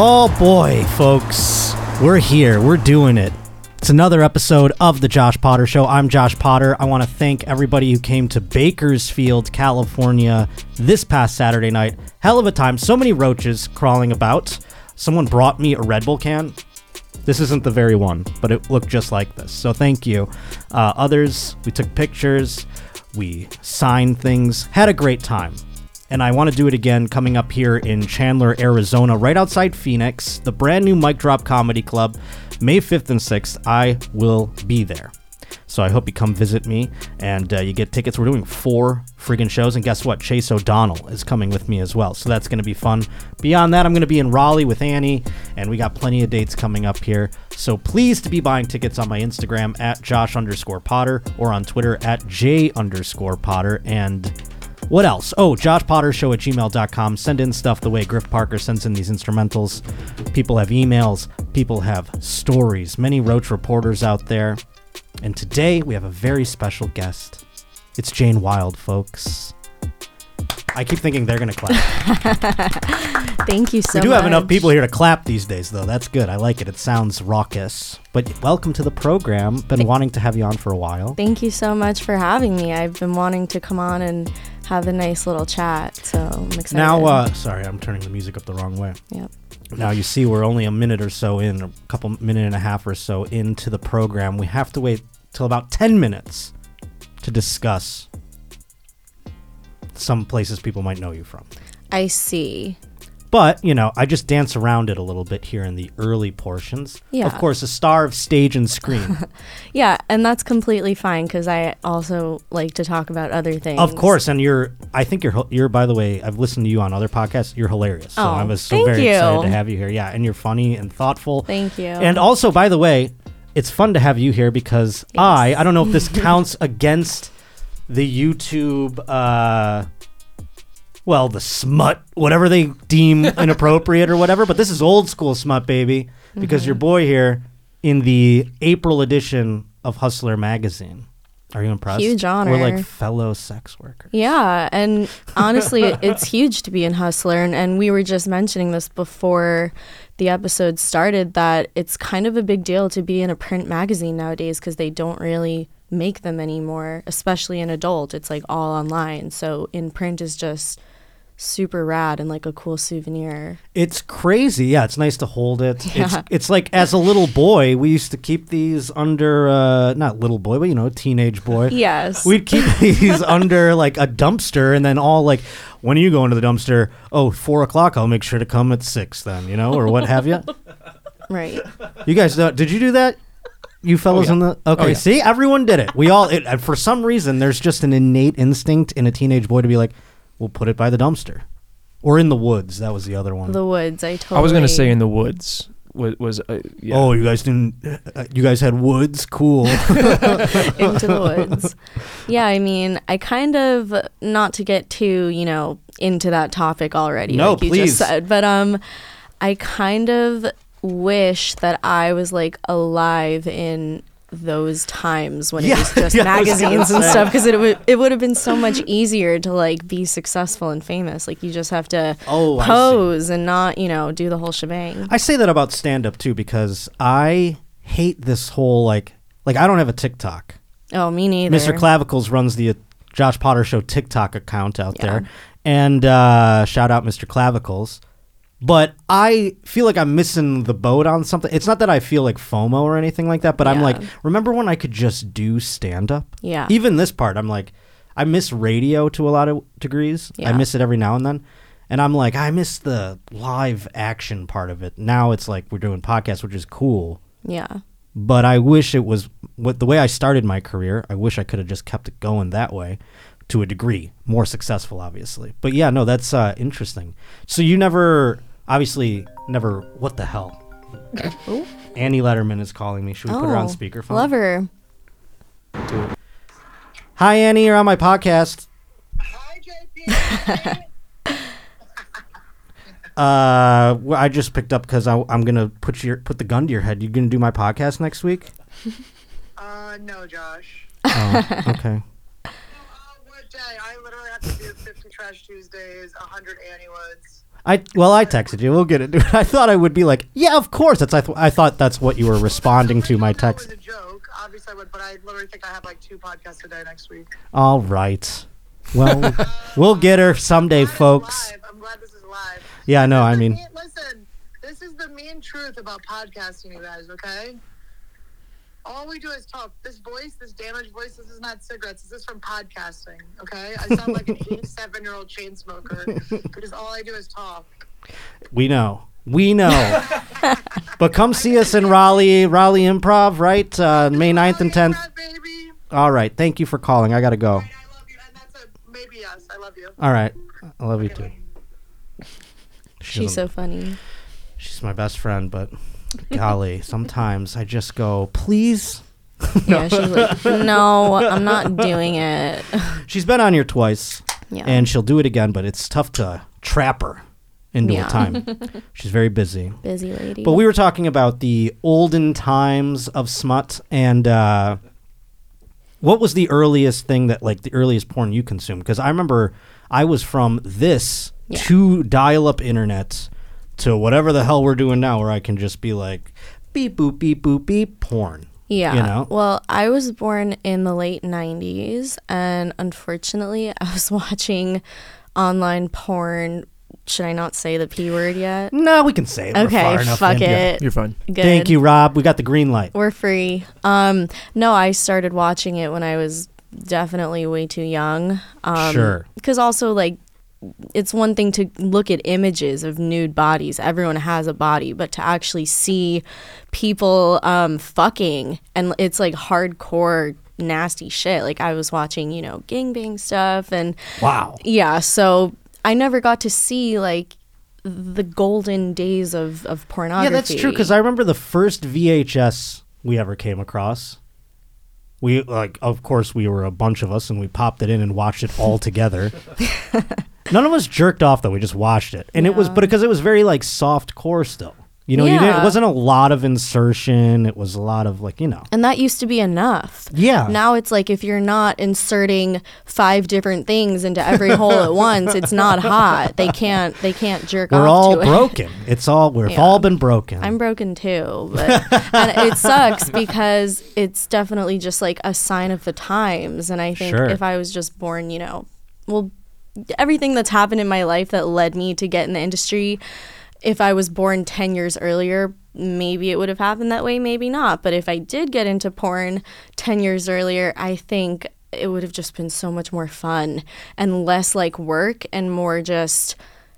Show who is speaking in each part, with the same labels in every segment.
Speaker 1: Oh boy, folks. We're here. We're doing it. It's another episode of The Josh Potter Show. I'm Josh Potter. I want to thank everybody who came to Bakersfield, California this past Saturday night. Hell of a time. So many roaches crawling about. Someone brought me a Red Bull can. This isn't the very one, but it looked just like this. So thank you. Uh, others, we took pictures, we signed things, had a great time. And I want to do it again coming up here in Chandler, Arizona, right outside Phoenix, the brand new Mic Drop Comedy Club, May 5th and 6th. I will be there. So I hope you come visit me and uh, you get tickets. We're doing four friggin' shows. And guess what? Chase O'Donnell is coming with me as well. So that's going to be fun. Beyond that, I'm going to be in Raleigh with Annie. And we got plenty of dates coming up here. So please to be buying tickets on my Instagram at Josh underscore Potter or on Twitter at J underscore Potter. And what else? Oh, joshpottershow at gmail.com. Send in stuff the way Griff Parker sends in these instrumentals. People have emails, people have stories. Many Roach reporters out there. And today we have a very special guest. It's Jane Wild, folks. I keep thinking they're going to clap.
Speaker 2: Thank you so
Speaker 1: We
Speaker 2: much.
Speaker 1: do have enough people here to clap these days, though. That's good. I like it. It sounds raucous. But welcome to the program. Been wanting to have you on for a while.
Speaker 2: Thank you so much for having me. I've been wanting to come on and have a nice little chat, so I'm excited.
Speaker 1: Now, uh, sorry, I'm turning the music up the wrong way.
Speaker 2: Yep.
Speaker 1: Now you see, we're only a minute or so in, a couple minute and a half or so into the program. We have to wait till about ten minutes to discuss some places people might know you from.
Speaker 2: I see.
Speaker 1: But you know, I just dance around it a little bit here in the early portions.
Speaker 2: Yeah.
Speaker 1: Of course, a star of stage and screen.
Speaker 2: Yeah, and that's completely fine because I also like to talk about other things.
Speaker 1: of course, and you're. I think you're. hu- You're. By the way, I've listened to you on other podcasts. You're hilarious. so
Speaker 2: Oh,
Speaker 1: I was so
Speaker 2: thank
Speaker 1: very
Speaker 2: you.
Speaker 1: excited to have you here. Yeah, and you're funny and thoughtful.
Speaker 2: Thank you.
Speaker 1: And also, by the way, it's fun to have you here because I I don't know if this counts against the YouTube uh well, the smut, whatever they deem inappropriate or whatever, but this is old school smut baby because
Speaker 2: Mm-hmm.
Speaker 1: your boy here in the April edition of Hustler magazine. Are you impressed?
Speaker 2: Huge honor.
Speaker 1: We're like fellow sex workers.
Speaker 2: Yeah, and honestly, it's huge to be in Hustler. And, and we were just mentioning this before the episode started that it's kind of a big deal to be in a print magazine nowadays because they don't really make them anymore, especially in adult. It's like all online. So in print is just super rad and like a cool souvenir.
Speaker 1: It's crazy. Yeah, it's nice to hold it.
Speaker 2: Yeah.
Speaker 1: It's it's like as a little boy, we used to keep these under uh not little boy, but you know, teenage boy.
Speaker 2: Yes.
Speaker 1: We'd keep these under like a dumpster and then all like when are you going to the dumpster? Oh, four o'clock, I'll make sure to come at six then, you know, or what have you.
Speaker 2: right.
Speaker 1: You guys know did you do that? You fellas in the Okay,
Speaker 3: Oh, yeah.
Speaker 1: see? Everyone did it. We all it, and for some reason there's just an innate instinct in a teenage boy to be like, We'll put it by the dumpster. Or in the woods. That was the other one.
Speaker 2: The woods. I totally.
Speaker 3: I was gonna say in the woods was, was uh, yeah.
Speaker 1: Oh, you guys didn't. Uh, you guys had woods. Cool.
Speaker 2: into the woods. Yeah, I mean, I kind of not to get too, you know, into that topic already,
Speaker 1: No,
Speaker 2: like you
Speaker 1: please.
Speaker 2: just said, but um I kind of wish that I was like alive in those times when
Speaker 1: Yeah,
Speaker 2: it was just
Speaker 1: yeah, I was gonna
Speaker 2: magazines and
Speaker 1: say.
Speaker 2: stuff because it would it would have been so much easier to like be successful and famous like you just have to
Speaker 1: Oh, I see.
Speaker 2: pose and not you know do the whole shebang
Speaker 1: I say that about stand up too because I hate this whole like like I don't have a TikTok.
Speaker 2: oh me neither
Speaker 1: Mr. Clavicles runs the uh, Josh Potter Show TikTok account out
Speaker 2: Yeah.
Speaker 1: there, and uh, shout out Mr. Clavicles. But I feel like I'm missing the boat on something. It's not that I feel like FOMO or anything like that, but I'm
Speaker 2: Yeah.
Speaker 1: like, remember when I could just do stand up?
Speaker 2: Yeah.
Speaker 1: Even this part, I'm like, I miss radio to a lot of degrees. I
Speaker 2: Yeah.
Speaker 1: miss it every now and then. And I'm like, I miss the live action part of it. Now it's like we're doing podcasts, which is cool
Speaker 2: yeah
Speaker 1: but I wish it was what the way I started my career. I wish I could have just kept it going that way to a degree, more successful, obviously. But yeah, no, that's uh, interesting. So you never, obviously, never. What the hell? Annie Letterman is calling me. Should we put her on
Speaker 2: Oh,
Speaker 1: speakerphone?
Speaker 2: love her
Speaker 1: Hi, Annie. You're on my podcast.
Speaker 4: Hi, JP.
Speaker 1: Uh, wh- I just picked up because I'm gonna put your put the gun to your head. You gonna do my podcast next week?
Speaker 4: uh, no, Josh.
Speaker 1: Oh, okay.
Speaker 4: Uh, what day? I literally have to do 50 Trash Tuesdays, 100 Annie Woods.
Speaker 1: I well, I texted you. We'll get into it. I thought I would be like, yeah, of course. That's I, th- I thought that's what you were responding to my
Speaker 4: It
Speaker 1: text.
Speaker 4: was a joke. Obviously, I would, but I literally think I have like two podcasts today next week.
Speaker 1: All right. Well, we'll get her someday,
Speaker 4: Glad it's
Speaker 1: folks.
Speaker 4: live. I'm glad this is live.
Speaker 1: Yeah, no, I
Speaker 4: This is
Speaker 1: mean,
Speaker 4: the- listen, this is the mean truth about podcasting, you guys. Okay. All we do is talk. This voice, this damaged voice, this is not cigarettes. This is from podcasting. Okay. I sound like an 87 year old chain smoker because all I do is talk.
Speaker 1: we know. We know. but come see us in Raleigh, Raleigh Improv, right? Uh, May 9th and Oh. 10th.
Speaker 4: Brad, baby.
Speaker 1: All right. Thank you for calling. I got to go.
Speaker 4: And I love you. And that's a maybe yes. I love you.
Speaker 1: All right. I love you too.
Speaker 2: She's
Speaker 1: a-
Speaker 2: so funny.
Speaker 1: she's my best friend, but golly, sometimes I just go, please.
Speaker 2: Yeah, she's like, no, I'm not doing it.
Speaker 1: She's been on here twice,
Speaker 2: Yeah.
Speaker 1: and she'll do it again, but it's tough to trap her into
Speaker 2: Yeah.
Speaker 1: a time. She's very busy.
Speaker 2: Busy lady.
Speaker 1: But we were talking about the olden times of smut, and uh, what was the earliest thing that, like, the earliest porn you consumed? Because I remember I was from this
Speaker 2: Yeah.
Speaker 1: to dial up internet to whatever the hell we're doing now, where I can just be like, beep, boop, beep, boop, beep, porn.
Speaker 2: yeah.
Speaker 1: you know?
Speaker 2: Well, I was born in the late 90s, and unfortunately, I was watching online porn. Should I not say the P word yet?
Speaker 1: No, we can say it. We're
Speaker 2: Okay,
Speaker 1: far enough
Speaker 2: fuck
Speaker 1: in. Yeah.
Speaker 2: it.
Speaker 3: You're fine.
Speaker 2: Good.
Speaker 1: Thank you, Rob. We got the green light.
Speaker 2: We're free. Um, no, I started watching it when I was definitely way too young. Um,
Speaker 1: Sure.
Speaker 2: Because also, like, it's one thing to look at images of nude bodies. Everyone has a body, but to actually see people um, fucking and it's like hardcore nasty shit. Like I was watching, you know, gangbang stuff and
Speaker 1: Wow.
Speaker 2: yeah. So I never got to see like the golden days of of
Speaker 1: Yeah,
Speaker 2: pornography.
Speaker 1: that's true. Because I remember the first VHS we ever came across. We like, of course, we were a bunch of us, and we popped it in and watched it all together. None of us jerked off though; we just watched it, and it was,
Speaker 2: Yeah.
Speaker 1: but because it was very like soft core still. You know, you didn't, it
Speaker 2: Yeah.
Speaker 1: wasn't a lot of insertion. It was a lot of like, you know,
Speaker 2: and that used to be enough.
Speaker 1: Yeah.
Speaker 2: Now it's like if you're not inserting five different things into every hole at once, it's not hot. They can't. They can't jerk
Speaker 1: we're
Speaker 2: off
Speaker 1: all
Speaker 2: to it.
Speaker 1: broken. It's all we've
Speaker 2: Yeah.
Speaker 1: all been broken.
Speaker 2: I'm broken too, but and it sucks because it's definitely just like a sign of the times. And I think
Speaker 1: Sure.
Speaker 2: if I was just born, you know, well, everything that's happened in my life that led me to get in the industry, if I was born 10 years earlier, maybe it would have happened that way, maybe not. But if I did get into porn 10 years earlier, I think it would have just been so much more fun and less like work and more just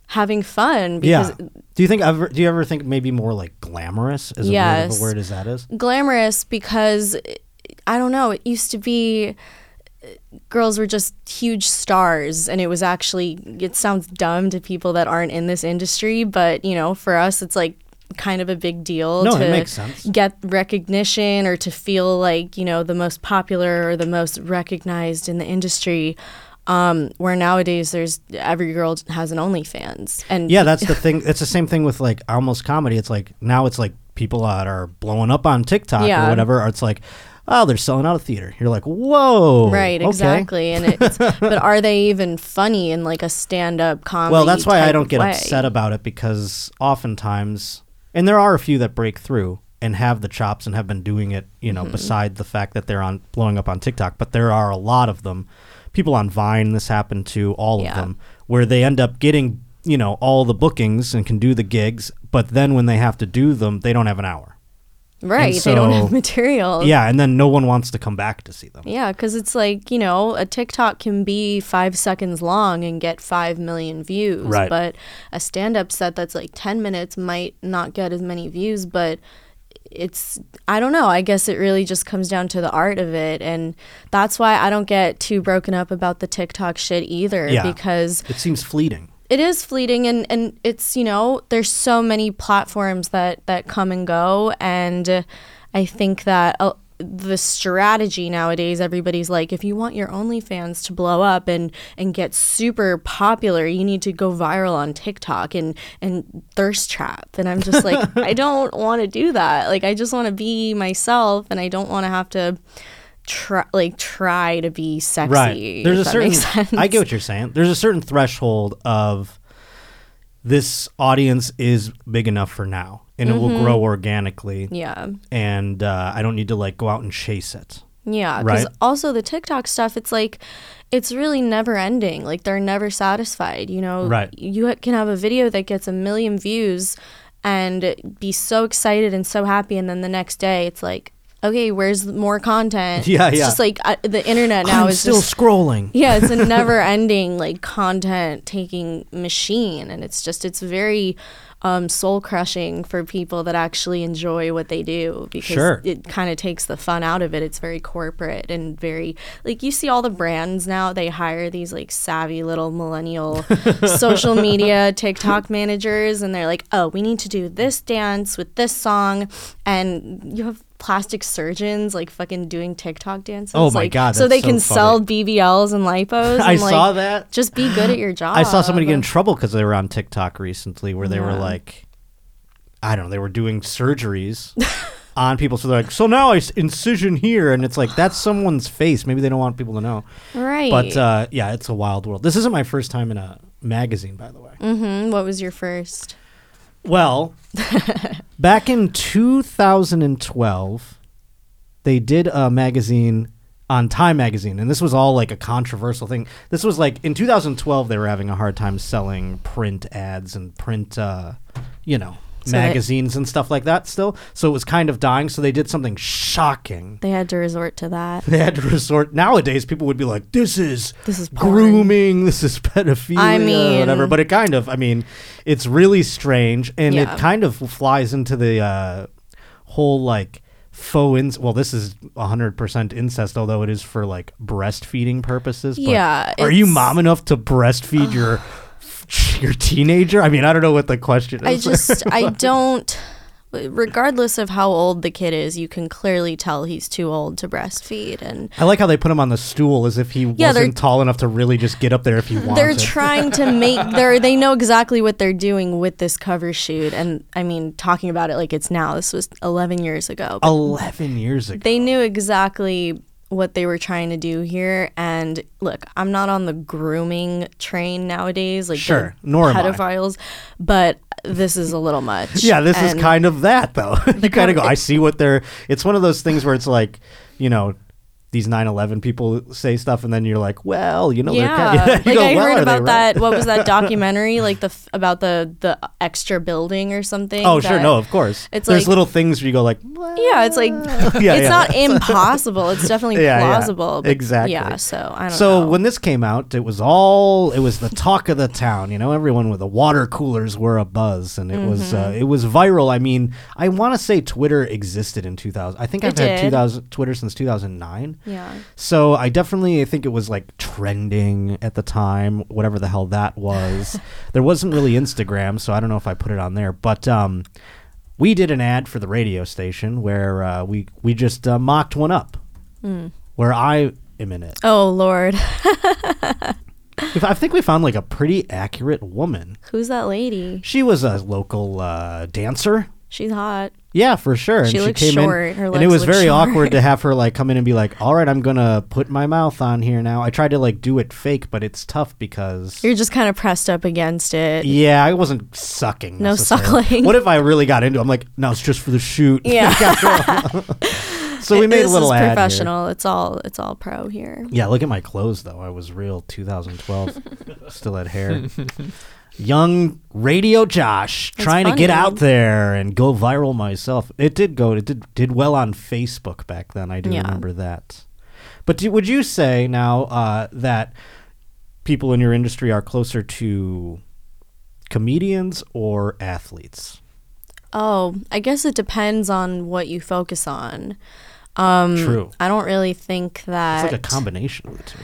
Speaker 2: having fun because
Speaker 1: yeah. Do you think ever? Do you ever think maybe more like glamorous? Is a word
Speaker 2: Yes.
Speaker 1: of a word as that is.
Speaker 2: glamorous because I don't know, it used to be girls were just huge stars and it was actually it sounds dumb to people that aren't in this industry, but you know, for us it's like kind of a big deal
Speaker 1: No, it
Speaker 2: to
Speaker 1: makes sense.
Speaker 2: get recognition or to feel like, you know, the most popular or the most recognized in the industry. Um, where nowadays there's every girl has an OnlyFans and
Speaker 1: Yeah, that's the thing. It's the same thing with like almost comedy. It's like now it's like people that are blowing up on TikTok
Speaker 2: Yeah.
Speaker 1: or whatever. Or it's like, oh, they're selling out a theater. You're like, whoa,
Speaker 2: Right,
Speaker 1: okay.
Speaker 2: exactly. And it's, but are they even funny in like a stand-up comedy?
Speaker 1: Well, that's why I
Speaker 2: type
Speaker 1: don't
Speaker 2: of
Speaker 1: get
Speaker 2: way?
Speaker 1: upset about it because oftentimes, and there are a few that break through and have the chops and have been doing it. You
Speaker 2: Mm-hmm.
Speaker 1: know, beside the fact that they're on blowing up on TikTok, but there are a lot of them. People on Vine, this happened to all of
Speaker 2: Yeah.
Speaker 1: them, where they end up getting you know all the bookings and can do the gigs, but then when they have to do them, they don't have an hour.
Speaker 2: Right,
Speaker 1: and
Speaker 2: they don't
Speaker 1: so-
Speaker 2: have material.
Speaker 1: Yeah, and then no one wants to come back to see them.
Speaker 2: yeah, because it's like you know a TikTok can be five seconds long and get five million views,
Speaker 1: Right.
Speaker 2: but a stand-up set that's like ten minutes might not get as many views, but it's I don't know. I guess it really just comes down to the art of it, and that's why I don't get too broken up about the TikTok shit either,
Speaker 1: Yeah.
Speaker 2: because
Speaker 1: It seems fleeting.
Speaker 2: it is fleeting and and it's you know there's so many platforms that that come and go and uh, i think that uh, the strategy nowadays everybody's like if you want your onlyfans to blow up and and get super popular you need to go viral on tiktok and and thirst trap and i'm just like i don't want to do that like i just want to be myself and i don't want to have to try like try to be sexy
Speaker 1: Right. There's
Speaker 2: if
Speaker 1: a
Speaker 2: that
Speaker 1: certain
Speaker 2: makes sense.
Speaker 1: I get what you're saying. There's a certain threshold of this audience is big enough for now and it will grow organically
Speaker 2: Mm-hmm. Yeah.
Speaker 1: and uh, I don't need to like go out and chase it.
Speaker 2: Yeah, because
Speaker 1: Right.
Speaker 2: also the TikTok stuff, it's like, it's really never ending. Like they're never satisfied. You know,
Speaker 1: Right.
Speaker 2: You ha- can have a video that gets a million views, and be so excited and so happy, and then the next day it's like, okay, where's more content?
Speaker 1: Yeah,
Speaker 2: it's
Speaker 1: yeah.
Speaker 2: Just like I, the internet now
Speaker 1: I'm
Speaker 2: is
Speaker 1: still
Speaker 2: just
Speaker 1: scrolling.
Speaker 2: yeah, it's a never ending like content taking machine, and it's just it's very um, soul crushing for people that actually enjoy what they do because
Speaker 1: Sure.
Speaker 2: it kind of takes the fun out of it. It's very corporate and very like you see all the brands now they hire these like savvy little millennial social media TikTok managers, and they're like, oh, we need to do this dance with this song, and you have. Plastic surgeons like fucking doing TikTok dances.
Speaker 1: Oh my
Speaker 2: like,
Speaker 1: God,
Speaker 2: So they
Speaker 1: that's so
Speaker 2: can
Speaker 1: funny.
Speaker 2: sell BBLs and lipos. And
Speaker 1: I
Speaker 2: like,
Speaker 1: saw that.
Speaker 2: Just be good at your job.
Speaker 1: I saw somebody get in trouble because they were on TikTok recently where they were like, I don't know, they were doing surgeries on people. So they're like, so now I s- incision here. And it's like, that's someone's face. Maybe they don't want people to know.
Speaker 2: right.
Speaker 1: But uh, yeah, it's a wild world. This isn't my first time in a magazine, by the way.
Speaker 2: hmm What was your first?
Speaker 1: Well, back in 2012, they did a magazine on Time Magazine, and this was all like a controversial thing. This was like in 2012, they were having a hard time selling print ads and print, uh, you know,
Speaker 2: So they-
Speaker 1: magazines and stuff like that still. So it was kind of dying, so they did something shocking.
Speaker 2: They had to resort to that.
Speaker 1: They had to resort. Nowadays, people would be like, "This is
Speaker 2: This is porn.
Speaker 1: grooming. This is pedophilia,
Speaker 2: I
Speaker 1: or whatever."
Speaker 2: mean-
Speaker 1: But it kind of, I mean, it's really strange, and
Speaker 2: Yeah.
Speaker 1: it kind of flies into the uh, whole like faux ins. Well, this is hundred percent incest, although it is for like breastfeeding purposes. But
Speaker 2: Yeah,
Speaker 1: are you
Speaker 2: it's-
Speaker 1: mom enough to breastfeed your your teenager? I mean, I don't know what the question is.
Speaker 2: I just, I don't. Regardless of how old the kid is, you can clearly tell he's too old to breastfeed, and
Speaker 1: I like how they put him on the stool as if he
Speaker 2: Yeah, they're-
Speaker 1: wasn't tall enough to really just get up there if he wanted.
Speaker 2: they're trying to make they they know exactly what they're doing with this cover shoot. And I mean, talking about it like it's now. This was 11 years ago. but
Speaker 1: 11 years ago.
Speaker 2: they knew exactly what they were trying to do here and look i'm not on the grooming train nowadays like the
Speaker 1: Sure, nor am I.
Speaker 2: pedophiles but this is a little much
Speaker 1: Yeah, this
Speaker 2: And
Speaker 1: is kind of that though. you kind
Speaker 2: kind-
Speaker 1: of go, I see what they're. It's one of those things where it's like, you know, these 9/11 people say stuff, and then you're like, well, you know, they're
Speaker 2: yeah,
Speaker 1: kind
Speaker 2: like
Speaker 1: you go,
Speaker 2: I
Speaker 1: well, are
Speaker 2: heard
Speaker 1: they
Speaker 2: about
Speaker 1: right?
Speaker 2: that. What was that documentary? Like the f- about the the extra building or something.
Speaker 1: Oh, sure,
Speaker 2: that-
Speaker 1: no, of course.
Speaker 2: it's
Speaker 1: There's
Speaker 2: like-
Speaker 1: little things where you go like, what?
Speaker 2: Yeah, it's like
Speaker 1: Yeah,
Speaker 2: it's
Speaker 1: yeah.
Speaker 2: not impossible. It's definitely
Speaker 1: Yeah, yeah.
Speaker 2: plausible. but
Speaker 1: Exactly.
Speaker 2: Yeah. So I don't
Speaker 1: so
Speaker 2: know.
Speaker 1: when this came out, it was all it was the talk of the town. You know, everyone with the water coolers were a buzz, and it was uh,
Speaker 2: Mm-hmm.
Speaker 1: it was viral. I mean, I want to say Twitter existed in 2000. I think
Speaker 2: It
Speaker 1: I've had
Speaker 2: did.
Speaker 1: 2000 Twitter since 2009.
Speaker 2: yeah.
Speaker 1: So I definitely think it was like trending at the time, whatever the hell that was. there wasn't really Instagram, so I don't know if I put it on there. But um, we did an ad for the radio station where uh, we we just uh, mocked one up, where I am in it.
Speaker 2: Oh Lord,
Speaker 1: If- I think we found like a pretty accurate woman.
Speaker 2: who's that lady?
Speaker 1: She was a local uh, dancer.
Speaker 2: She's hot.
Speaker 1: Yeah, for sure.
Speaker 2: She
Speaker 1: and
Speaker 2: looks
Speaker 1: she came
Speaker 2: short.
Speaker 1: in,
Speaker 2: Her
Speaker 1: and it
Speaker 2: legs
Speaker 1: was
Speaker 2: look
Speaker 1: very
Speaker 2: short.
Speaker 1: awkward to have her like come in and be like, "All right, I'm gonna put my mouth on here now." I tried to like do it fake, but it's tough because
Speaker 2: You're just kind of pressed up against it.
Speaker 1: yeah, I wasn't sucking.
Speaker 2: No
Speaker 1: necessarily.
Speaker 2: suckling.
Speaker 1: What if I really got into? it? I'm like, no, it's just for the shoot.
Speaker 2: Yeah.
Speaker 1: so we made
Speaker 2: this
Speaker 1: a little ad
Speaker 2: is
Speaker 1: here.
Speaker 2: professional. It's all it's all pro here.
Speaker 1: Yeah, look at my clothes though. I was real 2012. Still had hair. Young Radio Josh trying to get
Speaker 2: funny.
Speaker 1: out there and go viral myself. It did go. It did did well on Facebook back then. I do
Speaker 2: Yeah.
Speaker 1: remember that. But do, would you say now uh, that people in your industry are closer to comedians or athletes?
Speaker 2: Oh, I guess it depends on what you focus on. Um,
Speaker 1: True.
Speaker 2: I don't really think
Speaker 1: It's
Speaker 2: that
Speaker 1: like a combination of the two.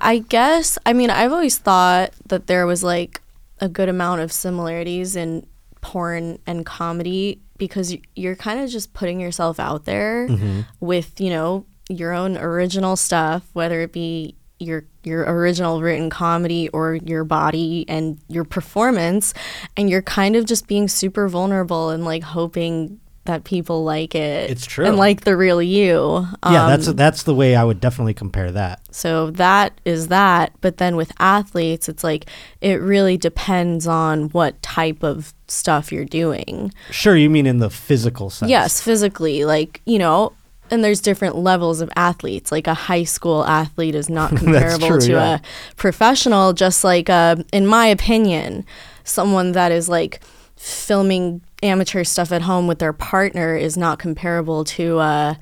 Speaker 2: I guess I mean I've always thought that there was like a good amount of similarities in porn and comedy because y- you're kind of just putting yourself out there
Speaker 1: Mm-hmm.
Speaker 2: with you know your own original stuff whether it be your your original written comedy or your body and your performance and you're kind of just being super vulnerable and like hoping that people like it.
Speaker 1: It's true.
Speaker 2: And like the real you.
Speaker 1: yeah, that's
Speaker 2: Um,
Speaker 1: that's the way I would definitely compare that.
Speaker 2: so that is that. But then with athletes, it's like it really depends on what type of stuff you're doing.
Speaker 1: Sure, you mean in the physical sense.
Speaker 2: Yes, physically, like, you know, and there's different levels of athletes. Like a high school athlete is not comparable
Speaker 1: true,
Speaker 2: to
Speaker 1: yeah.
Speaker 2: a professional, just like, uh, in my opinion, someone that is like filming amateur stuff at home with their partner is not comparable to a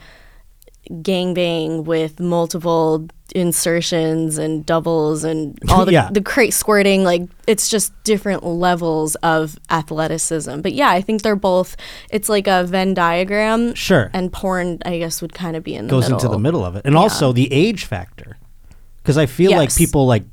Speaker 2: gangbang with multiple insertions and doubles and all the,
Speaker 1: Yeah.
Speaker 2: the crate squirting like it's just different levels of athleticism but yeah i think they're both it's like a venn diagram
Speaker 1: Sure.
Speaker 2: and porn i guess would kind of be in the
Speaker 1: goes
Speaker 2: middle
Speaker 1: into the middle of it. And also the age factor. Cuz I feel like
Speaker 2: Yes.
Speaker 1: people like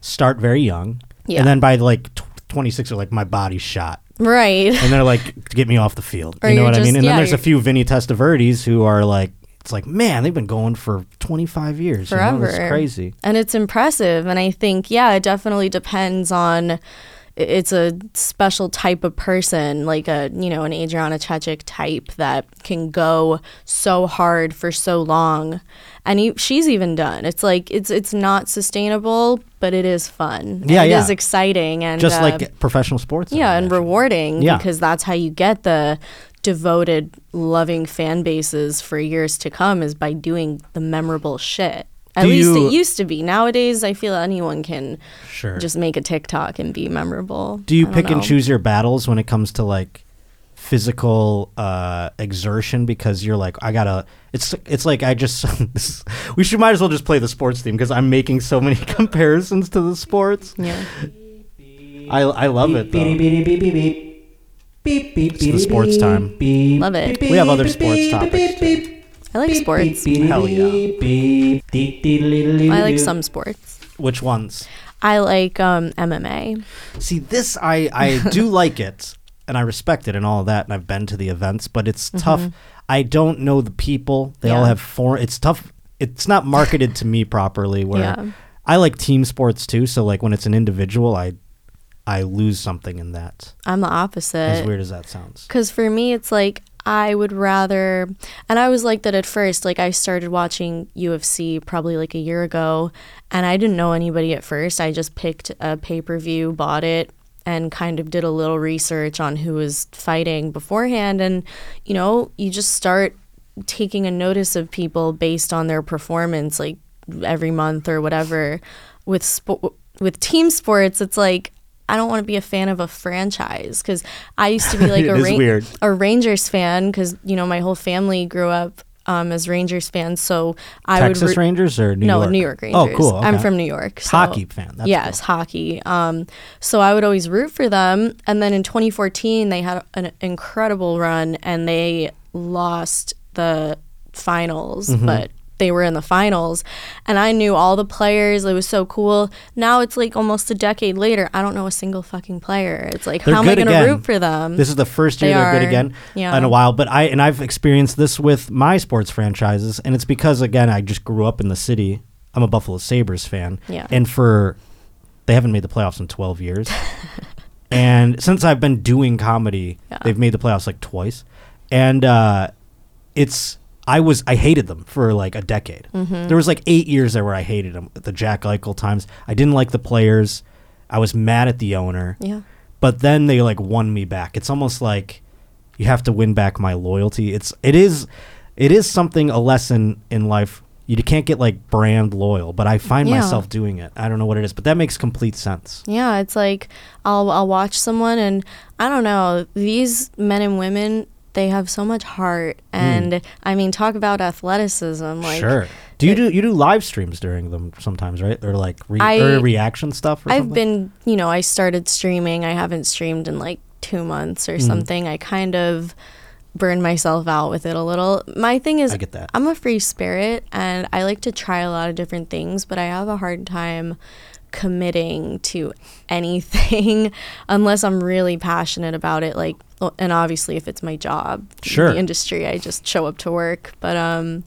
Speaker 1: start very young
Speaker 2: Yeah.
Speaker 1: and then by like tw- 26 are like my body's shot.
Speaker 2: right
Speaker 1: and they're like, "Get me off the field."
Speaker 2: Or
Speaker 1: you know
Speaker 2: you're
Speaker 1: what I
Speaker 2: just-
Speaker 1: mean? And
Speaker 2: yeah,
Speaker 1: then there's a few
Speaker 2: you're-
Speaker 1: Vinny Testaverdes who are like, "It's like, man, they've been going for 25 years. You know? That's
Speaker 2: Forever.
Speaker 1: crazy."
Speaker 2: and it's impressive and i think yeah it definitely depends on i- it's a special type of person like a you know an adriana chechik type that can go so hard for so long and e she's even done it's like it's it's not sustainable but it is fun
Speaker 1: Yeah,
Speaker 2: It
Speaker 1: yeah.
Speaker 2: is exciting and
Speaker 1: Just
Speaker 2: uh,
Speaker 1: like professional sports. I
Speaker 2: yeah and
Speaker 1: imagine.
Speaker 2: rewarding
Speaker 1: Yeah.
Speaker 2: because that's how you get the devoted loving fan bases for years to come is by doing the memorable shit at
Speaker 1: Do
Speaker 2: least
Speaker 1: you-
Speaker 2: it used to be nowadays i feel anyone can
Speaker 1: sure.
Speaker 2: just make a tiktok and be memorable
Speaker 1: Do you
Speaker 2: I don't
Speaker 1: pick and
Speaker 2: know.
Speaker 1: choose your battles when it comes to like physical uh exertion because you're like I gotta it's it's like I just we should might as well just play the sports theme because I'm making so many comparisons to the sports
Speaker 2: yeah
Speaker 1: I I love it though it's the sports time
Speaker 2: love it
Speaker 1: we have other sports topics too.
Speaker 2: i like sports
Speaker 1: Hell yeah.
Speaker 2: i like some sports
Speaker 1: Which ones?
Speaker 2: i like um mma
Speaker 1: See, this I I do like it and I respect it and all that and I've been to the events, but it's tough. I don't know the people. They all
Speaker 2: Mm-hmm. Yeah.
Speaker 1: have foreign. It's tough. It's not marketed to me properly. Where
Speaker 2: Yeah.
Speaker 1: I like team sports too, so like when it's an individual, I I lose something in that.
Speaker 2: i'm the
Speaker 1: As
Speaker 2: opposite
Speaker 1: weird as that sounds.
Speaker 2: Because for me, it's like I would rather, and I was like that at first. Like I started watching UFC probably like a year ago, and I didn't know anybody at first. I just picked a pay per view, bought it, and kind of did a little research on who was fighting beforehand. And, you know, you just start taking a notice of people based on their performance, like every month or whatever. With sport, with team sports, it's like I don't want to be a fan of a franchise because I used to be like
Speaker 1: It
Speaker 2: a
Speaker 1: is
Speaker 2: Ra-
Speaker 1: weird.
Speaker 2: a Rangers fan because you know my whole family grew up um, as Rangers fans, so I
Speaker 1: Texas
Speaker 2: would. Re-
Speaker 1: Rangers or New
Speaker 2: no,
Speaker 1: York?
Speaker 2: New York Rangers.
Speaker 1: Oh, cool.
Speaker 2: I'm
Speaker 1: okay.
Speaker 2: from New York. So
Speaker 1: hockey fan. That's
Speaker 2: yes, hockey. Um, so I would always root for them. And then in 2014, they had an incredible run and they lost the finals,
Speaker 1: Mm-hmm.
Speaker 2: but they were in the finals. And I knew all the players. It was so cool. Now it's like almost a decade later. I don't know a single fucking player. It's like,
Speaker 1: They're
Speaker 2: how am I
Speaker 1: good
Speaker 2: going to
Speaker 1: again.
Speaker 2: root for them?
Speaker 1: This is the first year
Speaker 2: They
Speaker 1: they are good
Speaker 2: are,
Speaker 1: again
Speaker 2: yeah.
Speaker 1: in a while. But I and I've experienced this with my sports franchises, and it's because again I just grew up in the city. I'm a Buffalo Sabres fan,
Speaker 2: Yeah.
Speaker 1: and for they haven't made the playoffs in 12 years, and since I've been doing comedy,
Speaker 2: Yeah.
Speaker 1: they've made the playoffs like twice, and uh, it's. I was I hated them for like a decade.
Speaker 2: Mm-hmm.
Speaker 1: There was like eight years there where I hated them. The Jack Eichel times, I didn't like the players. I was mad at the owner
Speaker 2: yeah.
Speaker 1: but then they like won me back. It's almost like you have to win back my loyalty. It's it is it is something a lesson in life. You can't get like brand loyal, but I find
Speaker 2: Yeah.
Speaker 1: myself doing it. I don't know what it is, but that makes complete sense.
Speaker 2: Yeah, it's like I'll I'll watch someone and I don't know, these men and women, they have so much heart and I mean talk about athleticism like
Speaker 1: sure. Do you do you do live streams during them sometimes, right? Or like re-
Speaker 2: I-
Speaker 1: or reaction stuff or
Speaker 2: I've
Speaker 1: something?
Speaker 2: been, you know, I started streaming. I haven't streamed in like 2 months
Speaker 1: Mm-hmm.
Speaker 2: or something. I kind of burned myself out with it a little. My thing is
Speaker 1: I get that.
Speaker 2: I'm a free spirit and I like to try a lot of different things, but I have a hard time committing to anything unless I'm really passionate about it. Like, well, and obviously, if it's my job,
Speaker 1: Sure.
Speaker 2: the industry, I just show up to work. But um,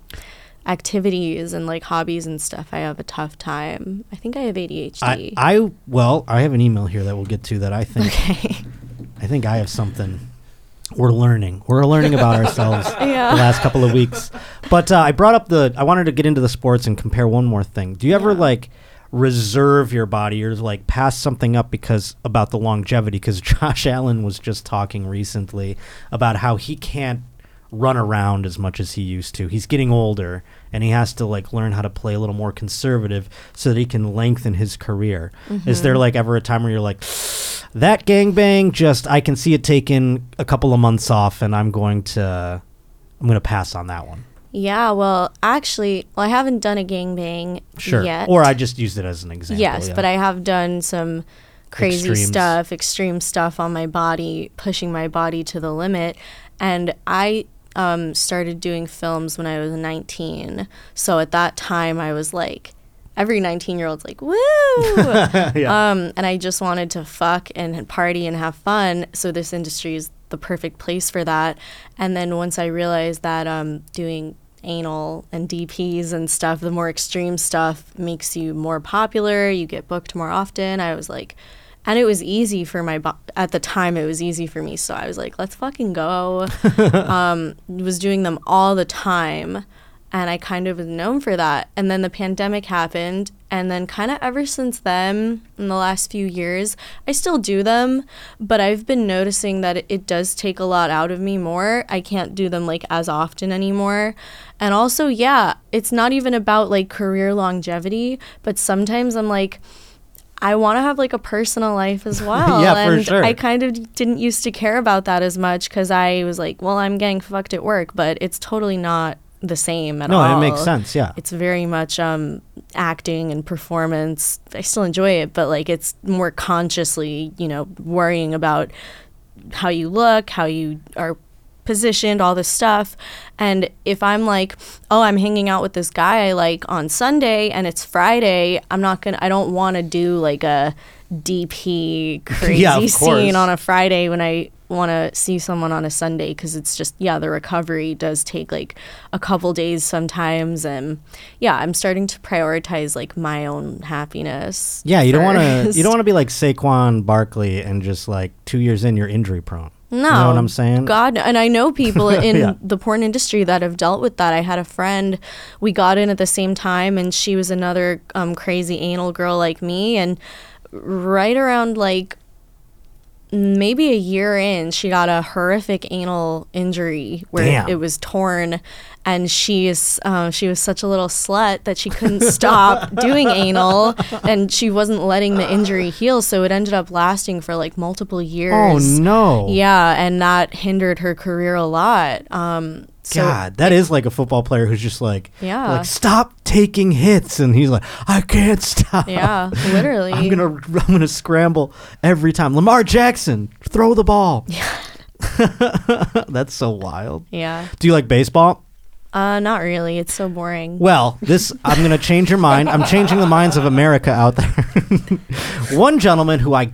Speaker 2: activities and like hobbies and stuff, I have a tough time. I think I have
Speaker 1: I,
Speaker 2: ADHD.
Speaker 1: I well, I have an email here that we'll get to that I think I think I have something we're learning. We're learning about ourselves the
Speaker 2: Yeah.
Speaker 1: last couple of weeks. But uh, I brought up the. I wanted to get into the sports and compare one more thing. Do you ever like reserve your body or like pass something up because about the longevity? Because Josh Allen was just talking recently about how he can't run around as much as he used to. He's getting older and he has to like learn how to play a little more conservative so that he can lengthen his career. Is there like ever a time where you're like that gangbang just I can see it taking a couple of months off and I'm going to I'm going to pass on that one.
Speaker 2: Yeah, well, actually, well, I haven't done a gangbang
Speaker 1: Sure.
Speaker 2: yet.
Speaker 1: Or I just used it as an example.
Speaker 2: Yes,
Speaker 1: yeah.
Speaker 2: but I have done some crazy
Speaker 1: Extremes.
Speaker 2: stuff, extreme stuff on my body, pushing my body to the limit. And I um, started doing films when I was 19. So at that time, I was like, every 19 year old's like, woo!
Speaker 1: Yeah.
Speaker 2: um, and I just wanted to fuck and party and have fun. So this industry is the perfect place for that. And then once I realized that um, doing anal and DPs and stuff, the more extreme stuff makes you more popular. You get booked more often. I was like, and it was easy for my bo- at the time. It was easy for me, so I was like, let's fucking go. um, was doing them all the time and I kind of was known for that. And then the pandemic happened and then kind of ever since then in the last few years, I still do them, but I've been noticing that it, it does take a lot out of me more. I can't do them like as often anymore. And also, yeah, it's not even about like career longevity, but sometimes I'm like I want to have like a personal life as well.
Speaker 1: Yeah, for
Speaker 2: and
Speaker 1: sure.
Speaker 2: I kind of didn't used to care about that as much because I was like, well, I'm getting fucked at work, but it's totally not the same at
Speaker 1: no,
Speaker 2: all.
Speaker 1: it makes sense. Yeah.
Speaker 2: oh, It's very much um, acting and performance. I still enjoy it, but like it's more consciously, you know, worrying about how you look, how you are positioned, all this stuff. And if I'm like, oh, I'm hanging out with this guy I like on Sunday and it's Friday, I'm not gonna, I don't wanna do like a DP crazy
Speaker 1: Yeah, of course.
Speaker 2: scene on a Friday when I wanna see someone on a Sunday because it's just, yeah, the recovery does take like a couple days sometimes. And yeah, I'm starting to prioritize like my own happiness.
Speaker 1: Yeah, you do don't want to. You
Speaker 2: first.
Speaker 1: don't want to be like Saquon Barkley and just like two years in, you're injury prone.
Speaker 2: No.
Speaker 1: you know what I'm saying?
Speaker 2: God, and I know people in
Speaker 1: Yeah.
Speaker 2: the porn industry that have dealt with that. I had a friend, we got in at the same time, and she was another um, crazy anal girl like me. And right around like maybe a year in, she got a horrific anal injury where
Speaker 1: Damn.
Speaker 2: it was torn, and she is uh, she was such a little slut that she couldn't stop doing anal, and she wasn't letting the injury heal, so it ended up lasting for like multiple
Speaker 1: Oh
Speaker 2: years.
Speaker 1: no!
Speaker 2: Yeah, and that hindered her career a lot. Um, so
Speaker 1: God, that is like a football player who's just like,
Speaker 2: Yeah.
Speaker 1: like stop taking hits, and he's like, I can't stop.
Speaker 2: yeah, literally.
Speaker 1: I'm gonna, I'm gonna scramble every time. Lamar Jackson, throw the ball. That's so wild.
Speaker 2: yeah,
Speaker 1: Do you like baseball?
Speaker 2: uh, not really. It's so boring.
Speaker 1: Well, this I'm going to change your mind. I'm changing the minds of America out there. One gentleman who I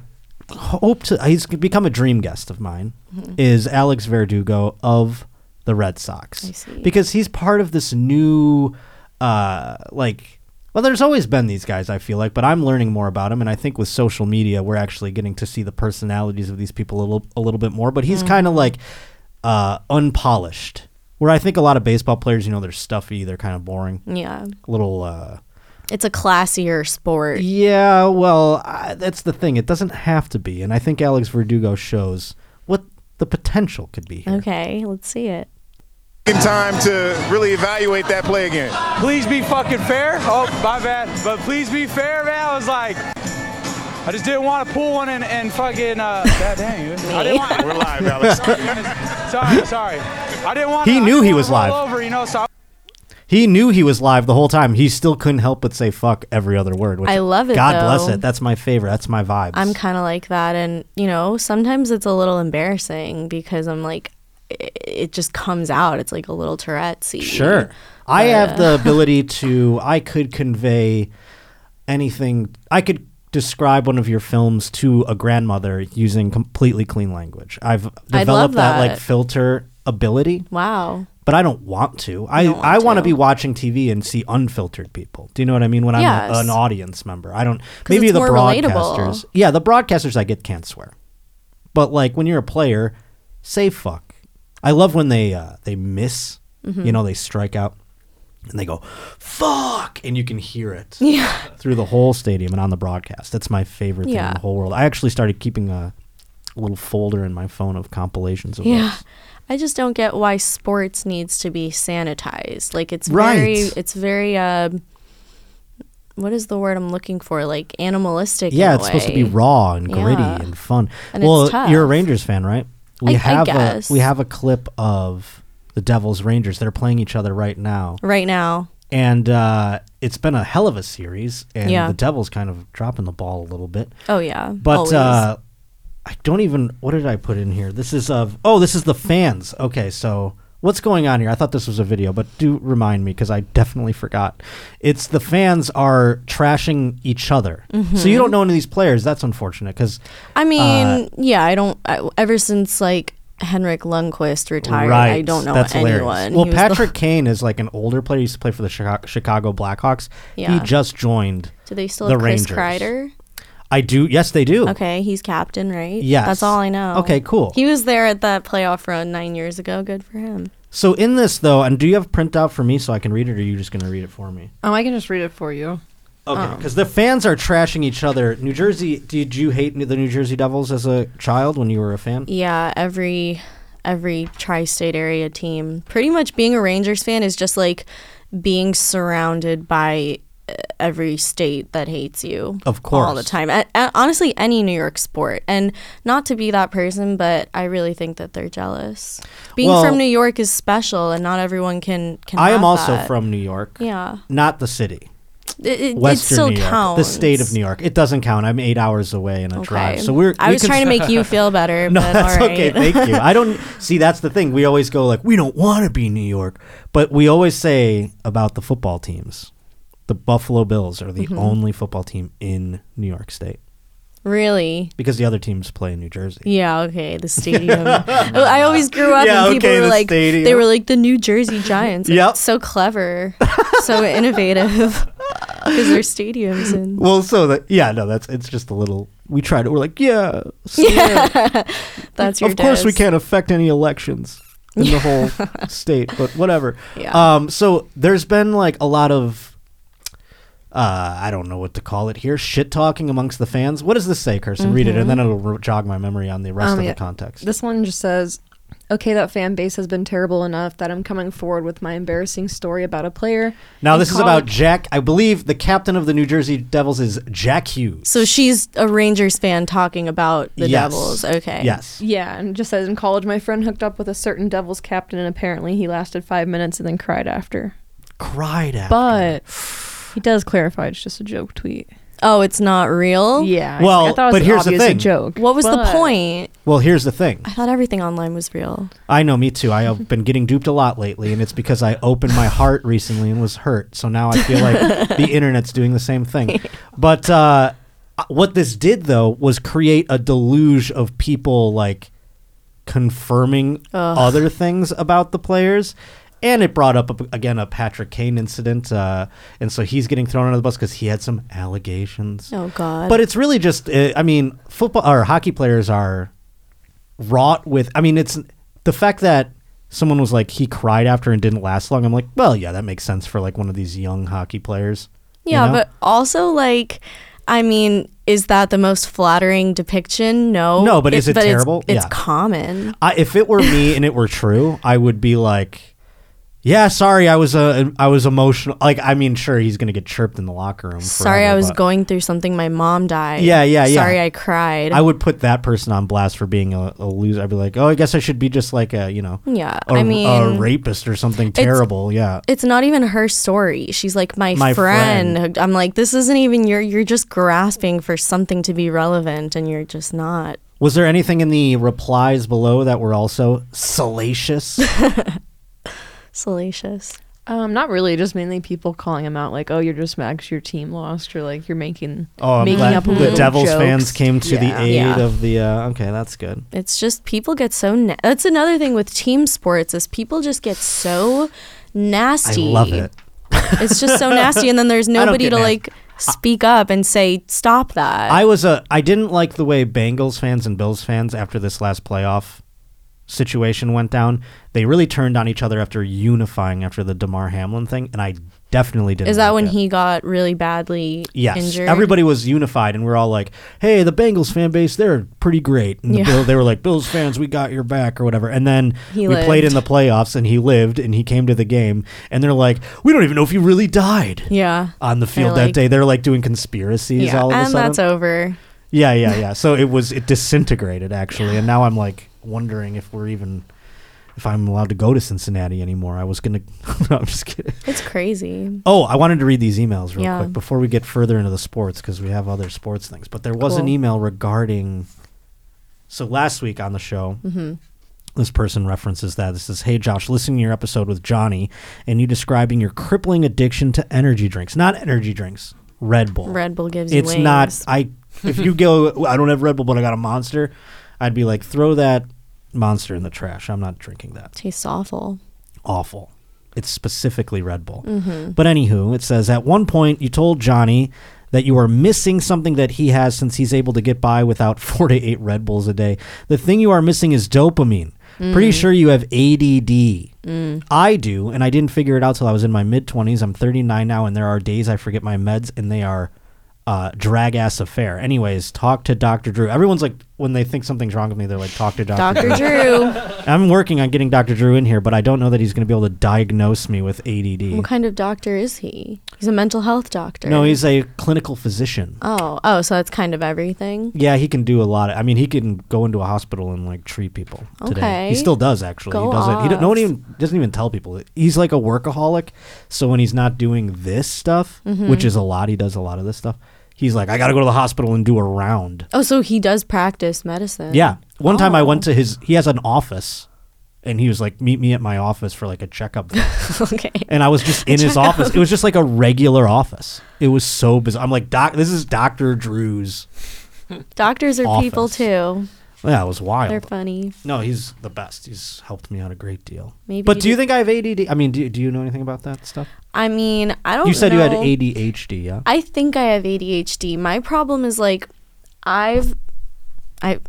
Speaker 1: hope to he's become a dream guest of mine
Speaker 2: Mm-hmm.
Speaker 1: is Alex Verdugo of the Red Sox
Speaker 2: I see.
Speaker 1: because he's part of this new uh like well there's always been these guys I feel like but I'm learning more about him and I think with social media we're actually getting to see the personalities of these people a little a little bit more but he's kind of like uh unpolished where I think a lot of baseball players you know they're stuffy they're kind of boring
Speaker 2: Yeah,
Speaker 1: a little uh
Speaker 2: it's a classier sport.
Speaker 1: yeah, well, I, that's the thing. It doesn't have to be, and I think Alex Verdugo shows what the potential could be. Here.
Speaker 2: Okay, let's see it.
Speaker 5: taking time to really evaluate that play again.
Speaker 6: please be fucking fair. Oh, my bad. But please be fair, man. I was like, I just didn't want to pull one and, and fucking, uh, God dang. I didn't want
Speaker 5: We're live, Alex.
Speaker 6: Sorry, sorry. I didn't want
Speaker 1: He knew he was live.
Speaker 6: Over, you know, so I
Speaker 1: He knew he was live the whole time. He still couldn't help but say "fuck" every other word. Which
Speaker 2: I love it,
Speaker 1: God bless
Speaker 2: though.
Speaker 1: it. That's my favorite. That's my vibes.
Speaker 2: I'm kind of like that, and you know, sometimes it's a little embarrassing because I'm like, it, it just comes out. It's like a little Tourette's.
Speaker 1: Sure. I have
Speaker 2: uh,
Speaker 1: the ability to, I could convey anything. I could describe one of your films to a grandmother using completely clean language. I've
Speaker 2: love
Speaker 1: developed that. like
Speaker 2: that.
Speaker 1: filter ability,
Speaker 2: Wow.
Speaker 1: but I don't want to. I,
Speaker 2: don't want
Speaker 1: I want to
Speaker 2: to.
Speaker 1: be watching TV and see unfiltered people. Do you know what I mean? When I'm
Speaker 2: Yes.
Speaker 1: an audience member, I don't, maybe
Speaker 2: it's
Speaker 1: the
Speaker 2: more relatable.
Speaker 1: broadcasters. Yeah, the broadcasters I get can't swear. But like when you're a player, say fuck. I love when they uh, they miss.
Speaker 2: Mm-hmm.
Speaker 1: You know, they strike out and they go fuck, and you can hear it
Speaker 2: Yeah.
Speaker 1: through the whole stadium and on the broadcast. That's my favorite thing in
Speaker 2: Yeah.
Speaker 1: the whole world. I actually started keeping a little folder in my phone of compilations of
Speaker 2: Yeah.
Speaker 1: those.
Speaker 2: I just don't get why sports needs to be sanitized. Like it's
Speaker 1: Right.
Speaker 2: very it's very um what is the word I'm looking for? Like animalistic. in
Speaker 1: Yeah,
Speaker 2: a
Speaker 1: it's supposed to be
Speaker 2: way.
Speaker 1: raw and gritty
Speaker 2: Yeah.
Speaker 1: and fun.
Speaker 2: And
Speaker 1: well,
Speaker 2: it's tough.
Speaker 1: you're a Rangers fan, right? We
Speaker 2: I- I
Speaker 1: have
Speaker 2: guess.
Speaker 1: a we have a clip of the Devils Rangers. They're playing each other right now,
Speaker 2: right now.
Speaker 1: and uh, it's been a hell of a series. And
Speaker 2: Yeah.
Speaker 1: the Devils kind of dropping the ball a little bit,
Speaker 2: Oh yeah.
Speaker 1: but
Speaker 2: always.
Speaker 1: uh, I don't even. What did I put in here? This is of oh, this is the fans. Okay, so. What's going on here? I thought this was a video, but do remind me because I definitely forgot. It's the fans are trashing each other. So you don't know any of these players. That's unfortunate because
Speaker 2: Mm-hmm. I mean,
Speaker 1: uh,
Speaker 2: yeah, I don't I, ever since like Henrik Lundqvist retired, I don't know
Speaker 1: That's
Speaker 2: anyone.
Speaker 1: hilarious. Well,
Speaker 2: He was the-
Speaker 1: Patrick Kane is like an older player. He used to play for the Chicago, Chicago Blackhawks.
Speaker 2: Yeah.
Speaker 1: He just joined.
Speaker 2: Do they still
Speaker 1: the
Speaker 2: have Chris
Speaker 1: Rangers.
Speaker 2: Kreider?
Speaker 1: I do. Yes, they do.
Speaker 2: Okay, he's captain, right?
Speaker 1: Yes.
Speaker 2: That's all I know.
Speaker 1: Okay, cool.
Speaker 2: He was there at that playoff run nine years ago. Good for him.
Speaker 1: So in this though, and do you have a printout for me so I can read it, or are you just going to read it for me?
Speaker 7: Oh, I can just read it for you. Um,
Speaker 1: Okay. Because the fans are trashing each other. New Jersey. Did you hate the New Jersey Devils as a child when you were a fan?
Speaker 2: Yeah, every every tri-state area team. Pretty much being a Rangers fan is just like being surrounded by uh, every state that hates you.
Speaker 1: Of
Speaker 2: all the
Speaker 1: course.
Speaker 2: time. A- a- honestly, any New York sport. And not to be that person, but I really think that they're jealous. Being
Speaker 1: Well-
Speaker 2: from New York is special, and not everyone can can.
Speaker 1: I am
Speaker 2: have
Speaker 1: also
Speaker 2: that.
Speaker 1: from New York.
Speaker 2: Yeah,
Speaker 1: Not the city.
Speaker 2: it, it, it
Speaker 1: Western
Speaker 2: still
Speaker 1: New York.
Speaker 2: counts.
Speaker 1: The state of New York. It doesn't count. I'm eight hours away in a drive. So we're.
Speaker 2: I
Speaker 1: we
Speaker 2: was
Speaker 1: can
Speaker 2: trying to make you feel better.
Speaker 1: No,
Speaker 2: but
Speaker 1: that's
Speaker 2: all right.
Speaker 1: okay. Thank you. I don't see. That's the thing. We always go like, we don't want to be New York, but we always say about the football teams, the Buffalo Bills are the
Speaker 2: Mm-hmm.
Speaker 1: only football team in New York State
Speaker 2: really.
Speaker 1: because the other teams play in New Jersey.
Speaker 2: Yeah, okay, the stadium. Oh, I always grew up
Speaker 1: Yeah,
Speaker 2: and people
Speaker 1: okay,
Speaker 2: were
Speaker 1: the
Speaker 2: like
Speaker 1: stadium.
Speaker 2: they were like the New Jersey Giants. Like,
Speaker 1: Yep.
Speaker 2: So clever. so innovative. Cuz their stadiums and
Speaker 1: Well, so that yeah, no, that's it's just a little. We try to. We're like, yeah, so
Speaker 2: that's your
Speaker 1: of course we
Speaker 2: diss.
Speaker 1: can't affect any elections in the whole state, but whatever.
Speaker 2: Yeah.
Speaker 1: Um. So there's been like a lot of. Uh, I don't know what to call it here. Shit talking amongst the fans. What does this say, Kirsten? Read it, and then
Speaker 2: Mm-hmm.
Speaker 1: it'll ro- jog my memory on the rest
Speaker 7: Um,
Speaker 1: of
Speaker 7: yeah.
Speaker 1: the context.
Speaker 7: This one just says, "Okay, that fan base has been terrible enough that I'm coming forward with my embarrassing story about a player."
Speaker 1: now,
Speaker 7: in
Speaker 1: this is about
Speaker 7: college-
Speaker 1: Jack. I believe the captain of the New Jersey Devils is Jack Hughes.
Speaker 2: So she's a Rangers fan talking about the
Speaker 1: Yes.
Speaker 2: Devils. Okay.
Speaker 1: Yes.
Speaker 7: Yeah, and it just says in college, my friend hooked up with a certain Devils captain, and apparently he lasted five minutes and then cried after.
Speaker 1: Cried after.
Speaker 7: But he does clarify it's just a joke tweet.
Speaker 2: Oh, it's not real?
Speaker 7: Yeah. I-
Speaker 1: Well,
Speaker 7: I thought it was
Speaker 1: but here's the
Speaker 7: obviously
Speaker 1: thing.
Speaker 7: A joke.
Speaker 2: What was the
Speaker 7: but-
Speaker 2: point?
Speaker 1: well, here's the thing.
Speaker 2: I thought everything online was real.
Speaker 1: I know, me too. I have been getting duped a lot lately, and it's because I opened my heart recently and was hurt. So now I feel like the internet's doing the same thing. But uh, what this did, though, was create a deluge of people like confirming other things about the players. And it brought up again a Patrick Kane incident, uh, and so he's getting thrown under the bus because he had some allegations.
Speaker 2: Oh god.
Speaker 1: But it's really just, uh, I mean, football or hockey players are wrought with. I mean, it's the fact that someone was like he cried after and didn't last long. I'm like, well, yeah, that makes sense for like one of these young hockey players. you
Speaker 2: yeah,
Speaker 1: know?
Speaker 2: but also like I mean, is that the most flattering depiction? No.
Speaker 1: No, but is it terrible?
Speaker 2: It's, it's
Speaker 1: Yeah.
Speaker 2: common.
Speaker 1: I, if it were me and it were true, I would be like, yeah, sorry, I was uh, I was emotional. Like, I mean, sure, he's gonna get chirped in the locker room.
Speaker 2: Sorry
Speaker 1: forever,
Speaker 2: I was
Speaker 1: but
Speaker 2: going through something my mom died.
Speaker 1: Yeah, yeah, yeah.
Speaker 2: Sorry I cried.
Speaker 1: I would put that person on blast for being a, a loser. I'd be like, oh, I guess I should be just like a you know,
Speaker 2: yeah.
Speaker 1: a,
Speaker 2: I mean
Speaker 1: a rapist or something terrible. Yeah.
Speaker 2: it's not even her story. She's like my,
Speaker 1: My
Speaker 2: friend.
Speaker 1: friend.
Speaker 2: I'm like this isn't even your. You're just grasping for something to be relevant, and you're just not.
Speaker 1: Was there anything in the replies below that were also salacious?
Speaker 2: Salacious.
Speaker 7: Um, not really. Just mainly people calling him out, like, "Oh, you're just mad 'cause your team lost," or like, "You're making
Speaker 1: Oh, I'm
Speaker 7: making
Speaker 1: glad
Speaker 7: up a
Speaker 1: the
Speaker 7: little
Speaker 1: Devils
Speaker 7: jokes.
Speaker 1: fans came to the
Speaker 7: Yeah.
Speaker 1: aid
Speaker 2: Yeah.
Speaker 1: of the. Uh, okay, that's good.
Speaker 2: It's just people get so. Na- That's another thing with team sports is people just get so nasty.
Speaker 1: I love it.
Speaker 2: It's just so nasty, and then there's
Speaker 1: don't
Speaker 2: nobody
Speaker 1: get
Speaker 2: to
Speaker 1: nasty.
Speaker 2: like speak up and say stop that.
Speaker 1: I was a. I didn't like the way Bengals fans and Bills fans after this last playoff situation went down, they really turned on each other after unifying after the Damar Hamlin thing, and I definitely didn't.
Speaker 2: Is that
Speaker 1: like
Speaker 2: when
Speaker 1: it.
Speaker 2: he got really badly
Speaker 1: Yes,
Speaker 2: injured?
Speaker 1: everybody was unified, and we're all like, "Hey, the Bengals fan base—they're pretty great." And the
Speaker 2: Yeah.
Speaker 1: Bill, they were like, "Bills fans, we got your back," or whatever. And then
Speaker 2: He
Speaker 1: we played in
Speaker 2: lived.
Speaker 1: the playoffs, and he lived, and he came to the game, and they're like, "We don't even know if you really died."
Speaker 2: Yeah.
Speaker 1: On the field
Speaker 2: They're
Speaker 1: that
Speaker 2: like-
Speaker 1: day, they're like doing conspiracies
Speaker 2: yeah.
Speaker 1: all of
Speaker 2: and
Speaker 1: a sudden.
Speaker 2: that's over.
Speaker 1: Yeah, yeah, yeah. So it was it disintegrated actually, and now I'm like wondering if we're even if I'm allowed to go to Cincinnati anymore. I was gonna. no, I'm just kidding.
Speaker 2: It's crazy.
Speaker 1: Oh, I wanted to read these emails real
Speaker 2: Yeah.
Speaker 1: quick before we get further into the sports because we have other sports things. But there was an
Speaker 2: Cool.
Speaker 1: email regarding. So last week on the show,
Speaker 2: Mm-hmm.
Speaker 1: this person references that. This is, hey, Josh, listening to your episode with Johnny and you describing your crippling addiction to energy drinks. Not energy drinks, Red Bull.
Speaker 2: Red Bull gives you
Speaker 1: It's
Speaker 2: wings.
Speaker 1: not. I If you go, I don't have Red Bull, but I got a monster, I'd be like, throw that monster in the trash. I'm not drinking that
Speaker 2: tastes awful.
Speaker 1: awful. It's specifically Red Bull. But anywho, it says at one point you told Johnny that you are missing something that he has since he's able to get by without four to eight Red Bulls a day. The thing you are missing is dopamine. Pretty sure you have ADD. I do, and I didn't figure it out till I was in my mid 20s. I'm 39 now, and there are days I forget my meds, and they are uh, drag ass affair. Anyways, talk to Dr. Drew. Everyone's like, when they think something's wrong with me, they're like, talk to Dr.
Speaker 2: Dr. Drew.
Speaker 1: I'm working on getting Dr. Drew in here, but I don't know that he's going to be able to diagnose me with ADD.
Speaker 2: What kind of doctor is he? He's a mental health doctor.
Speaker 1: No, he's a clinical physician.
Speaker 2: Oh, oh, so that's kind of everything.
Speaker 1: Yeah, he can do a lot. Of, I mean, he can go into a hospital and like treat people. Today.
Speaker 2: Okay.
Speaker 1: He still does actually.
Speaker 2: Go
Speaker 1: he does it. He don't, no
Speaker 2: off.
Speaker 1: one even doesn't even tell people. He's like a workaholic. So when he's not doing this stuff,
Speaker 2: Mm-hmm.
Speaker 1: which is a lot, he does a lot of this stuff. He's like, I got to go to the hospital and do a round.
Speaker 2: Oh, so he does practice medicine.
Speaker 1: Yeah. One time I
Speaker 2: Oh.
Speaker 1: went to his. He has an office, and he was like, "Meet me at my office for like a checkup."
Speaker 2: okay.
Speaker 1: and I was just in his office. It was just like a regular office. It was so bizarre. I'm like, Doc, this is Doctor Drew's.
Speaker 2: Doctors are people
Speaker 1: Office.
Speaker 2: too.
Speaker 1: Yeah, it was wild.
Speaker 2: They're funny.
Speaker 1: no, he's the best. He's helped me out a great deal.
Speaker 2: Maybe
Speaker 1: but
Speaker 2: you
Speaker 1: do you
Speaker 2: did-
Speaker 1: think I have ADD? I mean, do, do you know anything about that stuff?
Speaker 2: I mean, I don't
Speaker 1: You said you had
Speaker 2: know.
Speaker 1: ADHD, yeah?
Speaker 2: I think I have ADHD. My problem is like I've I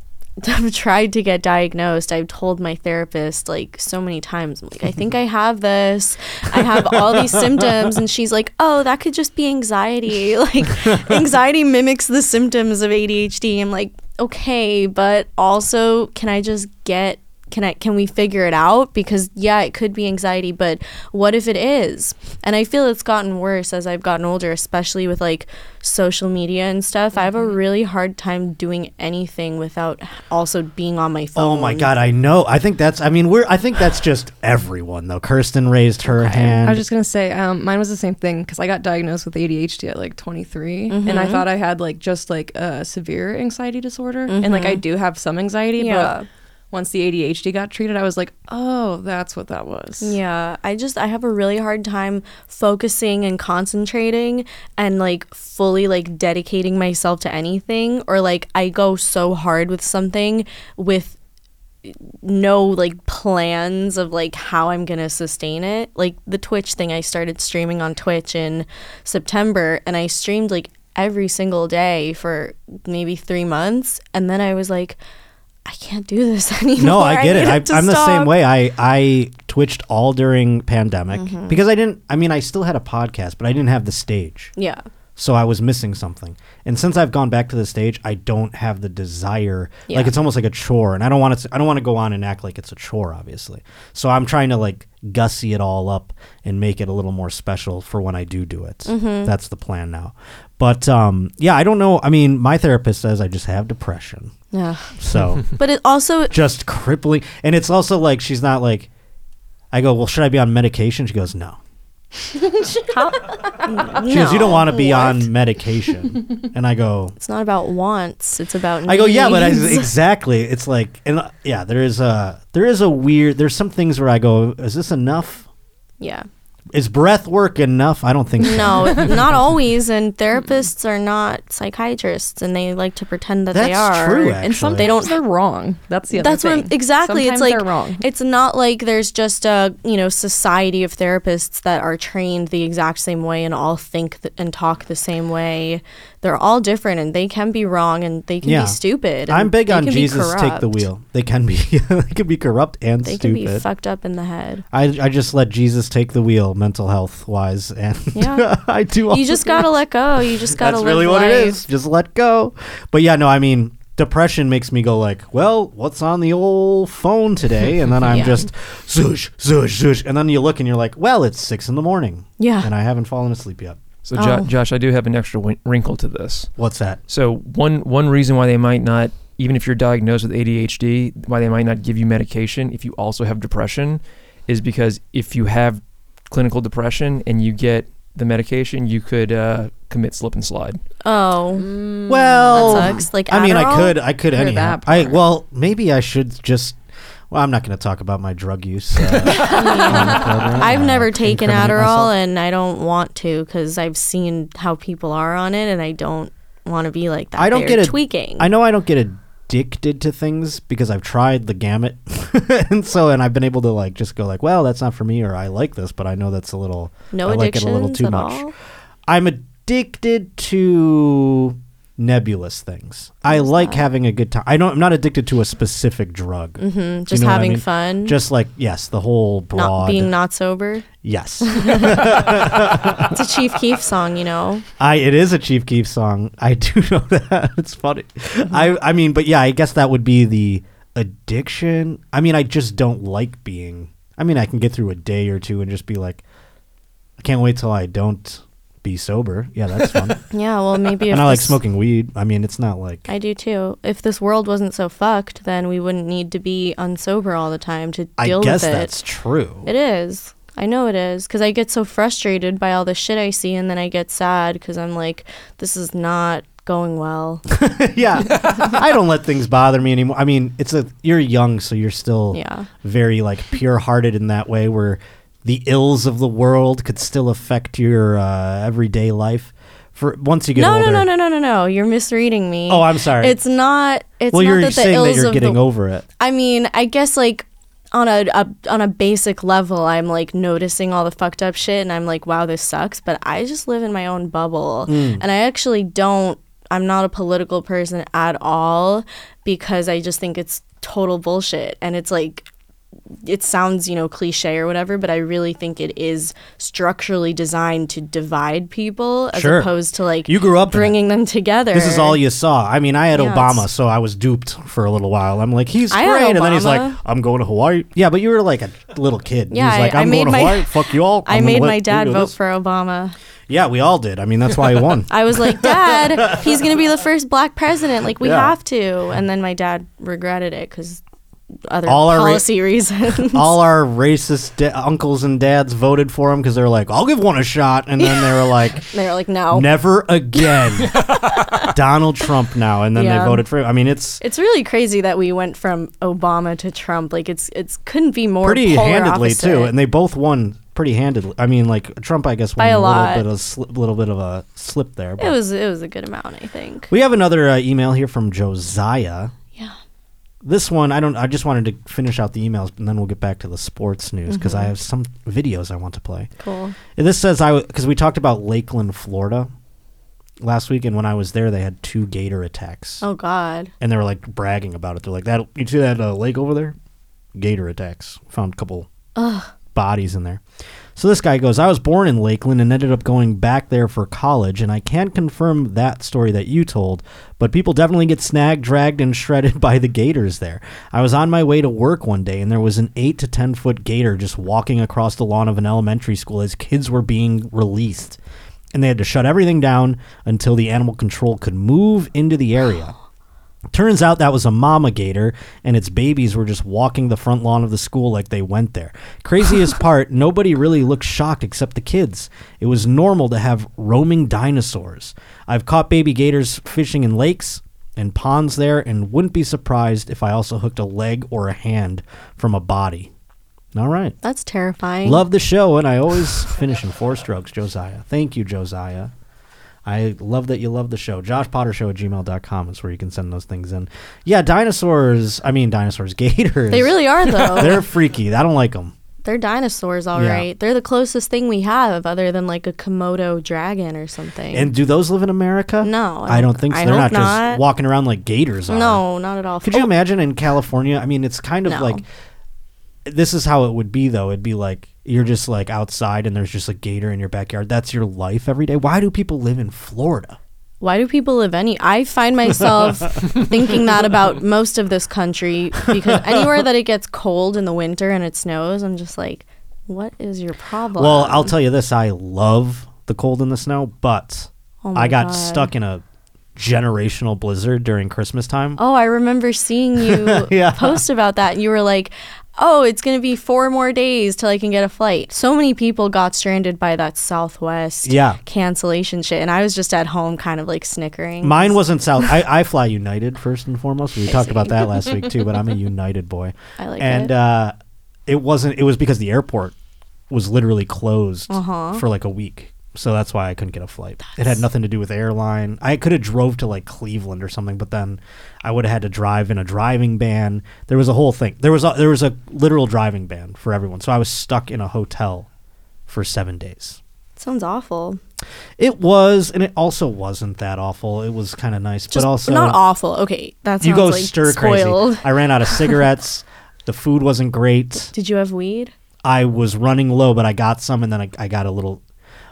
Speaker 2: I've tried to get diagnosed. I've told my therapist like so many times. I'm like, I think I have this. I have all these symptoms, and she's like, "Oh, that could just be anxiety. Like, anxiety mimics the symptoms of ADHD." I'm like, "Okay, but also, can I just get? Can I? Can we figure it out? Because yeah, it could be anxiety, but what if it is?" And I feel it's gotten worse as I've gotten older, especially with like social media and stuff. I have
Speaker 1: Mm-hmm.
Speaker 2: a really hard time doing anything without also being on my phone.
Speaker 1: Oh my god, I know. I think that's I mean, we're I think that's just everyone though. Kirsten raised her hand.
Speaker 7: I was just gonna say, um, mine was the same thing because I got diagnosed with ADHD at like 23, and I thought I had like just like a severe anxiety disorder, and like I do have some anxiety,
Speaker 2: Yeah.
Speaker 7: but once the ADHD got treated, I was like, oh, that's what that was.
Speaker 2: Yeah, I just I have a really hard time focusing and concentrating and like fully like dedicating myself to anything or like I go so hard with something with no like plans of like how I'm gonna sustain it. Like the Twitch thing, I started streaming on Twitch in September and I streamed like every single day for maybe three months and then I was like, I can't do this anymore.
Speaker 1: no, I get
Speaker 2: need
Speaker 1: it. I, I'm
Speaker 2: to
Speaker 1: the same
Speaker 2: stop.
Speaker 1: way. I I twitched all during pandemic
Speaker 2: Mm-hmm.
Speaker 1: because I didn't I mean, I still had a podcast, but I didn't have the stage.
Speaker 2: Yeah.
Speaker 1: So I was missing something. And since I've gone back to the stage, I don't have the desire.
Speaker 2: Yeah.
Speaker 1: Like it's almost like a chore, and I don't want it. To, I don't want to go on and act like it's a chore, obviously. So I'm trying to like gussy it all up and make it a little more special for when I do do it.
Speaker 2: Mm-hmm.
Speaker 1: That's the plan now. But um, yeah, I don't know. I mean, my therapist says I just have depression,
Speaker 2: Yeah.
Speaker 1: so
Speaker 2: But it also
Speaker 1: just crippling. And it's also like she's not like. I go, well, should I be on medication? She goes, no. She goes, you don't want to be on medication. and I go,
Speaker 2: It's not about wants. It's about.
Speaker 1: I go, yeah, but I,
Speaker 2: needs."
Speaker 1: exactly. It's like, and uh, yeah, there is a there is a weird. There's some things where I go, is this enough?
Speaker 2: yeah.
Speaker 1: Is breath work enough? I don't think so.
Speaker 2: No, not always. And therapists are not psychiatrists, and they like to pretend that they
Speaker 1: That's
Speaker 2: are.
Speaker 1: true,
Speaker 7: And some
Speaker 1: actually.
Speaker 7: they don't. They're wrong. That's the other
Speaker 2: That's
Speaker 7: thing.
Speaker 2: what I'm, exactly.
Speaker 7: Sometimes
Speaker 2: it's like
Speaker 7: they're wrong.
Speaker 2: it's not like there's just a you know society of therapists that are trained the exact same way and all think th- and talk the same way. They're all different, and they can be wrong, and they can
Speaker 1: Yeah.
Speaker 2: be stupid. and
Speaker 1: I'm big
Speaker 2: they
Speaker 1: on
Speaker 2: can be
Speaker 1: Jesus take the
Speaker 2: corrupt.
Speaker 1: wheel. They can be they can be corrupt and
Speaker 2: They can
Speaker 1: stupid.
Speaker 2: be fucked up in the head.
Speaker 1: I, I just let Jesus take the wheel, mental health wise, and
Speaker 2: Yeah.
Speaker 1: I do. All
Speaker 2: You just gotta let go. You just gotta
Speaker 1: That's
Speaker 2: live
Speaker 1: really what
Speaker 2: life.
Speaker 1: it is. Just let go. But yeah, no, I mean, depression makes me go like, well, what's on the old phone today? And then I'm
Speaker 2: Yeah.
Speaker 1: just zoosh, zoosh, zoosh, and then you look and you're like, well, it's six in the morning.
Speaker 2: Yeah.
Speaker 1: and I haven't fallen asleep yet.
Speaker 3: So, Jo-
Speaker 2: Oh.
Speaker 3: Josh, I do have an extra win- wrinkle to this.
Speaker 1: What's that?
Speaker 3: So one one reason why they might not, even if you're diagnosed with ADHD, why they might not give you medication if you also have depression, is because if you have clinical depression and you get the medication, you could uh, commit slip and slide.
Speaker 2: Oh,
Speaker 1: well,
Speaker 2: sucks. Like
Speaker 1: I mean, I
Speaker 2: Adderall?
Speaker 1: could, I could
Speaker 7: Hear
Speaker 1: anyhow.
Speaker 7: that
Speaker 1: I
Speaker 7: part.
Speaker 1: well, maybe I should just. Well, I'm not going to talk about my drug use. uh, on the program.
Speaker 2: I've
Speaker 1: Uh,
Speaker 2: never taken Adderall,
Speaker 1: incriminate myself.
Speaker 2: and I don't want to because I've seen how people are on it, and I don't want to be like that.
Speaker 1: I don't
Speaker 2: They're
Speaker 1: get a-
Speaker 2: tweaking.
Speaker 1: I know I don't get addicted to things because I've tried the gamut, and so and I've been able to like just go like, well, that's not for me, or I like this, but I know that's a little
Speaker 2: no
Speaker 1: I like it
Speaker 2: addictions
Speaker 1: a little too
Speaker 2: at
Speaker 1: much.
Speaker 2: all.
Speaker 1: I'm addicted to nebulous things. I like having a good time. I don't. I'm not addicted to a specific drug. Mm-hmm.
Speaker 2: Just having fun.
Speaker 1: Just like yes, the whole broad.
Speaker 2: Not being not sober.
Speaker 1: yes,
Speaker 2: It's a Chief Keef song, you know.
Speaker 1: I. It is a Chief Keef song. I do know that. It's funny. I. I mean, but yeah, I guess that would be the addiction. I mean, I just don't like being. I mean, I can get through a day or two and just be like, I can't wait till I don't be sober. Yeah, that's fun.
Speaker 2: Yeah, well, maybe. if
Speaker 1: and I like
Speaker 2: this-
Speaker 1: smoking weed. I mean, it's not like
Speaker 2: I do too. If this world wasn't so fucked, then we wouldn't need to be unsober all the time to
Speaker 1: I
Speaker 2: deal
Speaker 1: guess
Speaker 2: with it.
Speaker 1: that's true.
Speaker 2: It is. I know it is because I get so frustrated by all the shit I see, and then I get sad because I'm like, this is not going well.
Speaker 1: yeah, I don't let things bother me anymore. I mean, it's a you're young, so you're still
Speaker 2: Yeah.
Speaker 1: very like pure-hearted in that way, where the ills of the world could still affect your uh, everyday life. For once you get
Speaker 2: no,
Speaker 1: older,
Speaker 2: no, no, no, no, no, no. You're misreading me.
Speaker 1: Oh, I'm sorry.
Speaker 2: It's not. It's
Speaker 1: well,
Speaker 2: not
Speaker 1: you're
Speaker 2: that the
Speaker 1: saying
Speaker 2: ills
Speaker 1: that you're
Speaker 2: of
Speaker 1: getting
Speaker 2: the,
Speaker 1: over it.
Speaker 2: I mean, I guess like on a, a on a basic level, I'm like noticing all the fucked up shit, and I'm like, wow, this sucks. But I just live in my own bubble,
Speaker 1: Mm.
Speaker 2: and I actually don't. I'm not a political person at all because I just think it's total bullshit, and it's like. It sounds, you know, cliche or whatever, but I really think it is structurally designed to divide people as
Speaker 1: Sure.
Speaker 2: opposed to like
Speaker 1: You grew up in it.
Speaker 2: bringing them together.
Speaker 1: This is all you saw. I mean, I had
Speaker 2: Yeah,
Speaker 1: Obama,
Speaker 2: it's-
Speaker 1: so I was duped for a little while. I'm like, he's
Speaker 2: I had
Speaker 1: great, and then he's like,
Speaker 2: Obama.
Speaker 1: I'm going to Hawaii. Yeah, but you were like a little kid.
Speaker 2: Yeah,
Speaker 1: he's like,
Speaker 2: I- I
Speaker 1: I'm
Speaker 2: made
Speaker 1: going to
Speaker 2: my-
Speaker 1: Hawaii. Fuck you all.
Speaker 2: I
Speaker 1: I'm gonna
Speaker 2: made
Speaker 1: let
Speaker 2: my
Speaker 1: you
Speaker 2: dad
Speaker 1: do
Speaker 2: vote
Speaker 1: this."
Speaker 2: for Obama.
Speaker 1: Yeah, we all did. I mean, that's why he won.
Speaker 2: I was like, Dad, he's going to be the first black president. Like, we
Speaker 1: Yeah.
Speaker 2: have to. And then my dad regretted it because other
Speaker 1: All our ra-
Speaker 2: policy reasons.
Speaker 1: all our racist da- uncles and dads voted for him because they were like, "I'll give one a shot," and then they were like,
Speaker 2: they were like, no.
Speaker 1: "Never again, Donald Trump now." And then
Speaker 2: Yeah.
Speaker 1: they voted for him. I mean, it's
Speaker 2: It's really crazy that we went from Obama to Trump. Like, it's it's couldn't be more
Speaker 1: pretty
Speaker 2: polar
Speaker 1: handedly
Speaker 2: opposite.
Speaker 1: too, and they both won pretty handedly. I mean, like Trump, I guess, won
Speaker 2: By a
Speaker 1: a,
Speaker 2: lot.
Speaker 1: little bit of sli- little bit of a slip there. But
Speaker 2: it was it was a good amount, I think.
Speaker 1: we have another uh, email here from Josiah.
Speaker 2: Yeah.
Speaker 1: This one, I don't. I just wanted to finish out the emails, and then we'll get back to the sports news because I have some videos I want to play.
Speaker 2: Mm-hmm. Cool.
Speaker 1: And This says I because we talked about Lakeland, Florida, last week, and when I was there, they had two gator attacks,
Speaker 2: Oh God.
Speaker 1: and they were like bragging about it. They're like, "That you see that uh, lake over there? Gator attacks. Found a couple bodies in there." So this guy goes, "I was born in Lakeland and ended up going back there for college, and I can't confirm that story that you told, but people definitely get snagged, dragged, and shredded by the gators there. I was on my way to work one day, and there was an eight to ten foot gator just walking across the lawn of an elementary school as kids were being released." and they had to shut everything down until the animal control could move into the area. Turns out that was a mama gator, and its babies were just walking the front lawn of the school like they went there. Craziest part, nobody really looked shocked except the kids. It was normal to have roaming dinosaurs. I've caught baby gators fishing in lakes and ponds there, and wouldn't be surprised if I also hooked a leg or a hand from a body. All right.
Speaker 2: That's terrifying.
Speaker 1: Love the show, and I always finish in four strokes, Josiah. Thank you, Josiah. I love that you love the show. JoshPotterShow at gmail.com is where you can send those things in. Yeah, dinosaurs. I mean, dinosaurs, gators.
Speaker 2: They really are though.
Speaker 1: They're freaky. I don't like them.
Speaker 2: They're dinosaurs, all
Speaker 1: Yeah.
Speaker 2: right. They're the closest thing we have, other than like a Komodo dragon or something.
Speaker 1: And do those live in America?
Speaker 2: No,
Speaker 1: I,
Speaker 2: I
Speaker 1: don't
Speaker 2: hope-
Speaker 1: think so.
Speaker 2: I
Speaker 1: They're not, just
Speaker 2: hope not.
Speaker 1: walking around like gators are.
Speaker 2: no, not at all.
Speaker 1: Could you
Speaker 2: Oh,
Speaker 1: imagine in California? I mean, it's kind of
Speaker 2: No.
Speaker 1: like this is how it would be though. It'd be like you're just like outside and there's just a gator in your backyard. That's your life every day. Why do people live in Florida?
Speaker 2: Why do people live any? I find myself thinking that about most of this country because anywhere that it gets cold in the winter and it snows, I'm just like, what is your problem?
Speaker 1: Well, I'll tell you this. I love the cold and the snow, but
Speaker 2: Oh my
Speaker 1: I got
Speaker 2: God.
Speaker 1: stuck in a generational blizzard during Christmas time.
Speaker 2: Oh, I remember seeing you
Speaker 1: Yeah.
Speaker 2: post about that. And you were like, oh, it's going to be four more days till I can get a flight. So many people got stranded by that Southwest
Speaker 1: Yeah.
Speaker 2: cancellation shit. And I was just at home kind of like snickering.
Speaker 1: Mine wasn't South. I, I fly United first and foremost. We talked about that last week too, but I'm a United boy.
Speaker 2: I like
Speaker 1: and
Speaker 2: it.
Speaker 1: uh, it wasn't. It was because the airport was literally closed
Speaker 2: Uh-huh.
Speaker 1: for like a week, so that's why I couldn't get a flight. It had nothing to do with airline. I could have drove to like Cleveland or something, but then I would have had to drive in a driving ban. There was a whole thing. There was a, there was a literal driving ban for everyone, so I was stuck in a hotel for seven days.
Speaker 2: Sounds awful.
Speaker 1: It was, and it also wasn't that awful. It was kind of nice,
Speaker 2: Just
Speaker 1: but also
Speaker 2: not awful. Okay. That sounds
Speaker 1: you go
Speaker 2: like
Speaker 1: stir
Speaker 2: spoiled.
Speaker 1: crazy. I ran out of cigarettes. the food wasn't great.
Speaker 2: Did you have weed?
Speaker 1: I was running low, but I got some, and then I, I got a little,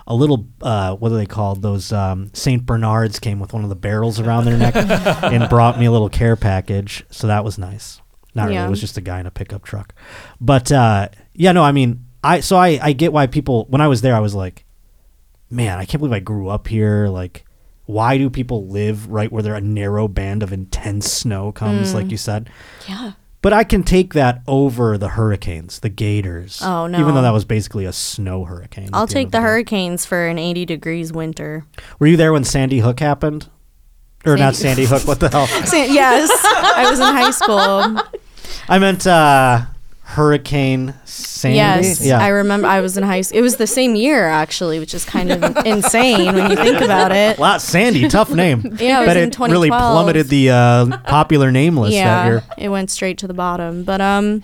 Speaker 1: a little. Uh, what are they called? Those um, Saint Bernards came with one of the barrels around their neck and brought me a little care package. So that was nice. Not really.
Speaker 2: Yeah.
Speaker 1: It was just a guy in a pickup truck. But uh, yeah, no. I mean, I so I I get why people. When I was there, I was like, man, I can't believe I grew up here. Like, why do people live right where there a narrow band of intense snow comes? Like you said.
Speaker 2: Mm. Yeah.
Speaker 1: But I can take that over the hurricanes, the gators.
Speaker 2: Oh, no.
Speaker 1: Even though that was basically a snow hurricane.
Speaker 2: I'll
Speaker 1: at end
Speaker 2: take
Speaker 1: of
Speaker 2: the
Speaker 1: day.
Speaker 2: hurricanes for an 80 degrees winter.
Speaker 1: Were you there when Sandy Hook happened? Or not Sandy
Speaker 2: Sandy-
Speaker 1: Hook? What the hell?
Speaker 2: Sa- yes. I was in high school.
Speaker 1: I meant uh, Hurricane Sandy.
Speaker 2: Yes,
Speaker 1: Yeah.
Speaker 2: I remember. I was in high school. It was the same year, actually, which is kind of insane when you think about it.
Speaker 1: Wow, Sandy, tough name.
Speaker 2: Yeah, it was
Speaker 1: but
Speaker 2: in
Speaker 1: it really
Speaker 2: 2012.
Speaker 1: plummeted the uh, popular name list that
Speaker 2: Yeah,
Speaker 1: year.
Speaker 2: it went straight to the bottom. But um,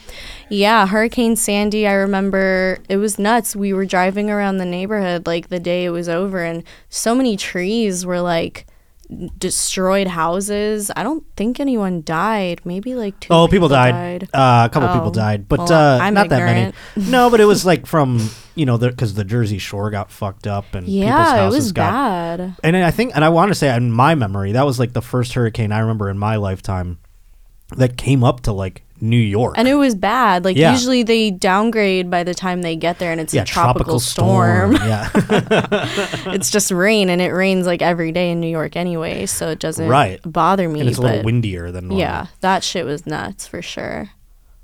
Speaker 2: yeah, Hurricane Sandy. I remember it was nuts. We were driving around the neighborhood like the day it was over, and so many trees were like destroyed houses. I don't think anyone died. Maybe like two.
Speaker 1: Oh, people died. Uh, a couple people
Speaker 2: Oh.
Speaker 1: died, but
Speaker 2: Well,
Speaker 1: uh,
Speaker 2: I'm
Speaker 1: not
Speaker 2: ignorant.
Speaker 1: that many. No, but it was like from you know because the, Jersey Shore got fucked up and people's
Speaker 2: Yeah, it
Speaker 1: houses
Speaker 2: was
Speaker 1: got
Speaker 2: bad.
Speaker 1: and I think, and I want to say, in my memory, that was like the first hurricane I remember in my lifetime that came up to like New York.
Speaker 2: And it was bad. Like
Speaker 1: Yeah.
Speaker 2: usually they downgrade by the time they get there, and it's a tropical, storm.
Speaker 1: Yeah,
Speaker 2: it's just rain and it rains like every day in New York anyway, so it doesn't
Speaker 1: Right.
Speaker 2: bother me.
Speaker 1: and it's a
Speaker 2: but
Speaker 1: little windier than normal.
Speaker 2: yeah, that shit was nuts for sure.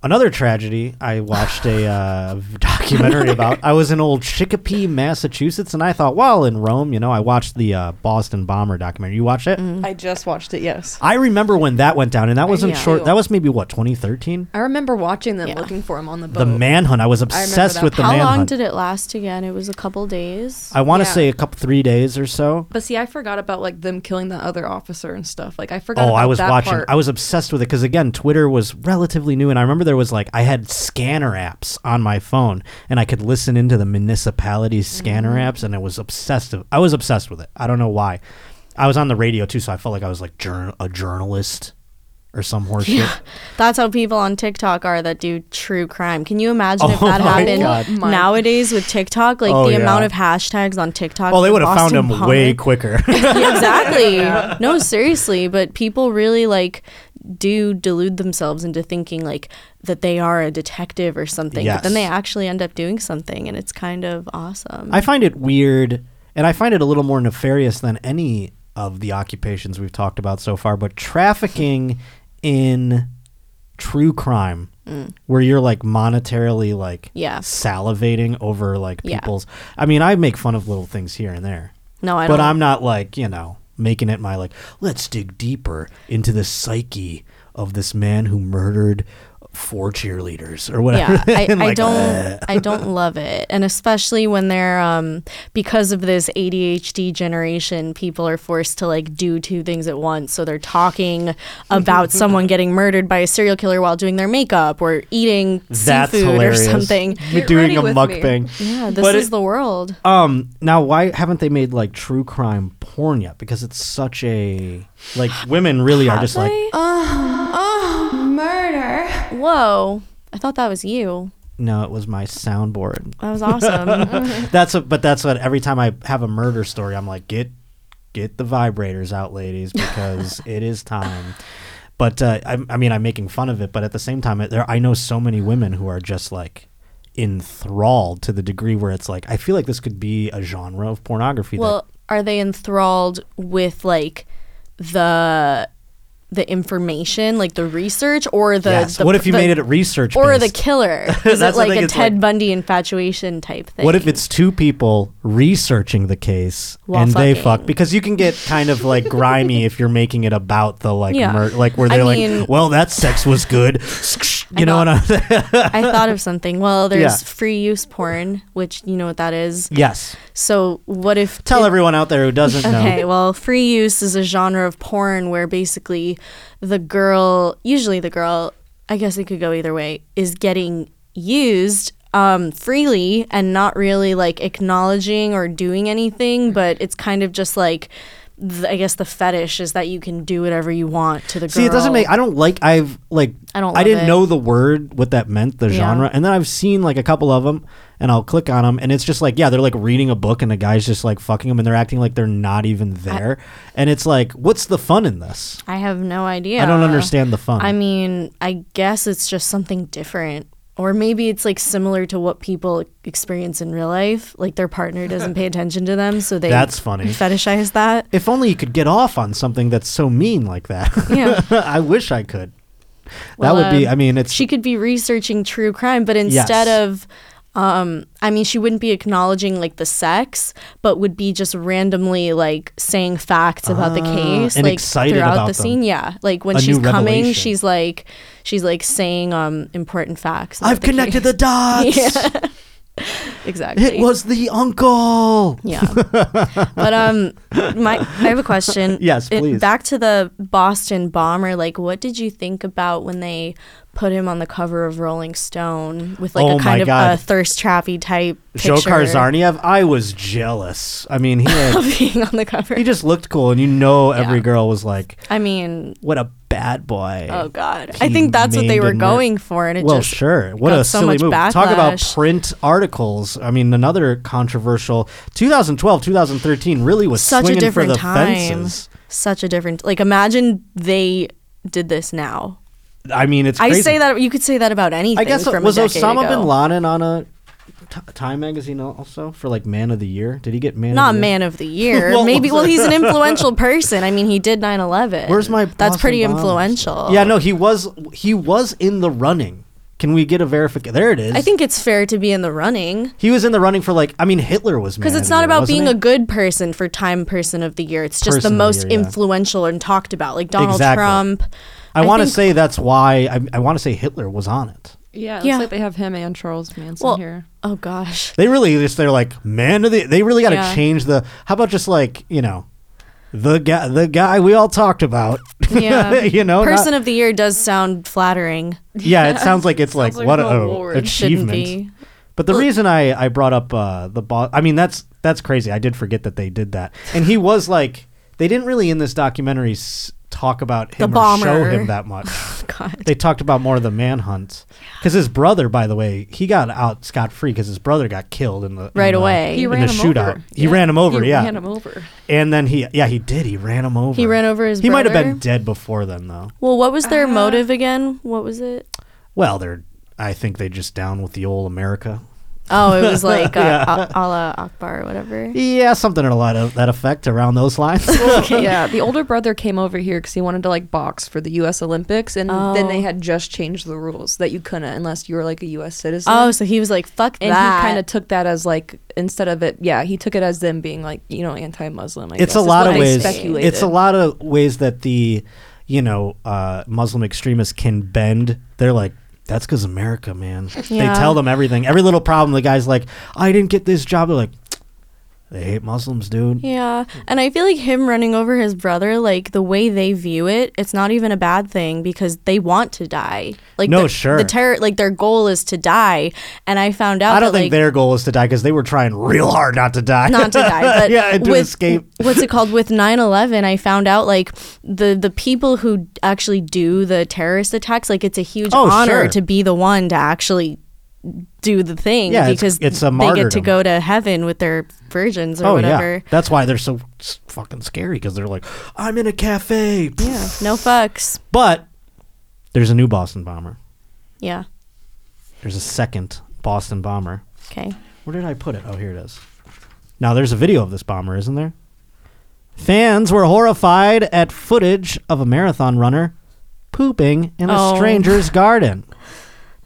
Speaker 1: Another tragedy I watched a uh, documentary about. I was in old Chicopee, Massachusetts, and I thought, well, in Rome, you know, I watched the uh, Boston bomber documentary. You watched it?
Speaker 7: I just watched it. Yes,
Speaker 1: I remember when that went down, and that wasn't
Speaker 2: Yeah.
Speaker 1: short. That was maybe what 2013.
Speaker 7: I remember watching them
Speaker 2: Yeah.
Speaker 7: looking for him on the boat.
Speaker 1: The manhunt. I was
Speaker 7: that.
Speaker 1: obsessed with the
Speaker 2: How
Speaker 1: manhunt.
Speaker 2: long did it last again? It was a couple days.
Speaker 1: I want to
Speaker 7: Yeah.
Speaker 1: say a couple, three days or so.
Speaker 7: But see, I forgot about like them killing the other officer and stuff. Like I forgot.
Speaker 1: Oh,
Speaker 7: about
Speaker 1: I was
Speaker 7: that
Speaker 1: watching.
Speaker 7: Part.
Speaker 1: I was obsessed with it because again, Twitter was relatively new, and I remember there was like I had scanner apps on my phone, and I could listen into the municipality's scanner
Speaker 7: Mm-hmm.
Speaker 1: apps, and I was obsessed. Of, I was obsessed with it. I don't know why. I was on the radio too, so I felt like I was like jour- a journalist or some horseshit.
Speaker 2: That's how people on TikTok are that do true crime. Can you imagine if
Speaker 1: Oh
Speaker 2: that
Speaker 1: my
Speaker 2: happened
Speaker 1: God.
Speaker 7: My-
Speaker 2: nowadays with TikTok? Like
Speaker 1: Oh,
Speaker 2: the
Speaker 1: yeah.
Speaker 2: amount of hashtags on TikTok.
Speaker 1: Oh, they
Speaker 2: for
Speaker 1: would have found
Speaker 2: Boston
Speaker 1: him way
Speaker 2: Bomber.
Speaker 1: quicker.
Speaker 2: Yeah, exactly. No, seriously, but people really like do delude themselves into thinking like that they are a detective or something, but then they
Speaker 1: Yes.
Speaker 2: actually end up doing something, and it's kind of awesome.
Speaker 1: I find it weird, and I find it a little more nefarious than any of the occupations we've talked about so far. But trafficking in true crime, where you're like monetarily like
Speaker 2: Mm. Yeah.
Speaker 1: salivating over like
Speaker 2: Yeah.
Speaker 1: people's. I mean, I make fun of little things here and there,
Speaker 2: no, I
Speaker 1: but
Speaker 2: don't.
Speaker 1: I'm not like you know making it my like. Let's dig deeper into the psyche of this man who murdered four cheerleaders or whatever.
Speaker 2: yeah I,
Speaker 1: And
Speaker 2: I
Speaker 1: like,
Speaker 2: don't
Speaker 1: "Eh."
Speaker 2: i don't love it and especially when they're um because of this adhd generation people are forced to like do two things at once so they're talking about someone getting murdered by a serial killer while doing their makeup or eating
Speaker 1: That's
Speaker 2: seafood
Speaker 1: hilarious.
Speaker 2: or something
Speaker 7: Get
Speaker 1: doing
Speaker 7: ready
Speaker 1: a
Speaker 7: with me.
Speaker 1: mukbang.
Speaker 2: yeah this
Speaker 1: But
Speaker 2: is
Speaker 1: it-
Speaker 2: the world
Speaker 1: Um, now why haven't they made like true crime porn yet? Because it's such a like women really are just like Oh.
Speaker 2: whoa i thought that was you
Speaker 1: no, it was my soundboard.
Speaker 2: that was awesome
Speaker 1: That's what, but that's what every time I have a murder story, I'm like get get the vibrators out, ladies, because it is time. But uh, I, I mean, I'm making fun of it, but at the same time, there I know so many women who are just like enthralled to the degree where it's like I feel like this could be a genre of pornography. that-
Speaker 2: Well, are they enthralled with like the the information, like the research, or the,
Speaker 1: Yes.
Speaker 2: the
Speaker 1: what if you
Speaker 2: the-
Speaker 1: made it research
Speaker 2: or the
Speaker 1: based?
Speaker 2: killer?
Speaker 1: That's
Speaker 2: Is
Speaker 1: the
Speaker 2: it like
Speaker 1: thing,
Speaker 2: a
Speaker 1: it's
Speaker 2: Ted
Speaker 1: like-
Speaker 2: Bundy infatuation type thing?
Speaker 1: What if it's two people researching the case
Speaker 2: While
Speaker 1: and they
Speaker 2: fucking.
Speaker 1: fuck? Because you can get kind of like grimy if you're making it about the like
Speaker 2: Yeah.
Speaker 1: mur- like where
Speaker 2: I
Speaker 1: they're
Speaker 2: mean-
Speaker 1: like, well, that sex was good. you know what I'm saying?
Speaker 2: I thought of something. Well, there's
Speaker 1: Yeah.
Speaker 2: free use porn, which you know what that is.
Speaker 1: Yes.
Speaker 2: So what if
Speaker 1: Tell
Speaker 2: it-
Speaker 1: everyone out there who doesn't
Speaker 2: Okay,
Speaker 1: know.
Speaker 2: well, free use is a genre of porn where basically the girl, usually the girl, I guess it could go either way, is getting used um, freely and not really like acknowledging or doing
Speaker 1: Mm-hmm.
Speaker 2: anything, but it's kind of just like. th- I guess the fetish is that you can do whatever you want to the girl.
Speaker 1: See, it doesn't make. I don't like. I've like.
Speaker 2: I don't
Speaker 1: I
Speaker 2: love
Speaker 1: didn't
Speaker 2: it.
Speaker 1: know the word what that meant, the
Speaker 2: Yeah.
Speaker 1: genre, and then I've seen like a couple of them, and I'll click on them, and it's just like, yeah, they're like reading a book, and the guy's just like fucking them, and they're acting like they're not even there, and it's like, what's the fun in this?
Speaker 2: I have no idea.
Speaker 1: I don't understand the fun.
Speaker 2: I mean, I guess it's just something different. Or maybe it's like similar to what people experience in real life. Like their partner doesn't pay attention to them, so they
Speaker 1: That's funny.
Speaker 2: fetishize that.
Speaker 1: If only you could get off on something that's so mean like that.
Speaker 2: Yeah.
Speaker 1: I wish I could.
Speaker 2: Well,
Speaker 1: that would be.
Speaker 2: um,
Speaker 1: I mean, it's
Speaker 2: She could be researching true crime, but instead
Speaker 1: Yes.
Speaker 2: of um I mean, she wouldn't be acknowledging like the sex, but would be just randomly like saying facts about the
Speaker 1: Ah,
Speaker 2: case
Speaker 1: and
Speaker 2: like
Speaker 1: excited
Speaker 2: throughout
Speaker 1: about
Speaker 2: the
Speaker 1: them.
Speaker 2: scene. Yeah. Like when
Speaker 1: A
Speaker 2: she's
Speaker 1: new
Speaker 2: coming,
Speaker 1: revelation.
Speaker 2: she's like she's like saying um important facts. about
Speaker 1: I've
Speaker 2: the
Speaker 1: connected the
Speaker 2: case.
Speaker 1: dots.
Speaker 2: Exactly.
Speaker 1: It was the uncle.
Speaker 2: Yeah. but um my I have a question.
Speaker 1: Yes,
Speaker 2: It-
Speaker 1: please.
Speaker 2: back to the Boston bomber, like what did you think about when they put him on the cover of Rolling Stone with like
Speaker 1: Oh
Speaker 2: a
Speaker 1: my
Speaker 2: kind of
Speaker 1: God.
Speaker 2: a thirst trappy type picture
Speaker 1: Shokar Zarniev. I was jealous. I mean, he had,
Speaker 2: being on the cover?
Speaker 1: he just looked cool, and you know, every
Speaker 2: Yeah.
Speaker 1: girl was like,
Speaker 2: I mean,
Speaker 1: "What a bad boy."
Speaker 2: oh god. I
Speaker 1: He
Speaker 2: think that's what they
Speaker 1: maimed
Speaker 2: were
Speaker 1: and mur-
Speaker 2: going for and it
Speaker 1: Well,
Speaker 2: just
Speaker 1: sure. What
Speaker 2: got
Speaker 1: a
Speaker 2: so
Speaker 1: silly
Speaker 2: much
Speaker 1: move. Talk about
Speaker 2: backlash.
Speaker 1: print articles. I mean, another controversial 2012, 2013 really was
Speaker 2: such a
Speaker 1: swinging
Speaker 2: different
Speaker 1: for the
Speaker 2: time.
Speaker 1: fences.
Speaker 2: Such a different like imagine they did this now.
Speaker 1: I mean, it's
Speaker 2: I
Speaker 1: crazy.
Speaker 2: say that you could say that about anything.
Speaker 1: I guess uh,
Speaker 2: from
Speaker 1: was
Speaker 2: a decade
Speaker 1: Osama
Speaker 2: ago.
Speaker 1: bin Laden on a t- Time magazine also for like Man of the Year? Did he get Man?
Speaker 2: not
Speaker 1: of the
Speaker 2: man
Speaker 1: Year?
Speaker 2: of the year.
Speaker 1: Mm-hmm. What
Speaker 2: Maybe.
Speaker 1: was
Speaker 2: Well,
Speaker 1: it?
Speaker 2: he's an influential person. I mean, he did 9/11.
Speaker 1: Where's my?
Speaker 2: That's
Speaker 1: Boston
Speaker 2: pretty
Speaker 1: Bombers?
Speaker 2: influential.
Speaker 1: Yeah, no, he was he was in the running. Can we get a verification? There it is.
Speaker 2: I think it's fair to be in the running
Speaker 1: he was in the running for like. I mean, Hitler was
Speaker 2: because it's not about being a good person for Time Person of the Year. It's
Speaker 1: Person
Speaker 2: just
Speaker 1: of
Speaker 2: the
Speaker 1: the
Speaker 2: most
Speaker 1: year, yeah.
Speaker 2: influential and talked about, like Donald
Speaker 1: Exactly.
Speaker 2: Trump.
Speaker 1: I, want to
Speaker 2: think-
Speaker 1: say that's why. I, I want to say Hitler was on it.
Speaker 7: Yeah, it looks
Speaker 2: Yeah.
Speaker 7: like they have him and Charles Manson
Speaker 2: Well,
Speaker 7: here.
Speaker 2: Oh gosh.
Speaker 1: They really just they're like man of the. They really got to
Speaker 2: Yeah.
Speaker 1: change the. How about just like you know, the guy the guy we all talked about.
Speaker 2: Yeah.
Speaker 1: you know, not-
Speaker 2: Person of the Year does sound flattering.
Speaker 1: Yeah, it sounds like it's like,
Speaker 7: like
Speaker 1: what
Speaker 7: an
Speaker 1: a
Speaker 7: award. It
Speaker 2: Shouldn't
Speaker 1: achievement.
Speaker 2: be.
Speaker 1: But the reason I I brought up uh, the boss, I mean that's that's crazy. I did forget that they did that, and he was like, they didn't really in this documentary s- talk about him or show
Speaker 2: bomber.
Speaker 1: him that much.
Speaker 2: God.
Speaker 1: they talked about more of the manhunt because his brother, by the way, he got out scot free because his brother got killed in the in
Speaker 2: Right
Speaker 1: the-
Speaker 2: away. He
Speaker 1: in
Speaker 7: ran
Speaker 1: the
Speaker 7: him
Speaker 1: shootout.
Speaker 7: over.
Speaker 1: He ran him over,
Speaker 7: He
Speaker 1: yeah,
Speaker 7: ran him over.
Speaker 1: and then he yeah he did he ran him over.
Speaker 2: He ran over his
Speaker 1: He might have been
Speaker 2: brother?
Speaker 1: dead before then though.
Speaker 2: Well, what was
Speaker 7: Uh-huh.
Speaker 2: their motive again? What was it?
Speaker 1: Well, they're I think they just down with the old America.
Speaker 2: Oh, it was like uh, a- a la Akbar or whatever.
Speaker 1: Yeah, something in a lot of that effect around those lines.
Speaker 7: yeah, the older brother came over here because he wanted to like box for the U.S. Olympics, and then they
Speaker 2: Oh.
Speaker 7: had just changed the rules that you couldn't unless you were like a U.S. citizen.
Speaker 2: Oh, so he was like, "Fuck
Speaker 7: and
Speaker 2: that."
Speaker 7: he kind of took that as like instead of it, yeah, he took it as them being like you know anti-Muslim. I guess,
Speaker 1: it's a
Speaker 7: is
Speaker 1: lot
Speaker 7: what
Speaker 1: of
Speaker 7: I
Speaker 1: ways.
Speaker 7: speculated.
Speaker 1: It's a lot of ways that the, you know, uh, Muslim extremists can bend. They're like, that's because America, man.
Speaker 2: Yeah.
Speaker 1: They tell them everything. Every little problem, the guy's like, I didn't get this job. They're like, they hate Muslims, dude.
Speaker 2: Yeah. And I feel like him running over his brother, like the way they view it, it's not even a bad thing because they want to die. Like
Speaker 1: No,
Speaker 2: the,
Speaker 1: sure.
Speaker 2: The terror like their goal is to die. And I found out
Speaker 1: I don't
Speaker 2: that,
Speaker 1: think
Speaker 2: like,
Speaker 1: their goal is to die because they were trying real hard not to die.
Speaker 2: not to die, but
Speaker 1: yeah, and to
Speaker 2: with,
Speaker 1: escape.
Speaker 2: What's it called? With 9/11, I found out like the the people who actually do the terrorist attacks, like it's a huge
Speaker 1: Oh,
Speaker 2: honor
Speaker 1: sure.
Speaker 2: to be the one to actually do the thing
Speaker 1: Yeah, it's-
Speaker 2: because
Speaker 1: it's a
Speaker 2: they get to
Speaker 1: martyrdom.
Speaker 2: go to heaven with their virgins or
Speaker 1: Oh
Speaker 2: whatever.
Speaker 1: yeah, that's why they're so s- fucking scary because they're like, I'm in a cafe.
Speaker 2: Yeah. No fucks.
Speaker 1: But there's a new Boston bomber.
Speaker 2: Yeah.
Speaker 1: There's a second Boston bomber.
Speaker 2: Okay.
Speaker 1: Where did I put it? Oh, here it is. Now there's a video of this bomber, isn't there? Fans were horrified at footage of a marathon runner pooping in a
Speaker 2: Oh.
Speaker 1: stranger's garden.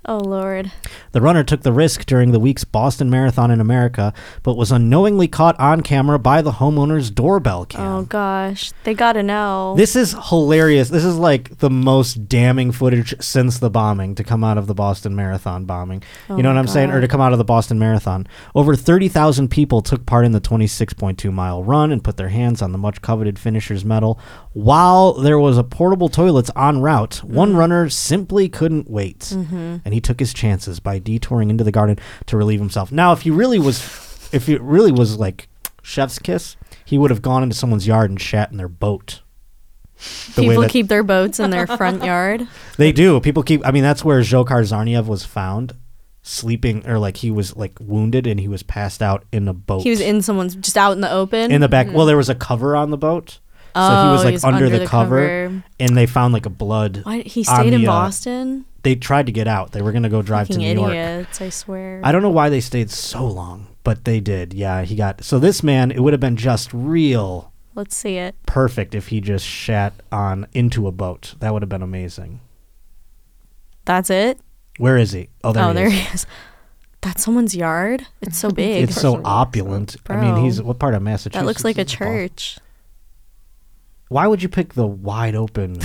Speaker 2: Oh lord.
Speaker 1: The runner took the risk during the week's Boston Marathon in America, but was unknowingly caught on camera by the homeowner's doorbell cam.
Speaker 2: Oh gosh, they gotta know.
Speaker 1: This is hilarious. This is like the most damning footage since the bombing to come out of the Boston Marathon bombing. you know what I'm saying? Or to come out of the Boston Marathon. Over 30,000 people took part in the 26.2 mile run and put their hands on the much coveted finisher's medal. While there was a portable toilets en route, one runner simply couldn't wait. And he took his chances by detouring into the garden to relieve himself. Now, if he really was, if it really was like chef's kiss, he would have gone into someone's yard and shat in their boat the way
Speaker 2: People
Speaker 1: that-
Speaker 2: keep their boats in their front yard.
Speaker 1: they do. People keep. I mean, that's where Zhokhar Zarniev was found, sleeping or like he was like wounded and he was passed out in a boat.
Speaker 2: He was in someone's just out in the open.
Speaker 1: in the back. Well, there was a cover on the boat, so he
Speaker 2: Oh,
Speaker 1: was
Speaker 2: he
Speaker 1: like
Speaker 2: was
Speaker 1: under,
Speaker 2: under
Speaker 1: the,
Speaker 2: the
Speaker 1: cover,
Speaker 2: cover.
Speaker 1: and they found like a blood.
Speaker 2: Why he
Speaker 1: on
Speaker 2: stayed in
Speaker 1: the, uh,
Speaker 2: Boston?
Speaker 1: they tried to get out. They were gonna go drive to
Speaker 2: Fucking
Speaker 1: New York.
Speaker 2: idiots! I swear.
Speaker 1: I don't know why they stayed so long, but they did. Yeah, he got so this man. It would have been just real
Speaker 2: Let's see it.
Speaker 1: perfect if he just shat on into a boat. That would have been amazing.
Speaker 2: That's it.
Speaker 1: Where is he? Oh, there
Speaker 2: oh,
Speaker 1: he
Speaker 2: there
Speaker 1: is.
Speaker 2: he is. That's someone's yard. It's so big.
Speaker 1: It's so opulent. I
Speaker 2: Bro.
Speaker 1: mean, he's what part of Massachusetts?
Speaker 2: that looks like a
Speaker 1: is it? Bal-
Speaker 2: church.
Speaker 1: Why would you pick the wide open,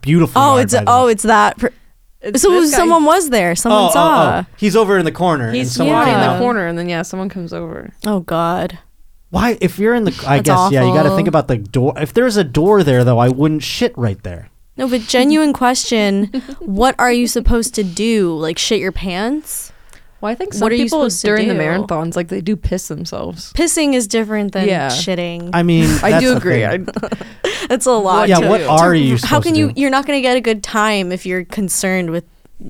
Speaker 1: beautiful?
Speaker 2: Oh,
Speaker 1: yard
Speaker 2: it's
Speaker 1: by the
Speaker 2: oh,
Speaker 1: way?
Speaker 2: it's that. Per-
Speaker 7: It's
Speaker 2: so
Speaker 7: this guy-
Speaker 2: someone was there. Someone saw. Oh,
Speaker 1: He's over in the corner. and
Speaker 7: He's
Speaker 1: someone
Speaker 7: walking
Speaker 1: came
Speaker 7: in
Speaker 1: out.
Speaker 7: the corner, and then yeah, someone comes over.
Speaker 1: oh.
Speaker 2: Oh, God.
Speaker 1: Why, if you're in the, I
Speaker 2: That's
Speaker 1: guess yeah, you got to
Speaker 2: awful.
Speaker 1: think about the door. If there's a door there, though, I wouldn't shit right there.
Speaker 2: No, but genuine question. what are you supposed to do? Like shit your pants?
Speaker 7: Well, I think
Speaker 2: What
Speaker 7: some
Speaker 2: are you
Speaker 7: people
Speaker 2: supposed to
Speaker 7: during the
Speaker 2: do?
Speaker 7: marathons like they do piss themselves.
Speaker 2: pissing is different than
Speaker 7: Yeah.
Speaker 2: shitting.
Speaker 1: I mean,
Speaker 7: I
Speaker 1: that's
Speaker 7: do
Speaker 1: the
Speaker 7: agree. I,
Speaker 1: thing.
Speaker 2: That's a lot.
Speaker 1: yeah,
Speaker 7: to-
Speaker 1: what
Speaker 7: to-
Speaker 1: are you?
Speaker 2: How
Speaker 1: supposed
Speaker 2: can
Speaker 1: to
Speaker 2: you?
Speaker 1: do?
Speaker 2: You're not going to get a good time if you're concerned with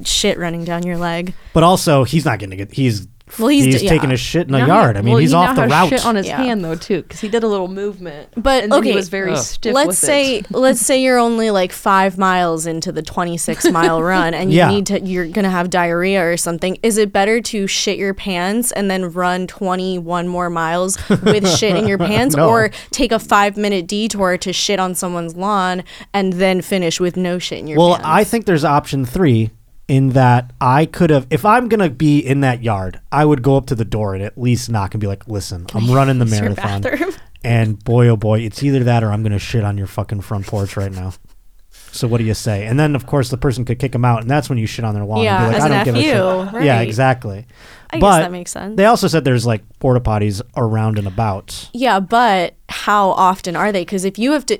Speaker 2: shit running down your leg.
Speaker 1: But also, he's not going to get. He's
Speaker 2: Well, he's d-
Speaker 1: taking
Speaker 2: yeah.
Speaker 1: a shit in a
Speaker 7: Now he-
Speaker 1: yard. I mean,
Speaker 7: well,
Speaker 1: he's
Speaker 7: you
Speaker 1: off
Speaker 7: know
Speaker 1: the
Speaker 7: how
Speaker 1: route.
Speaker 7: Shit on his
Speaker 2: Yeah.
Speaker 7: hand though too, because he did a little movement.
Speaker 2: But,
Speaker 7: and then he
Speaker 2: okay,
Speaker 7: was very
Speaker 3: Ugh.
Speaker 7: stiff.
Speaker 2: let's
Speaker 7: with
Speaker 2: say
Speaker 7: it.
Speaker 2: let's say you're only like five miles into the 26 mile run, and you
Speaker 1: Yeah.
Speaker 2: need to. You're going to have diarrhea or something. Is it better to shit your pants and then run 21 more miles with shit in your pants,
Speaker 1: No.
Speaker 2: or take a five minute detour to shit on someone's lawn and then finish with no shit in your
Speaker 1: Well,
Speaker 2: pants?
Speaker 1: I think there's option three in that I could have, if I'm going to be in that yard, I would go up to the door and at least knock and be like, listen, I'm running the
Speaker 2: your
Speaker 1: marathon.
Speaker 2: bathroom?"
Speaker 1: And boy, oh boy, it's either that or I'm going to shit on your fucking front porch right now. So what do you say? And then, of course, the person could kick them out, and that's when you shit on their lawn.
Speaker 2: Yeah,
Speaker 1: and be
Speaker 2: as
Speaker 1: like, I
Speaker 2: an
Speaker 1: don't give a
Speaker 2: FU,
Speaker 1: shit. Yeah,
Speaker 2: right.
Speaker 1: exactly.
Speaker 2: I guess
Speaker 1: but
Speaker 2: that makes sense.
Speaker 1: They also said there's like porta potties around and about.
Speaker 2: Yeah, but how often are they? Because if you have to,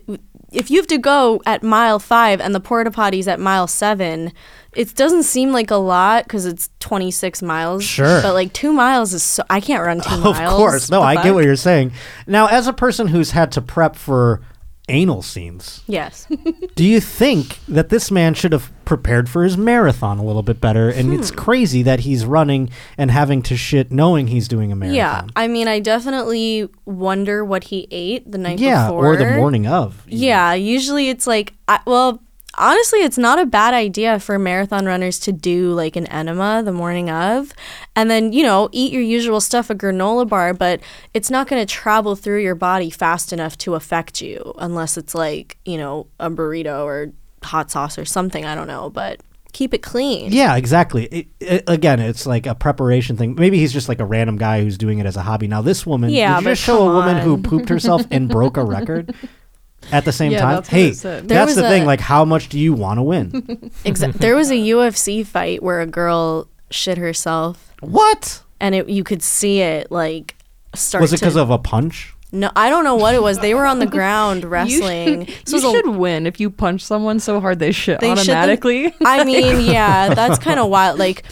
Speaker 2: if you have to go at mile five and the porta potties at mile seven, it doesn't seem like a lot because it's twenty six miles.
Speaker 1: Sure.
Speaker 2: but like two miles is so I can't run two
Speaker 1: Of
Speaker 2: miles.
Speaker 1: course, no,
Speaker 2: The
Speaker 1: I get
Speaker 2: fuck?
Speaker 1: what you're saying. Now, as a person who's had to prep for anal scenes,
Speaker 2: Yes,
Speaker 1: Do you think that this man should have prepared for his marathon a little bit better? And it's
Speaker 2: Hmm.
Speaker 1: crazy that he's running and having to shit knowing he's doing a
Speaker 2: yeah.
Speaker 1: marathon.
Speaker 2: I mean, I definitely wonder what he ate the night
Speaker 1: Yeah,
Speaker 2: before
Speaker 1: or the morning of. even.
Speaker 2: Yeah, usually it's like, I, well, honestly, it's not a bad idea for marathon runners to do like an enema the morning of, and then you know eat your usual stuff, a granola bar, but it's not going to travel through your body fast enough to affect you unless it's like you know a burrito or hot sauce or something. I don't know, but keep it clean.
Speaker 1: Yeah, exactly. It, it, again, it's like a preparation thing. Maybe he's just like a random guy who's doing it as a hobby. Now, this woman,
Speaker 2: Yeah,
Speaker 1: did you
Speaker 2: but
Speaker 1: just show a
Speaker 2: come
Speaker 1: woman who
Speaker 2: on.
Speaker 1: pooped herself and broke a record? at the same
Speaker 7: Yeah,
Speaker 1: time.
Speaker 7: that's what
Speaker 1: hey,
Speaker 7: it said.
Speaker 2: There
Speaker 1: that's
Speaker 2: was
Speaker 1: the
Speaker 2: a-
Speaker 1: thing. Like, how much do you want to win?
Speaker 2: Exa- there was a UFC fight where a girl shit herself,
Speaker 1: what
Speaker 2: and it you could see it like start.
Speaker 1: was it?
Speaker 2: to-
Speaker 1: Because of a punch?
Speaker 2: No, I don't know what it was. They were on the ground wrestling.
Speaker 7: You should,
Speaker 2: This was
Speaker 7: you
Speaker 2: a-
Speaker 7: should win if you punch someone so hard they shit
Speaker 2: they shit them-
Speaker 7: automatically.
Speaker 2: I mean, yeah, that's kind of wild. Like,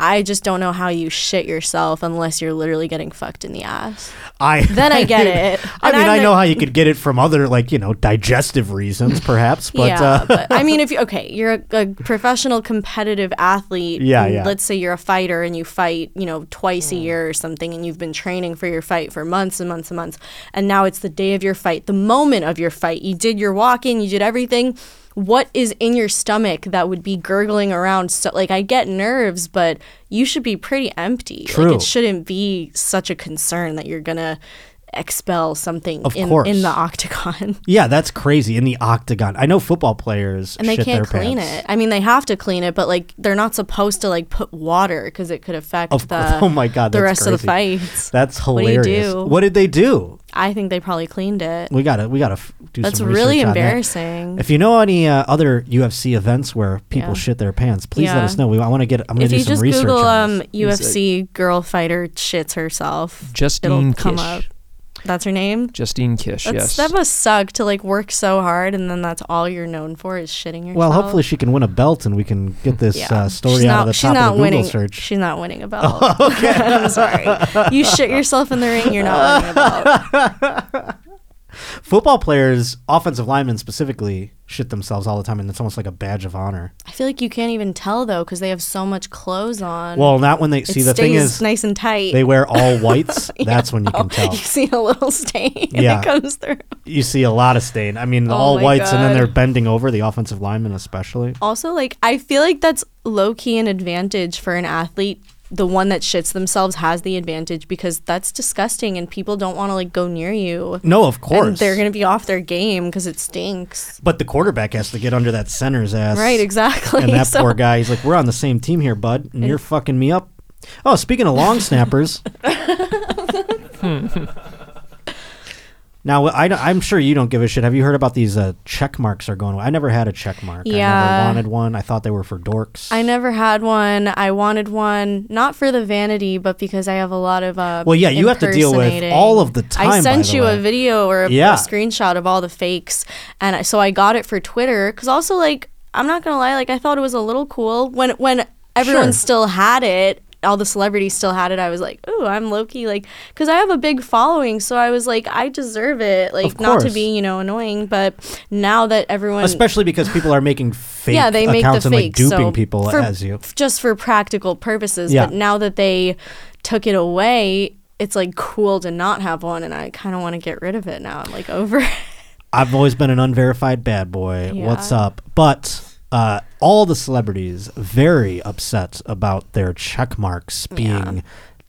Speaker 2: I just don't know how you shit yourself unless you're literally getting fucked in the ass.
Speaker 1: I
Speaker 2: Then I get it.
Speaker 1: I
Speaker 2: And
Speaker 1: mean,
Speaker 2: I'm
Speaker 1: I
Speaker 2: the-
Speaker 1: know how you could get it from other, like you know, digestive reasons, perhaps. But
Speaker 2: yeah,
Speaker 1: uh,
Speaker 2: but I mean, if you okay, you're a, a professional competitive athlete.
Speaker 1: Yeah,
Speaker 2: and
Speaker 1: yeah.
Speaker 2: Let's say you're a fighter and you fight, you know, twice a year or something, and you've been training for your fight for months and months and months, and now it's the day of your fight, the moment of your fight. You did your walking, you did everything. What is in your stomach that would be gurgling around? So, like, I get nerves, but you should be pretty empty. Like,
Speaker 1: True.
Speaker 2: it shouldn't be such a concern that you're gonna expel something
Speaker 1: Of
Speaker 2: in,
Speaker 1: course.
Speaker 2: in the octagon.
Speaker 1: yeah, that's crazy. In the octagon, I know football players
Speaker 2: and they
Speaker 1: shit
Speaker 2: can't
Speaker 1: their
Speaker 2: clean
Speaker 1: pants.
Speaker 2: it. I mean, they have to clean it, but like they're not supposed to like put water because it could affect
Speaker 1: Of course.
Speaker 2: the
Speaker 1: Oh my God,
Speaker 2: the
Speaker 1: that's
Speaker 2: rest of the
Speaker 1: crazy.
Speaker 2: fights.
Speaker 1: That's
Speaker 2: What do you
Speaker 1: hilarious.
Speaker 2: do?
Speaker 1: What did they do?
Speaker 2: I think they probably cleaned it.
Speaker 1: We gotta, we gotta f- do
Speaker 2: That's
Speaker 1: some.
Speaker 2: really
Speaker 1: research on that.
Speaker 2: embarrassing.
Speaker 1: If you know any uh, other UFC events where people
Speaker 2: Yeah.
Speaker 1: shit their pants, please let
Speaker 2: Yeah.
Speaker 1: us know. We, I want to get. I'm gonna
Speaker 2: If
Speaker 1: do
Speaker 2: you
Speaker 1: some
Speaker 2: just
Speaker 1: research.
Speaker 2: Google
Speaker 1: on
Speaker 2: um,
Speaker 1: this.
Speaker 2: UFC girl fighter shits herself,
Speaker 3: Justine
Speaker 2: it'll come
Speaker 3: Kish.
Speaker 2: up. That's her name.
Speaker 3: Justine Kish,
Speaker 2: That's,
Speaker 3: yes.
Speaker 2: That must suck to like work so hard and then that's all you're known for is shitting yourself.
Speaker 1: Well, hopefully she can win a belt and we can get this
Speaker 2: Yeah.
Speaker 1: uh, story
Speaker 2: She's
Speaker 1: out
Speaker 2: not,
Speaker 1: of the
Speaker 2: she's
Speaker 1: top
Speaker 2: not
Speaker 1: of the
Speaker 2: winning,
Speaker 1: Google search.
Speaker 2: She's not winning a belt. I'm sorry. You shit yourself in the ring. You're not winning a belt.
Speaker 1: Football players, offensive linemen specifically, shit themselves all the time, and it's almost like a badge of honor.
Speaker 2: I feel like you can't even tell though because they have so much clothes on.
Speaker 1: Well, not when they
Speaker 2: it
Speaker 1: see the thing
Speaker 2: stays
Speaker 1: is
Speaker 2: nice and tight.
Speaker 1: they wear all whites. That's when you
Speaker 2: Oh,
Speaker 1: can tell.
Speaker 2: You see a little stain
Speaker 1: Yeah.
Speaker 2: that comes through.
Speaker 1: You see a lot of stain. I mean,
Speaker 7: Oh
Speaker 1: all
Speaker 7: my
Speaker 1: whites, and then
Speaker 7: God.
Speaker 1: they're bending over the offensive linemen, especially.
Speaker 2: Also, like I feel like that's low key an advantage for an athlete. The one that shits themselves has the advantage because that's disgusting and people don't want to like go near you.
Speaker 1: No, of
Speaker 2: And
Speaker 1: course.
Speaker 2: they're gonna be off their game because it stinks.
Speaker 1: but the quarterback has to get under that center's ass.
Speaker 2: Right, exactly.
Speaker 1: And that
Speaker 2: So-
Speaker 1: poor guy, he's like, "We're on the same team here, bud, and you're fucking me up." Oh, speaking of long snappers.
Speaker 2: Hmm.
Speaker 1: Now I, don't- I'm sure you don't give a shit. Have you heard about these uh, check marks are going away? I never had a check mark. I
Speaker 2: Yeah.
Speaker 1: never wanted one. I thought they were for dorks.
Speaker 2: I never had one. I wanted one, not for the vanity, but because I have a lot of uh.
Speaker 1: Well, yeah, you have to deal with
Speaker 2: impersonating.
Speaker 1: all of the time, by
Speaker 2: I sent
Speaker 1: the
Speaker 2: you
Speaker 1: way.
Speaker 2: a video or a, a
Speaker 1: Yeah.
Speaker 2: screenshot of all the fakes, and I, so I got it for Twitter. Cause also, like, I'm not gonna lie, like I thought it was a little cool when when everyone
Speaker 1: Sure.
Speaker 2: still had it. All the celebrities still had it. I was like, "Ooh, I'm Loki," like, because I have a big following. So I was like, "I deserve it." Like, not to
Speaker 1: course.
Speaker 2: be, you know, annoying, but now that everyone,
Speaker 1: Especially because people are making fake
Speaker 2: yeah, they make the
Speaker 1: accounts
Speaker 2: fake,
Speaker 1: and like duping
Speaker 2: so
Speaker 1: people
Speaker 2: for-
Speaker 1: as you.
Speaker 2: f- just for practical purposes.
Speaker 1: Yeah.
Speaker 2: But now that they took it away, it's like cool to not have one, and I kind of want to get rid of it now. I'm like over. it.
Speaker 1: I've always been an unverified bad boy.
Speaker 2: Yeah.
Speaker 1: What's up? But uh, all the celebrities very upset about their check marks being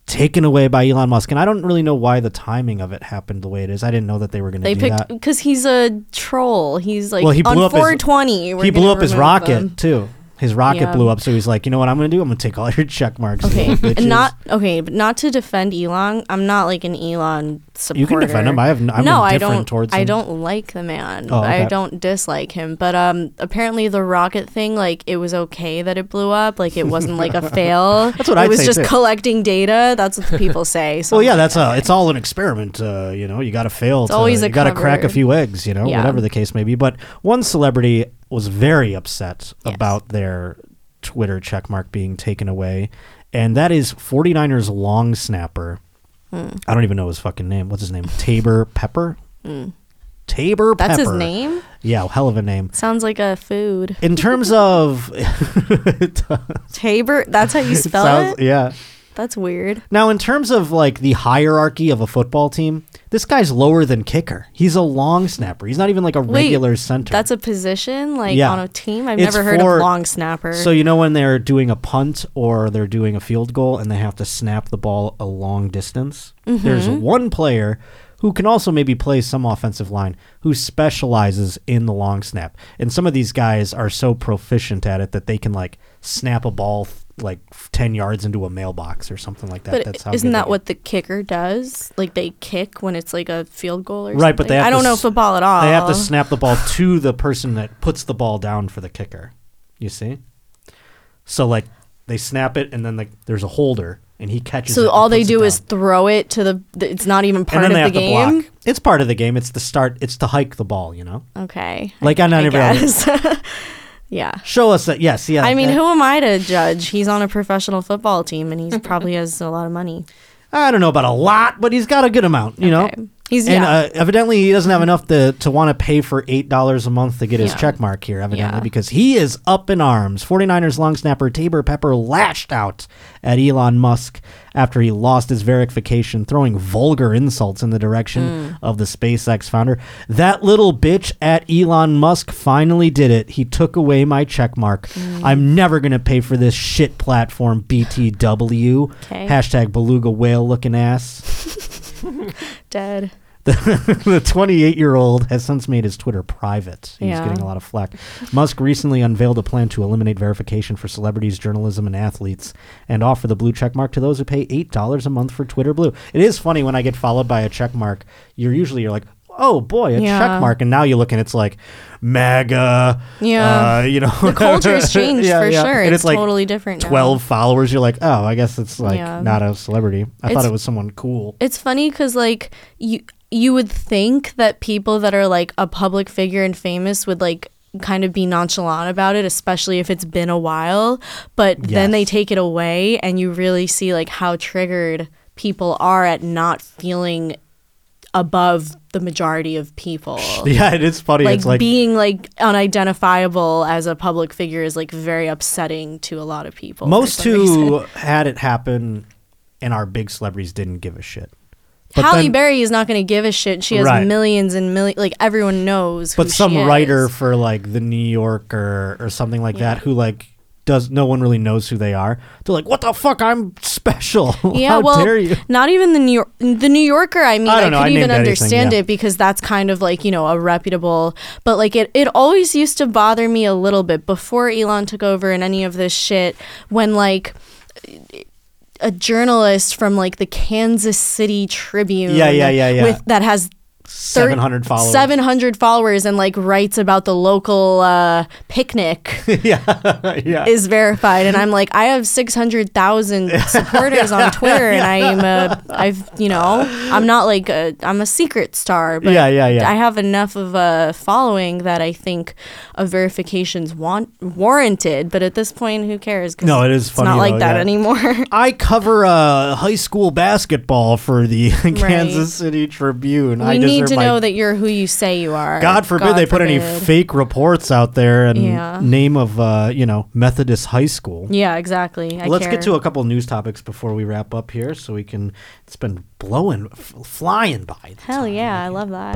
Speaker 1: taken away by Elon Musk, and I don't really know why the timing of it happened the way it is. I didn't know that they were going to
Speaker 2: They
Speaker 1: do
Speaker 2: picked
Speaker 1: that.
Speaker 2: because he's a troll. He's like
Speaker 1: Well, he blew
Speaker 2: on
Speaker 1: up his-
Speaker 2: 420. we're
Speaker 1: He blew
Speaker 2: gonna
Speaker 1: up his
Speaker 2: remove
Speaker 1: rocket
Speaker 2: them.
Speaker 1: too. His rocket
Speaker 2: Yeah.
Speaker 1: blew up, so he's like, you know what I'm going to do? I'm going to take all your check marks.
Speaker 2: Okay,
Speaker 1: you little bitches."
Speaker 2: and not okay, but not to defend Elon. I'm not like an Elon supporter.
Speaker 1: You can defend him. I have. n- I'm
Speaker 2: no, I
Speaker 1: indifferent
Speaker 2: don't.
Speaker 1: towards him.
Speaker 2: I don't like the man.
Speaker 1: Oh, okay.
Speaker 2: I don't dislike him. But um, apparently the rocket thing, like it was okay that it blew up. Like it wasn't like a fail. That's
Speaker 1: what
Speaker 2: it
Speaker 1: I'd
Speaker 2: was
Speaker 1: say,
Speaker 2: just
Speaker 1: too.
Speaker 2: collecting data. That's what the people say. So
Speaker 1: Well,
Speaker 2: I'm
Speaker 1: yeah,
Speaker 2: like,
Speaker 1: that's a. It's all an experiment. Uh, you know, you got to fail. to-
Speaker 2: always a
Speaker 1: you got to crack a
Speaker 2: cover.
Speaker 1: few eggs. You know,
Speaker 2: Yeah.
Speaker 1: whatever the case may be. But one celebrity was very upset
Speaker 2: Yes.
Speaker 1: about their Twitter checkmark being taken away, and that is 49ers long snapper.
Speaker 2: Hmm.
Speaker 1: I don't even know his fucking name. What's his name? Tabor Pepper. Tabor
Speaker 2: Hmm. that's
Speaker 1: Pepper.
Speaker 2: his name.
Speaker 1: Yeah, hell of a name.
Speaker 2: Sounds like a food.
Speaker 1: In terms of, it
Speaker 2: Tabor. That's how you spell
Speaker 1: sounds,
Speaker 2: it.
Speaker 1: yeah.
Speaker 2: That's weird.
Speaker 1: Now, in terms of like the hierarchy of a football team, this guy's lower than kicker. He's a long snapper. He's not even like a regular center.
Speaker 2: That's a position like
Speaker 1: Yeah.
Speaker 2: on a team. I've
Speaker 1: It's
Speaker 2: never heard
Speaker 1: for-
Speaker 2: of long snapper.
Speaker 1: so you know when they're doing a punt or they're doing a field goal and they have to snap the ball a long distance.
Speaker 2: Mm-hmm.
Speaker 1: There's one player who can also maybe play some offensive line who specializes in the long snap. And some of these guys are so proficient at it that they can like snap a ball th- like f- 10 yards into a mailbox or something like that.
Speaker 2: But
Speaker 1: That's how
Speaker 2: isn't
Speaker 1: good
Speaker 2: that
Speaker 1: they-
Speaker 2: what the kicker does? Like they kick when it's like a field goal or
Speaker 1: Right, but they
Speaker 2: something?
Speaker 1: have
Speaker 2: I
Speaker 1: to
Speaker 2: don't know
Speaker 1: s-
Speaker 2: football at all.
Speaker 1: They have to snap the ball to the person that puts the ball down for the kicker. You see? So like they snap it and then like there's a holder and he catches it.
Speaker 2: so
Speaker 1: and
Speaker 2: all they
Speaker 1: puts it
Speaker 2: do
Speaker 1: down.
Speaker 2: is throw it to the. th- It's not even
Speaker 1: and
Speaker 2: part
Speaker 1: then
Speaker 2: of
Speaker 1: they
Speaker 2: the
Speaker 1: have to
Speaker 2: game.
Speaker 1: block. It's part of the game. It's the start. It's to hike the ball. You know,
Speaker 2: Okay.
Speaker 1: like on
Speaker 2: I
Speaker 1: every other-
Speaker 2: guess. yeah.
Speaker 1: Show us that. Yes, yeah.
Speaker 2: I mean,
Speaker 1: that-
Speaker 2: who am I to judge? He's on a professional football team and he probably has a lot of money.
Speaker 1: I don't know about a lot, but he's got a good amount. You
Speaker 2: Okay.
Speaker 1: know,
Speaker 2: He's
Speaker 1: and
Speaker 2: yeah.
Speaker 1: uh, evidently he doesn't have enough to to want to pay for eight dollars a month to get his
Speaker 2: Yeah.
Speaker 1: check mark here. Evidently,
Speaker 2: Yeah.
Speaker 1: because he is up in arms. 49ers long snapper Tabor Pepper lashed out at Elon Musk after he lost his verification, throwing vulgar insults in the
Speaker 2: Mm.
Speaker 1: direction of the SpaceX founder. That little bitch at Elon Musk finally did it. He took away my check mark.
Speaker 2: Mm.
Speaker 1: I'm never gonna pay for this shit platform. BTW.
Speaker 2: 'Kay.
Speaker 1: Hashtag beluga whale looking ass.
Speaker 2: Dead.
Speaker 1: the 28 year old has since made his Twitter private. He's
Speaker 2: Yeah.
Speaker 1: getting a lot of flack. Musk recently unveiled a plan to eliminate verification for celebrities, journalism, and athletes and offer the blue check mark to those who pay $8 a month for Twitter Blue. It is funny when I get followed by a check mark, you're usually you're like, oh boy, a
Speaker 2: Yeah.
Speaker 1: check mark. And now you look and it's like MAGA.
Speaker 2: Yeah.
Speaker 1: Uh, you know,
Speaker 2: The culture's changed
Speaker 1: Yeah,
Speaker 2: for
Speaker 1: yeah.
Speaker 2: sure.
Speaker 1: And
Speaker 2: It's,
Speaker 1: it's, like
Speaker 2: totally different. now.
Speaker 1: 12 followers. You're like, oh, I guess it's like
Speaker 2: Yeah.
Speaker 1: not a celebrity. I
Speaker 2: It's-
Speaker 1: thought it was someone cool.
Speaker 2: It's funny because like you you would think that people that are like a public figure and famous would like kind of be nonchalant about it especially if it's been a while but then they
Speaker 1: Yes.
Speaker 2: take it away and you really see like how triggered people are at not feeling above the majority of people
Speaker 1: yeah, it is funny.
Speaker 2: like,
Speaker 1: it's like
Speaker 2: being like unidentifiable as a public figure is like very upsetting to a lot of people for
Speaker 1: Most
Speaker 2: some reason.
Speaker 1: who had it happen and our big celebrities didn't give a shit. But
Speaker 2: Halle
Speaker 1: then-
Speaker 2: Berry is not going to give a shit. She has
Speaker 1: Right.
Speaker 2: millions and millions. Like everyone knows. who
Speaker 1: But some
Speaker 2: she is.
Speaker 1: writer for like the New Yorker or something like that who like does no one really knows who they are. They're like, "What the fuck? I'm special."
Speaker 2: Yeah,
Speaker 1: How
Speaker 2: well,
Speaker 1: dare you?
Speaker 2: not even the New York, the New Yorker. I mean,
Speaker 1: I
Speaker 2: I,
Speaker 1: don't
Speaker 2: could
Speaker 1: know, I named
Speaker 2: even
Speaker 1: anything,
Speaker 2: understand
Speaker 1: yeah.
Speaker 2: it because that's kind of like you know a reputable. But like it, it always used to bother me a little bit before Elon took over and any of this shit when like. A journalist from like the Kansas City Tribune,
Speaker 1: Yeah, yeah, yeah, yeah.
Speaker 2: with that has
Speaker 1: Seven hundred followers.
Speaker 2: 700 followers and like writes about the local uh, picnic
Speaker 1: yeah.
Speaker 2: is verified and i'm like i have 600000 supporters on twitter and i am a i've you know i'm not like a i'm a secret star but
Speaker 1: Yeah, yeah, yeah.
Speaker 2: i have enough of a following that i think a verification's want warranted but at this point who cares 'Cause
Speaker 1: No, it is
Speaker 2: it's
Speaker 1: funny,
Speaker 2: not like
Speaker 1: though,
Speaker 2: that
Speaker 1: yeah.
Speaker 2: anymore
Speaker 1: I cover uh, high school basketball for the Kansas City Tribune. I
Speaker 2: we need
Speaker 1: deserve
Speaker 2: to
Speaker 1: my
Speaker 2: know that you're who you say you are
Speaker 1: God forbid they put any
Speaker 2: forbid.
Speaker 1: fake reports out there and
Speaker 2: Yeah.
Speaker 1: name of uh, you know Methodist High School.
Speaker 2: yeah exactly I
Speaker 1: Let's
Speaker 2: care.
Speaker 1: get to a couple news topics before we wrap up here, so we can. It's been blowing, f- flying by. the
Speaker 2: hell
Speaker 1: time.
Speaker 2: yeah i love that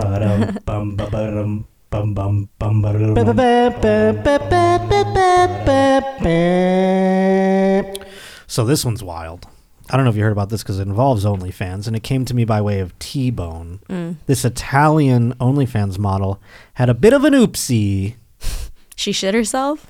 Speaker 1: So this one's wild. I don't know if you heard about this because it involves OnlyFans, and it came to me by way of T Bone.
Speaker 2: Mm.
Speaker 1: This Italian OnlyFans model had a bit of an oopsie.
Speaker 2: she shit herself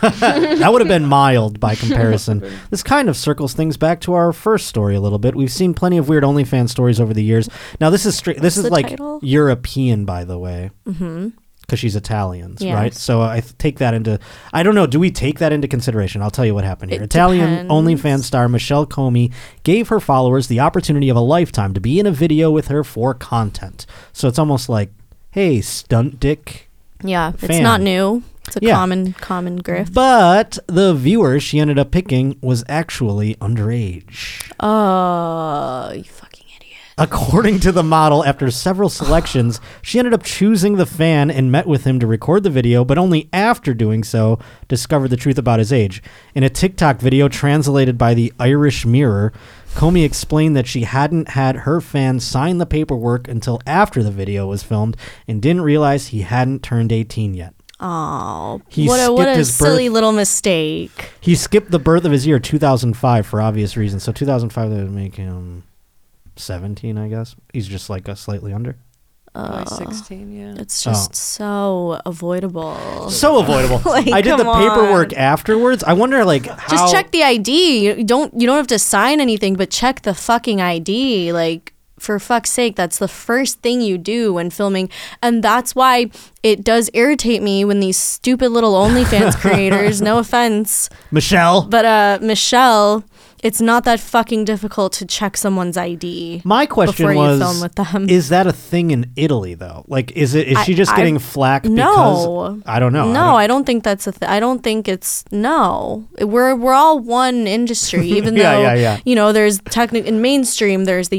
Speaker 1: that would have been mild by comparison. this kind of circles things back to our first story a little bit. We've seen plenty of weird OnlyFans stories over the years. Now this is straight. This is
Speaker 2: What's the
Speaker 1: like
Speaker 2: title?
Speaker 1: European, by the way. Mm-hmm. Because she's Italians,
Speaker 2: Yeah.
Speaker 1: right? So I th- take that into. I don't know. Do we take that into consideration? I'll tell you what happened here.
Speaker 2: It
Speaker 1: Italian
Speaker 2: depends.
Speaker 1: OnlyFans star Michelle Comey gave her followers the opportunity of a lifetime to be in a video with her for content. So it's almost like, hey, stunt dick.
Speaker 2: yeah it's
Speaker 1: Fan.
Speaker 2: not new it's a
Speaker 1: Yeah.
Speaker 2: common common grift
Speaker 1: But the viewer she ended up picking was actually underage.
Speaker 2: Oh, you fucking idiot.
Speaker 1: According to the model, after several selections, she ended up choosing the fan and met with him to record the video, but only after doing so discovered the truth about his age. In a TikTok video translated by the Irish Mirror, Comey explained that she hadn't had her fan sign the paperwork until after the video was filmed and didn't realize he hadn't turned 18 yet.
Speaker 2: Oh,
Speaker 1: He
Speaker 2: what a what
Speaker 1: skipped
Speaker 2: a
Speaker 1: his birth-
Speaker 2: silly little mistake.
Speaker 1: He skipped the birth of his year 2005 for obvious reasons. So 2005 that would make him 17, I guess. He's just like a slightly under.
Speaker 7: By 16, yeah.
Speaker 2: It's
Speaker 1: Oh.
Speaker 2: just so avoidable.
Speaker 1: So avoidable.
Speaker 2: Like,
Speaker 1: I did the
Speaker 2: come
Speaker 1: paperwork
Speaker 2: on.
Speaker 1: afterwards. I wonder, like, how.
Speaker 2: Just check the ID. You don't you don't have to sign anything, but check the fucking ID. Like for fuck's sake, that's the first thing you do when filming, and that's why it does irritate me when these stupid little OnlyFans creators. No offense,
Speaker 1: Michelle.
Speaker 2: but uh, Michelle, it's not that fucking difficult to check someone's ID.
Speaker 1: My question
Speaker 2: before you
Speaker 1: was:
Speaker 2: film with them.
Speaker 1: Is that a thing in Italy though? Like, is it is she
Speaker 2: I-
Speaker 1: just
Speaker 2: I-
Speaker 1: getting flack?
Speaker 2: No.
Speaker 1: because I don't know. Oh, I
Speaker 2: No,
Speaker 1: don't-
Speaker 2: I don't think that's a. Th- I don't think it's no. We're we're all one industry, even
Speaker 1: Yeah,
Speaker 2: though
Speaker 1: yeah, yeah.
Speaker 2: you know there's technic in mainstream. There's the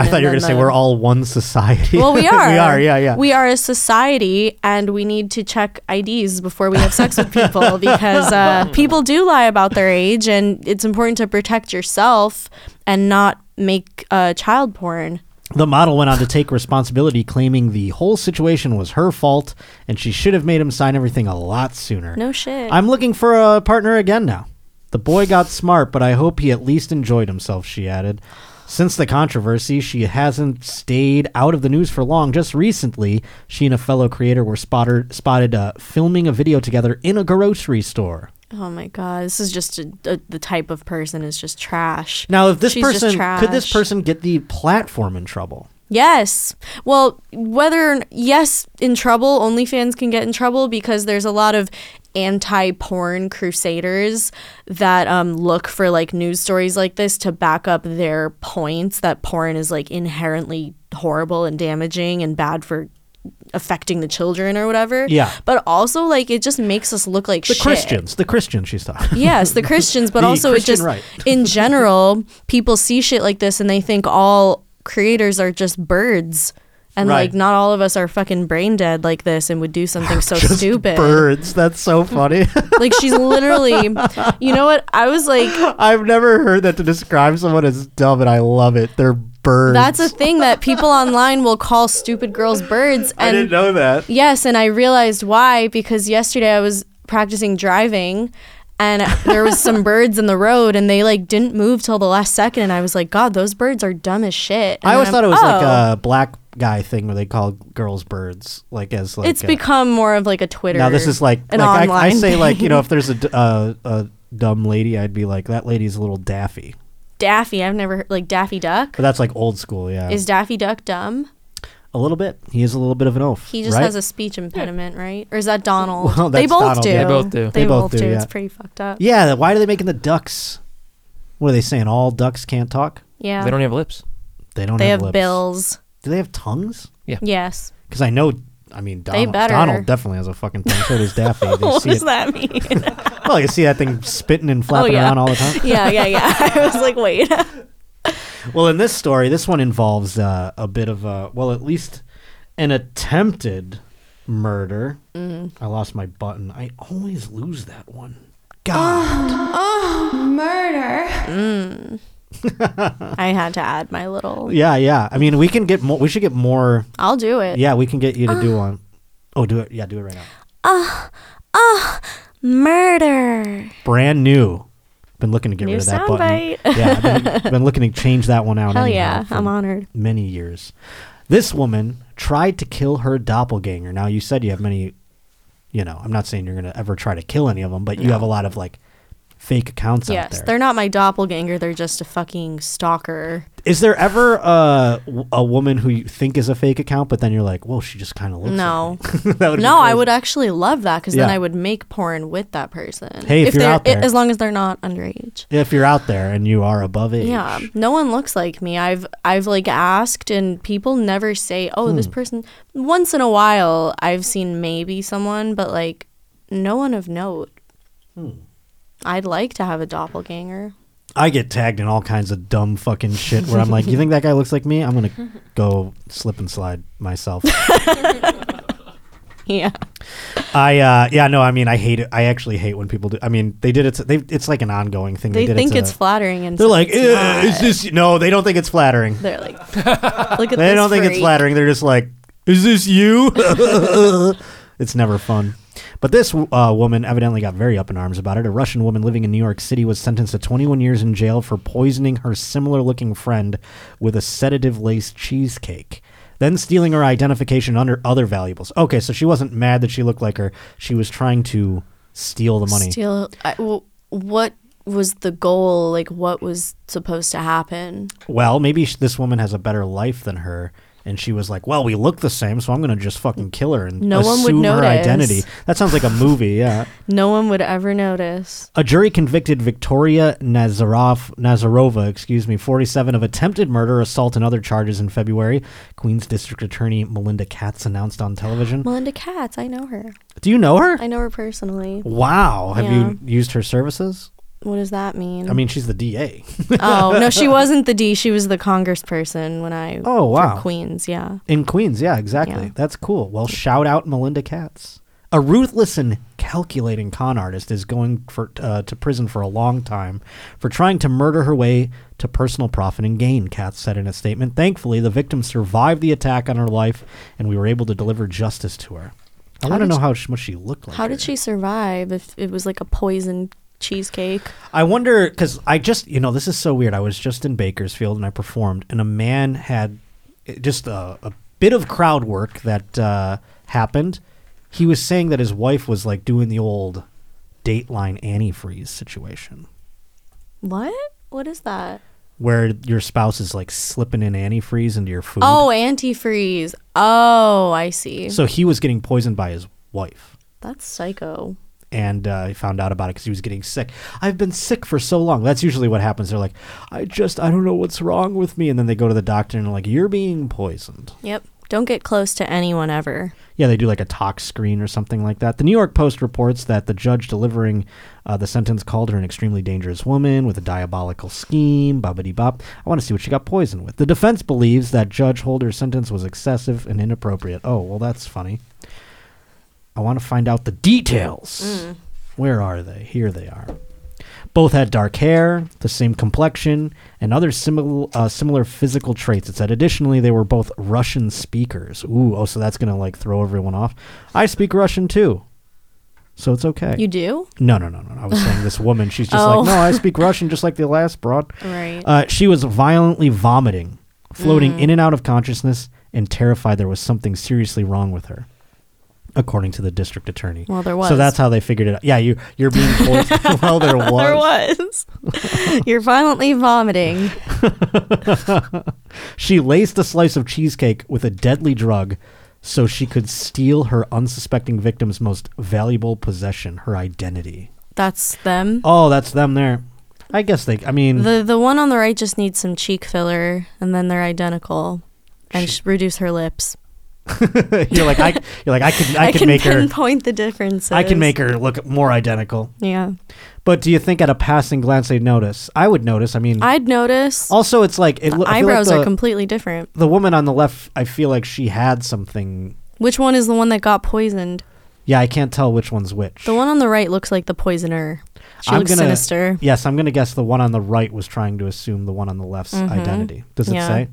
Speaker 1: I thought
Speaker 2: and
Speaker 1: you were
Speaker 2: then
Speaker 1: gonna say
Speaker 2: the-
Speaker 1: we're all one society.
Speaker 2: Well, we are.
Speaker 1: we are. Yeah, yeah.
Speaker 2: We are a society, and we need to check IDs before we have sex with people because uh, people do lie about their age, and it's important to protect yourself and not make uh, child porn.
Speaker 1: The model went on to take responsibility, claiming the whole situation was her fault and she should have made him sign everything a lot sooner.
Speaker 2: No shit.
Speaker 1: I'm looking for a partner again now. The boy got smart, but I hope he at least enjoyed himself, she added. Since the controversy, she hasn't stayed out of the news for long. Just recently, she and a fellow creator were spotter, spotted uh, filming a video together in a grocery store.
Speaker 2: oh my god, this is just a, a, the type of person is just trash.
Speaker 1: Now, if this
Speaker 2: She's just
Speaker 1: person could this
Speaker 2: trash.
Speaker 1: person get the platform in trouble?
Speaker 2: Yes. Well, whether yes, in trouble, OnlyFans can get in trouble because there's a lot of anti-porn crusaders that um, look for like news stories like this to back up their points that porn is like inherently horrible and damaging and bad for affecting the children or whatever.
Speaker 1: Yeah.
Speaker 2: But also like it just makes us look like
Speaker 1: The
Speaker 2: shit.
Speaker 1: Christians, the Christians, she's talking.
Speaker 2: Yes, the Christians, but
Speaker 1: The
Speaker 2: also
Speaker 1: Christian
Speaker 2: it just
Speaker 1: right.
Speaker 2: in general, people see shit like this and they think all creators are just birds. And
Speaker 1: Right.
Speaker 2: like not all of us are fucking brain dead like this and would do something so
Speaker 1: Just
Speaker 2: stupid.
Speaker 1: Birds. That's so funny.
Speaker 2: Like she's literally you know what? I was like
Speaker 1: I've never heard that to describe someone as dumb, and I love it. They're birds.
Speaker 2: that's a thing that people online will call stupid girls birds
Speaker 1: I
Speaker 2: and
Speaker 1: didn't know that.
Speaker 2: Yes, and I realized why because yesterday I was practicing driving and there was some birds in the road and they like didn't move till the last second and I was like, God, those birds are dumb as shit. And
Speaker 1: I always
Speaker 2: then
Speaker 1: thought it was
Speaker 2: oh.
Speaker 1: like uh, a black guy thing where they call girls birds, like as like.
Speaker 2: it's
Speaker 1: a-
Speaker 2: become more of like a Twitter.
Speaker 1: now this is like,
Speaker 2: an
Speaker 1: like I, I
Speaker 2: online
Speaker 1: say like you know
Speaker 2: thing.
Speaker 1: if there's a, d- uh, a dumb lady, I'd be like that lady's a little daffy,
Speaker 2: Daffy. I've never heard, like Daffy Duck.
Speaker 1: but that's like old school, yeah.
Speaker 2: Is Daffy Duck dumb?
Speaker 1: a little bit. He is a little bit of an oaf.
Speaker 2: He just
Speaker 1: right?
Speaker 2: has a speech impediment, right? Or is that Donald?
Speaker 1: Well,
Speaker 2: they
Speaker 1: that's
Speaker 2: both
Speaker 1: Donald,
Speaker 2: do.
Speaker 1: yeah. They
Speaker 3: both do.
Speaker 2: They, both, do. It's
Speaker 1: yeah.
Speaker 2: pretty fucked up.
Speaker 1: Yeah, why are they making the ducks? What are they saying? All ducks can't talk.
Speaker 2: Yeah.
Speaker 3: They don't have lips.
Speaker 1: They don't.
Speaker 2: They
Speaker 1: have,
Speaker 2: have,
Speaker 1: lips.
Speaker 2: bills.
Speaker 1: Do they have tongues?
Speaker 2: Yes.
Speaker 1: Because I know, I mean,
Speaker 2: They
Speaker 1: Donald,
Speaker 2: better.
Speaker 1: Donald definitely has a fucking thing. So does Daffy. They
Speaker 2: what
Speaker 1: see
Speaker 2: does
Speaker 1: it.
Speaker 2: that mean?
Speaker 1: Well, you see that thing spitting and flapping
Speaker 2: Oh, yeah.
Speaker 1: around all the time.
Speaker 2: yeah, yeah, yeah. I was like, wait.
Speaker 1: Well, in this story, this one involves uh, a bit of a, well, at least an attempted murder.
Speaker 2: Mm.
Speaker 1: I lost my button. I always lose that one.
Speaker 2: Ah.
Speaker 1: God.
Speaker 2: I had to add my little.
Speaker 1: Yeah, yeah. I mean, we can get more. We should get more.
Speaker 2: I'll do it.
Speaker 1: Yeah, we can get you to
Speaker 2: Ah.
Speaker 1: do one. Oh, do it. Yeah, do it right now.
Speaker 2: Murder.
Speaker 1: Brand new. Been looking to get
Speaker 2: New
Speaker 1: rid of that button.
Speaker 2: soundbite.
Speaker 1: yeah, I've been, been looking to change that one out.
Speaker 2: Hell
Speaker 1: anyhow
Speaker 2: yeah.
Speaker 1: for
Speaker 2: I'm honored.
Speaker 1: many years. This woman tried to kill her doppelganger. Now you said you have many, you know, I'm not saying you're gonna ever try to kill any of them, but you have a lot of like fake accounts out
Speaker 2: Yes.
Speaker 1: there.
Speaker 2: They're not my doppelganger. They're just a fucking stalker.
Speaker 1: Is there ever uh, w- a woman who you think is a fake account, but then you're like, whoa, she just kind of looks.
Speaker 2: No.
Speaker 1: like me." that would be
Speaker 2: No, I
Speaker 1: crazy.
Speaker 2: would actually love that because then
Speaker 1: Yeah.
Speaker 2: I would make porn with that person.
Speaker 1: Hey, if you're
Speaker 2: they're
Speaker 1: out there.
Speaker 2: as long as they're not underage.
Speaker 1: If you're out there and you are above age,
Speaker 2: Yeah, no one looks like me. I've I've like asked, and people never say, "Oh,
Speaker 1: Hmm.
Speaker 2: this person." Once in a while, I've seen maybe someone, but like no one of note.
Speaker 1: Hmm.
Speaker 2: I'd like to have a doppelganger.
Speaker 1: I get tagged in all kinds of dumb fucking shit where I'm like, you think that guy looks like me? I'm gonna go slip and slide myself.
Speaker 2: Yeah,
Speaker 1: I uh yeah no I mean I hate it I actually hate when people do I mean they did it to, they it's like an ongoing thing
Speaker 2: they
Speaker 1: did
Speaker 2: think
Speaker 1: it to-
Speaker 2: it's flattering, and
Speaker 1: they're
Speaker 2: so
Speaker 1: like
Speaker 2: it's
Speaker 1: "Eh, is
Speaker 2: not."
Speaker 1: this no they don't think it's flattering
Speaker 2: They're like, look at
Speaker 1: they
Speaker 2: this
Speaker 1: don't think it's
Speaker 2: freak.
Speaker 1: flattering they're just like is this you it's never fun but this uh, woman evidently got very up in arms about it a Russian woman living in New York City was sentenced to 21 years in jail for poisoning her similar looking friend with a sedative laced cheesecake then stealing her identification under other valuables. Okay, so she wasn't mad that she looked like her. She was trying to steal the money.
Speaker 2: Still, I, well, what was the goal? Like, what was supposed to happen?
Speaker 1: Well, maybe sh- this woman has a better life than her. And she was like, "Well, we look the same, so I'm gonna just fucking kill her and
Speaker 2: No one would
Speaker 1: assume her
Speaker 2: notice."
Speaker 1: identity." That sounds like a movie, yeah.
Speaker 2: No one would ever notice.
Speaker 1: A jury convicted Victoria Nazarov, Nazarova, excuse me, 47 of attempted murder, assault, and other charges in February. Queens District Attorney Melinda Katz announced on television.
Speaker 2: Melinda Katz, I know her.
Speaker 1: Do you know her?
Speaker 2: I know her personally.
Speaker 1: Wow. Have
Speaker 2: Yeah.
Speaker 1: you used her services?
Speaker 2: What does that mean?
Speaker 1: I mean, she's the DA.
Speaker 2: oh no, she wasn't the D. She was the Congressperson when I.
Speaker 1: Oh, wow.
Speaker 2: For Queens, yeah.
Speaker 1: In Queens, yeah, exactly.
Speaker 2: Yeah.
Speaker 1: That's cool. Well, shout out Melinda Katz. A ruthless and calculating con artist is going for, uh, to prison for a long time for trying to murder her way to personal profit and gain, Katz said in a statement. Thankfully, the victim survived the attack on her life, and we were able to deliver justice to her. I want to know how sh- much she looked like.
Speaker 2: How did
Speaker 1: her.
Speaker 2: she survive? If it was like a poisoned cheesecake.
Speaker 1: I wonder because I just you know this is so weird. I was just in Bakersfield and I performed, and a man had eh, just a, a bit of crowd work that uh, happened. He was saying that his wife was like doing the old Dateline antifreeze situation,
Speaker 2: What? What is that?
Speaker 1: where your spouse is like slipping in antifreeze into your food.
Speaker 2: Oh, antifreeze. Oh, I see.
Speaker 1: so he was getting poisoned by his wife.
Speaker 2: That's psycho.
Speaker 1: and uh, he found out about it because he was getting sick. I've been sick for so long. That's usually what happens. They're like, I just, I don't know what's wrong with me. And then they go to the doctor and they're like, you're being poisoned.
Speaker 2: Yep. Don't get close to anyone ever.
Speaker 1: Yeah, they do like a tox screen or something like that. The New York Post reports that the judge delivering uh, the sentence called her an extremely dangerous woman with a diabolical scheme. Bobbity bop. I want to see what she got poisoned with. The defense believes that Judge Holder's sentence was excessive and inappropriate. Oh, well, that's funny. I want to find out the details.
Speaker 2: Mm.
Speaker 1: Where are they? Here they are. Both had dark hair, the same complexion, and other similar uh, similar physical traits. It said. Additionally, they were both Russian speakers. Ooh, oh, so that's gonna like throw everyone off. I speak Russian too, so it's okay.
Speaker 2: You do?
Speaker 1: no, no, no, no. no. I was saying this woman. She's just
Speaker 2: Oh.
Speaker 1: like, no, I speak Russian, just like the last broad.
Speaker 2: Right.
Speaker 1: Uh, she was violently vomiting, floating
Speaker 2: Mm.
Speaker 1: in and out of consciousness, and terrified there was something seriously wrong with her, according to the district attorney.
Speaker 2: Well, there
Speaker 1: So
Speaker 2: was.
Speaker 1: that's how they figured it out. Yeah, you you're being poisoned. well, there was.
Speaker 2: there was. You're violently vomiting.
Speaker 1: She laced a slice of cheesecake with a deadly drug so she could steal her unsuspecting victim's most valuable possession, her identity.
Speaker 2: That's them.
Speaker 1: Oh, that's them there. I guess they, I mean,
Speaker 2: The the one on the right just needs some cheek filler, and then they're identical, and sh- reduce her lips.
Speaker 1: you're like, I, you're like, I could, I,
Speaker 2: I,
Speaker 1: could
Speaker 2: can
Speaker 1: make her,
Speaker 2: pinpoint the differences.
Speaker 1: I can make her look more identical.
Speaker 2: Yeah,
Speaker 1: But do you think at a passing glance they'd notice? I would notice. I mean,
Speaker 2: I'd notice.
Speaker 1: also it's like, it, lo- I feel like
Speaker 2: Eyebrows
Speaker 1: the,
Speaker 2: are completely different.
Speaker 1: the woman on the left, I feel like she had something.
Speaker 2: Which one is the one that got poisoned?
Speaker 1: Yeah, I can't tell which one's which.
Speaker 2: The one on the right looks like the poisoner. She looks sinister.
Speaker 1: Yes, I'm gonna guess the one on the right was trying to assume the one on the left's identity. Does it
Speaker 2: Mm-hmm. Yeah.
Speaker 1: say?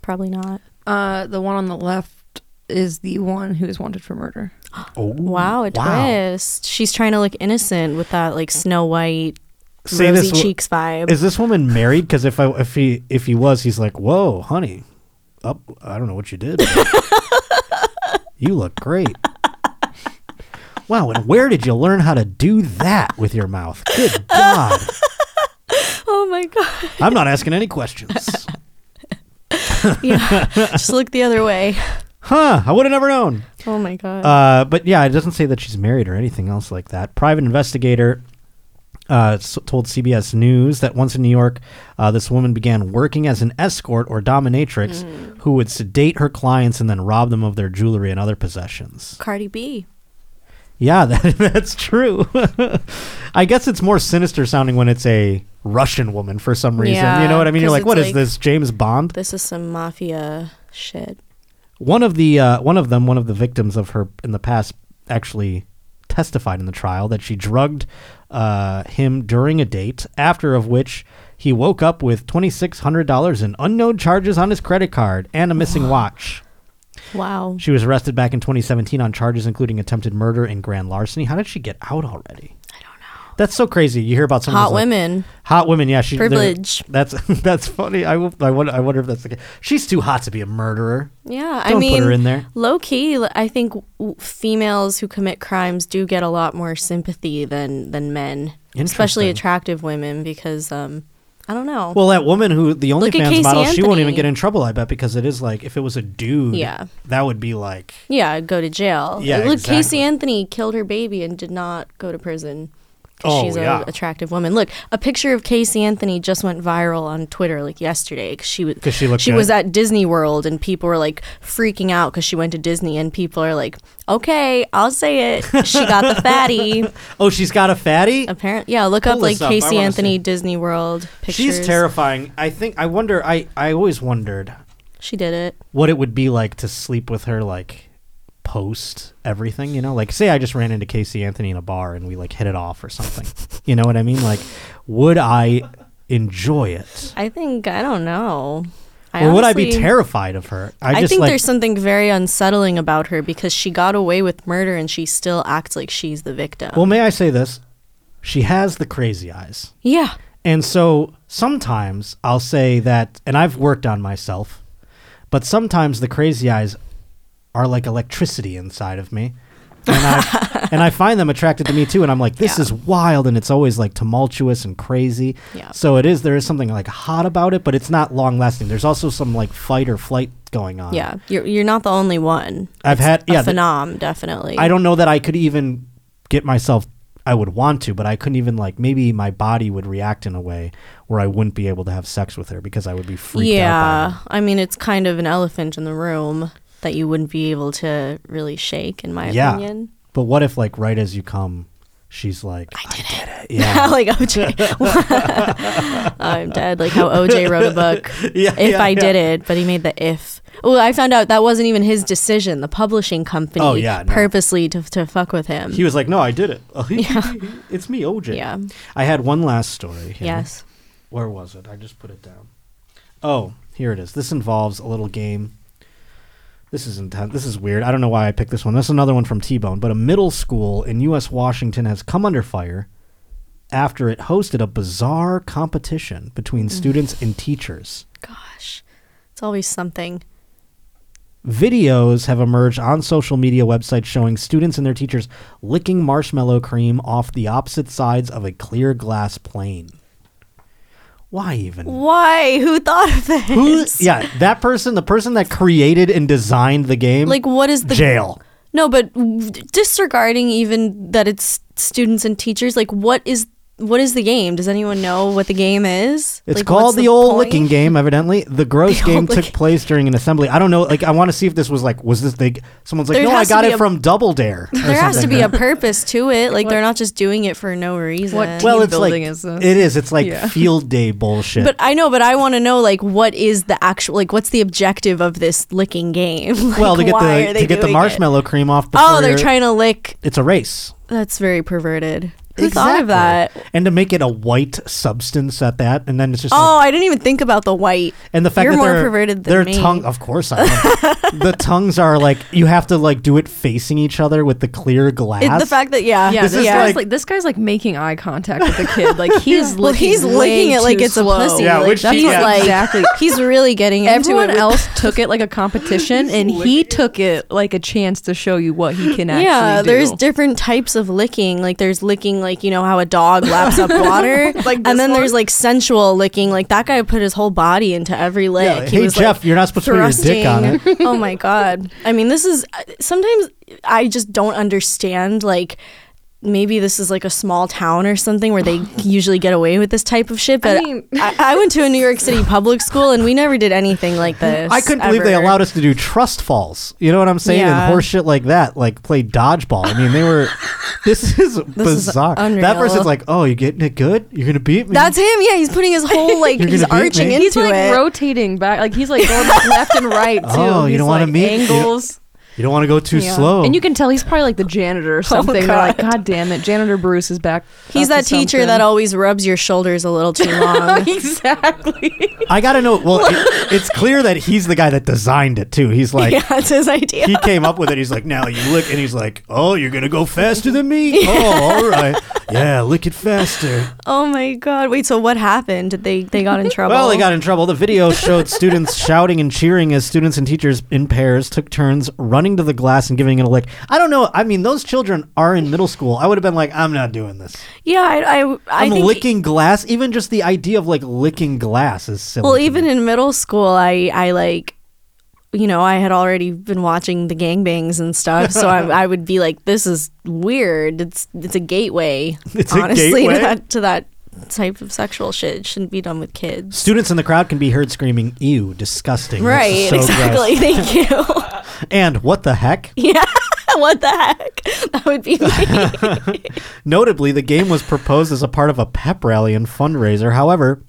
Speaker 2: Probably not.
Speaker 7: Uh, the one on the left is the one who is wanted for murder.
Speaker 1: Oh,
Speaker 2: Wow, a twist. She's trying to look innocent with that like Snow White,
Speaker 1: Say this
Speaker 2: rosy
Speaker 1: w-
Speaker 2: cheeks vibe.
Speaker 1: Is this woman married? Because if I if he if he was, he's like, whoa, honey, up. I don't know what you did. but you look great. Wow, and where did you learn how to do that with your mouth? Good God.
Speaker 2: oh my god!
Speaker 1: I'm not asking any questions.
Speaker 2: Yeah, just look the other way.
Speaker 1: Huh, I would have never known.
Speaker 2: Oh my god.
Speaker 1: Uh, but yeah, it doesn't say that she's married or anything else like that. Private investigator uh, s- told CBS News that once in New York, uh, this woman began working as an escort or dominatrix
Speaker 2: Hmm.
Speaker 1: who would sedate her clients and then rob them of their jewelry and other possessions.
Speaker 2: Cardi B.
Speaker 1: Yeah, that, that's true. I guess it's more sinister sounding when it's a Russian woman for some reason. you know
Speaker 2: Yeah,
Speaker 1: what I mean? You're
Speaker 2: 'cause
Speaker 1: like,
Speaker 2: it's
Speaker 1: what is
Speaker 2: like-
Speaker 1: this? James Bond?
Speaker 2: This is some mafia shit.
Speaker 1: One of the uh, one of them, one of the victims of her in the past, actually testified in the trial that she drugged uh, him during a date. After of which he woke up with twenty six hundred dollars in unknown charges on his credit card and a missing watch.
Speaker 2: Wow.
Speaker 1: She was arrested back in 2017 on charges including attempted murder and grand larceny. How did she get out already? I don't know. That's so crazy. You hear about someone
Speaker 2: Hot
Speaker 1: who's like-
Speaker 2: women.
Speaker 1: hot women. Yeah, she they're-
Speaker 2: Privilege.
Speaker 1: That's that's funny. I, wo- I wonder. I wonder if that's the case. She's too hot to be a murderer.
Speaker 2: Yeah,
Speaker 1: Don't
Speaker 2: I
Speaker 1: put
Speaker 2: mean,
Speaker 1: her in there.
Speaker 2: Low key, l- I think w- females who commit crimes do get a lot more sympathy than than men, especially
Speaker 1: Interesting.
Speaker 2: attractive women, because um, I don't know.
Speaker 1: Well, that woman who the
Speaker 2: Look at
Speaker 1: OnlyFans
Speaker 2: Casey
Speaker 1: model, she won't even
Speaker 2: Anthony.
Speaker 1: get in trouble. I bet because it is like if it was a dude,
Speaker 2: Yeah.
Speaker 1: that would be like
Speaker 2: yeah, go to jail.
Speaker 1: Yeah,
Speaker 2: Look,
Speaker 1: exactly.
Speaker 2: Casey Anthony killed her baby and did not go to prison. 'cause
Speaker 1: Oh,
Speaker 2: She's an
Speaker 1: yeah.
Speaker 2: attractive woman. Look, a picture of Casey Anthony just went viral on Twitter like yesterday because she was
Speaker 1: 'Cause she looked
Speaker 2: was
Speaker 1: good.
Speaker 2: at Disney World and people were like freaking out because she went to Disney and people are like, okay, I'll say it, she got the fatty.
Speaker 1: oh, she's got a fatty.
Speaker 2: Apparent, yeah. Look up
Speaker 1: Pull this
Speaker 2: like
Speaker 1: up. I
Speaker 2: Casey
Speaker 1: wanna
Speaker 2: Anthony
Speaker 1: see.
Speaker 2: Disney World pictures.
Speaker 1: She's terrifying. I think. I wonder. I I always wondered
Speaker 2: She did it.
Speaker 1: what it would be like to sleep with her like post everything you know like say i just ran into casey anthony in a bar and we like hit it off or something you know what i mean like would i enjoy it
Speaker 2: I think I don't know. I
Speaker 1: or would i be
Speaker 2: honestly-
Speaker 1: terrified of her
Speaker 2: I,
Speaker 1: just
Speaker 2: think
Speaker 1: like
Speaker 2: there's something very unsettling about her because she got away with murder and she still acts like she's the victim.
Speaker 1: well may i say this she has the crazy eyes
Speaker 2: yeah.
Speaker 1: And so sometimes I'll say that, and I've worked on myself, but sometimes the crazy eyes are like electricity inside of me. And I, and I find them attracted to me too. And I'm like, this
Speaker 2: Yeah.
Speaker 1: is wild. And it's always like tumultuous and crazy.
Speaker 2: Yeah.
Speaker 1: So it is, there is something like hot about it, but it's not long lasting. There's also some like fight or flight going on.
Speaker 2: Yeah. You're, you're not the only one.
Speaker 1: I've had,
Speaker 2: A
Speaker 1: uh, yeah. th-
Speaker 2: phenom, definitely.
Speaker 1: I don't know that I could even get myself. I would want to, but I couldn't even like. Maybe my body would react in a way where I wouldn't be able to have sex with her because I would be freaked out. By
Speaker 2: Yeah.
Speaker 1: her.
Speaker 2: I mean, it's kind of an elephant in the room that you wouldn't be able to really shake, in my
Speaker 1: Yeah.
Speaker 2: opinion.
Speaker 1: But what if like right as you come, she's like, I did, it. Yeah.
Speaker 2: like OJ. I'm dead. Like how OJ wrote a book.
Speaker 1: Yeah,
Speaker 2: if
Speaker 1: yeah,
Speaker 2: I did
Speaker 1: yeah.
Speaker 2: it, but he made the if. Well, I found out that wasn't even his decision. The publishing company
Speaker 1: Oh, yeah, no.
Speaker 2: purposely to, to fuck with him.
Speaker 1: he was like, No, I did it. it's me, OJ.
Speaker 2: Yeah.
Speaker 1: I had one last story. Here.
Speaker 2: Yes.
Speaker 1: Where was it? I just put it down. Oh, here it is. This involves a little game. This is intense. This is weird. I don't know why I picked this one. This is another one from T Bone, but a middle school in U.S. Washington has come under fire after it hosted a bizarre competition between students and teachers.
Speaker 2: Gosh, it's always something.
Speaker 1: Videos have emerged on social media websites showing students and their teachers licking marshmallow cream off the opposite sides of a clear glass plane. Why even?
Speaker 2: Why? Who thought of this?
Speaker 1: Who? Yeah, that person, the person that created and designed the game,
Speaker 2: Like, what is the
Speaker 1: jail.
Speaker 2: No, but w- disregarding even that it's students and teachers. Like, what is what is the game? Does anyone know what the game is?
Speaker 1: It's
Speaker 2: Like,
Speaker 1: called
Speaker 2: what's
Speaker 1: the, old
Speaker 2: point?
Speaker 1: licking game. Evidently, the gross
Speaker 2: The
Speaker 1: game
Speaker 2: old
Speaker 1: took
Speaker 2: licking-
Speaker 1: place during an assembly. I don't know. Like, I want to see if this was like, was this they? Someone's like,
Speaker 2: There
Speaker 1: no, I
Speaker 2: has to
Speaker 1: got
Speaker 2: be
Speaker 1: it
Speaker 2: a-
Speaker 1: from Double Dare. or
Speaker 2: There has to
Speaker 1: something.
Speaker 2: be a purpose to it. Like, they're not just doing it for no reason.
Speaker 7: What
Speaker 1: well,
Speaker 7: team
Speaker 1: it's like
Speaker 7: building is this?
Speaker 1: it is. It's like
Speaker 7: Yeah.
Speaker 1: field day bullshit.
Speaker 2: But I know, but I want to know like what is the actual like what's the objective of this licking game? Like,
Speaker 1: well, to get
Speaker 2: why are
Speaker 1: the
Speaker 2: they
Speaker 1: to get the
Speaker 2: doing it?
Speaker 1: marshmallow cream off. Before
Speaker 2: Oh, they're
Speaker 1: your-
Speaker 2: trying to lick.
Speaker 1: It's a race.
Speaker 2: That's very perverted. Who thought
Speaker 1: Exactly.
Speaker 2: of that?
Speaker 1: And to make it a white substance at that, and then it's just like,
Speaker 2: Oh, I didn't even think about the white.
Speaker 1: And the fact
Speaker 2: You're
Speaker 1: that
Speaker 2: more
Speaker 1: their-
Speaker 2: perverted than
Speaker 1: their
Speaker 2: me.
Speaker 1: tongue, of course, I am. the tongues are like you have to like do it facing each other with the clear glass.
Speaker 2: It- the fact that yeah,
Speaker 7: Yeah,
Speaker 1: This
Speaker 7: this,
Speaker 1: is
Speaker 7: guy's
Speaker 1: like-
Speaker 7: like, this guy's like making eye contact with the kid. Like he's
Speaker 2: Well,
Speaker 7: looking
Speaker 2: he's licking it like it's a pussy.
Speaker 1: Yeah,
Speaker 2: like,
Speaker 1: which
Speaker 2: that's
Speaker 1: he-
Speaker 2: what,
Speaker 1: yeah.
Speaker 2: like
Speaker 7: Exactly.
Speaker 2: he's really getting into
Speaker 7: Everyone
Speaker 2: it. with-
Speaker 7: else took it like a competition, and he took it like a chance to show you what he can actually
Speaker 2: yeah,
Speaker 7: do.
Speaker 2: there's different types of licking. Like there's licking like you know how a dog laps up water,
Speaker 7: Like this
Speaker 2: and then there's
Speaker 7: one?
Speaker 2: like sensual licking. Like that guy put his whole body into every lick.
Speaker 1: Yeah, hey
Speaker 2: was,
Speaker 1: Jeff,
Speaker 2: like,
Speaker 1: you're not supposed to put your dick on it.
Speaker 2: thrusting. oh my god. I mean, this is uh, sometimes I just don't understand like. Maybe this is like a small town or something where they usually get away with this type of shit. But I,
Speaker 7: mean-
Speaker 2: I, went to a New York City public school and we never did anything like this.
Speaker 1: I couldn't believe they
Speaker 2: ever.
Speaker 1: allowed us to do trust falls. You know what I'm saying?
Speaker 2: Yeah.
Speaker 1: And horse shit like that, like play dodgeball. I mean, they were. This is
Speaker 2: is
Speaker 1: bizarre.
Speaker 2: unreal.
Speaker 1: that person's like, "Oh, you're getting it good. You're gonna beat me."
Speaker 2: That's him. Yeah, he's putting his whole like
Speaker 1: You're
Speaker 2: he's
Speaker 1: gonna beat
Speaker 2: arching
Speaker 1: me?
Speaker 2: into
Speaker 7: He's like
Speaker 2: it.
Speaker 7: rotating back, like he's like going left and right too.
Speaker 1: Oh, you
Speaker 7: He's,
Speaker 1: don't wanna
Speaker 7: like,
Speaker 1: meet- you-
Speaker 7: angles.
Speaker 1: You don't want to go too
Speaker 2: Yeah.
Speaker 1: slow.
Speaker 7: And you can tell he's probably like the janitor or something. They're like,
Speaker 3: God.
Speaker 7: Oh, God damn it, janitor Bruce is back.
Speaker 2: He's
Speaker 7: up
Speaker 2: that
Speaker 7: to
Speaker 2: teacher
Speaker 7: something."
Speaker 2: that always rubs your shoulders a little too long.
Speaker 7: exactly.
Speaker 1: I gotta know. Well, it, it's clear that he's the guy that designed it too. He's like.
Speaker 2: yeah, it's his idea.
Speaker 1: He came up with it. He's like, now you lick, and he's like, oh, you're gonna go faster than me. Oh, all right, yeah, lick it faster.
Speaker 2: Oh my god! Wait, so what happened? Did they they got in trouble?
Speaker 1: Well, they got in trouble. The video showed students shouting and cheering as students and teachers in pairs took turns running to the glass and giving it a lick. I don't know. I mean, those children are in middle school. I would have been like, I'm not doing this.
Speaker 2: yeah. I I, I
Speaker 1: I'm
Speaker 2: think
Speaker 1: licking glass. Even just the idea of like licking glass is silly.
Speaker 2: Well,
Speaker 1: to
Speaker 2: even
Speaker 1: me.
Speaker 2: in middle school, I I like, you know, I had already been watching the gangbangs and stuff, so I, I would be like, this is weird. It's it's a gateway.
Speaker 1: It's a
Speaker 2: honestly
Speaker 1: gateway?
Speaker 2: To, that, to that type of sexual shit. It shouldn't be done with kids.
Speaker 1: students in the crowd can be heard screaming, "Ew, disgusting!" This is
Speaker 2: Right,
Speaker 1: so gross."
Speaker 2: exactly. Thank you.
Speaker 1: And what the heck?
Speaker 2: yeah. What the heck? That would be me.
Speaker 1: Notably, the game was proposed as a part of a pep rally and fundraiser. However,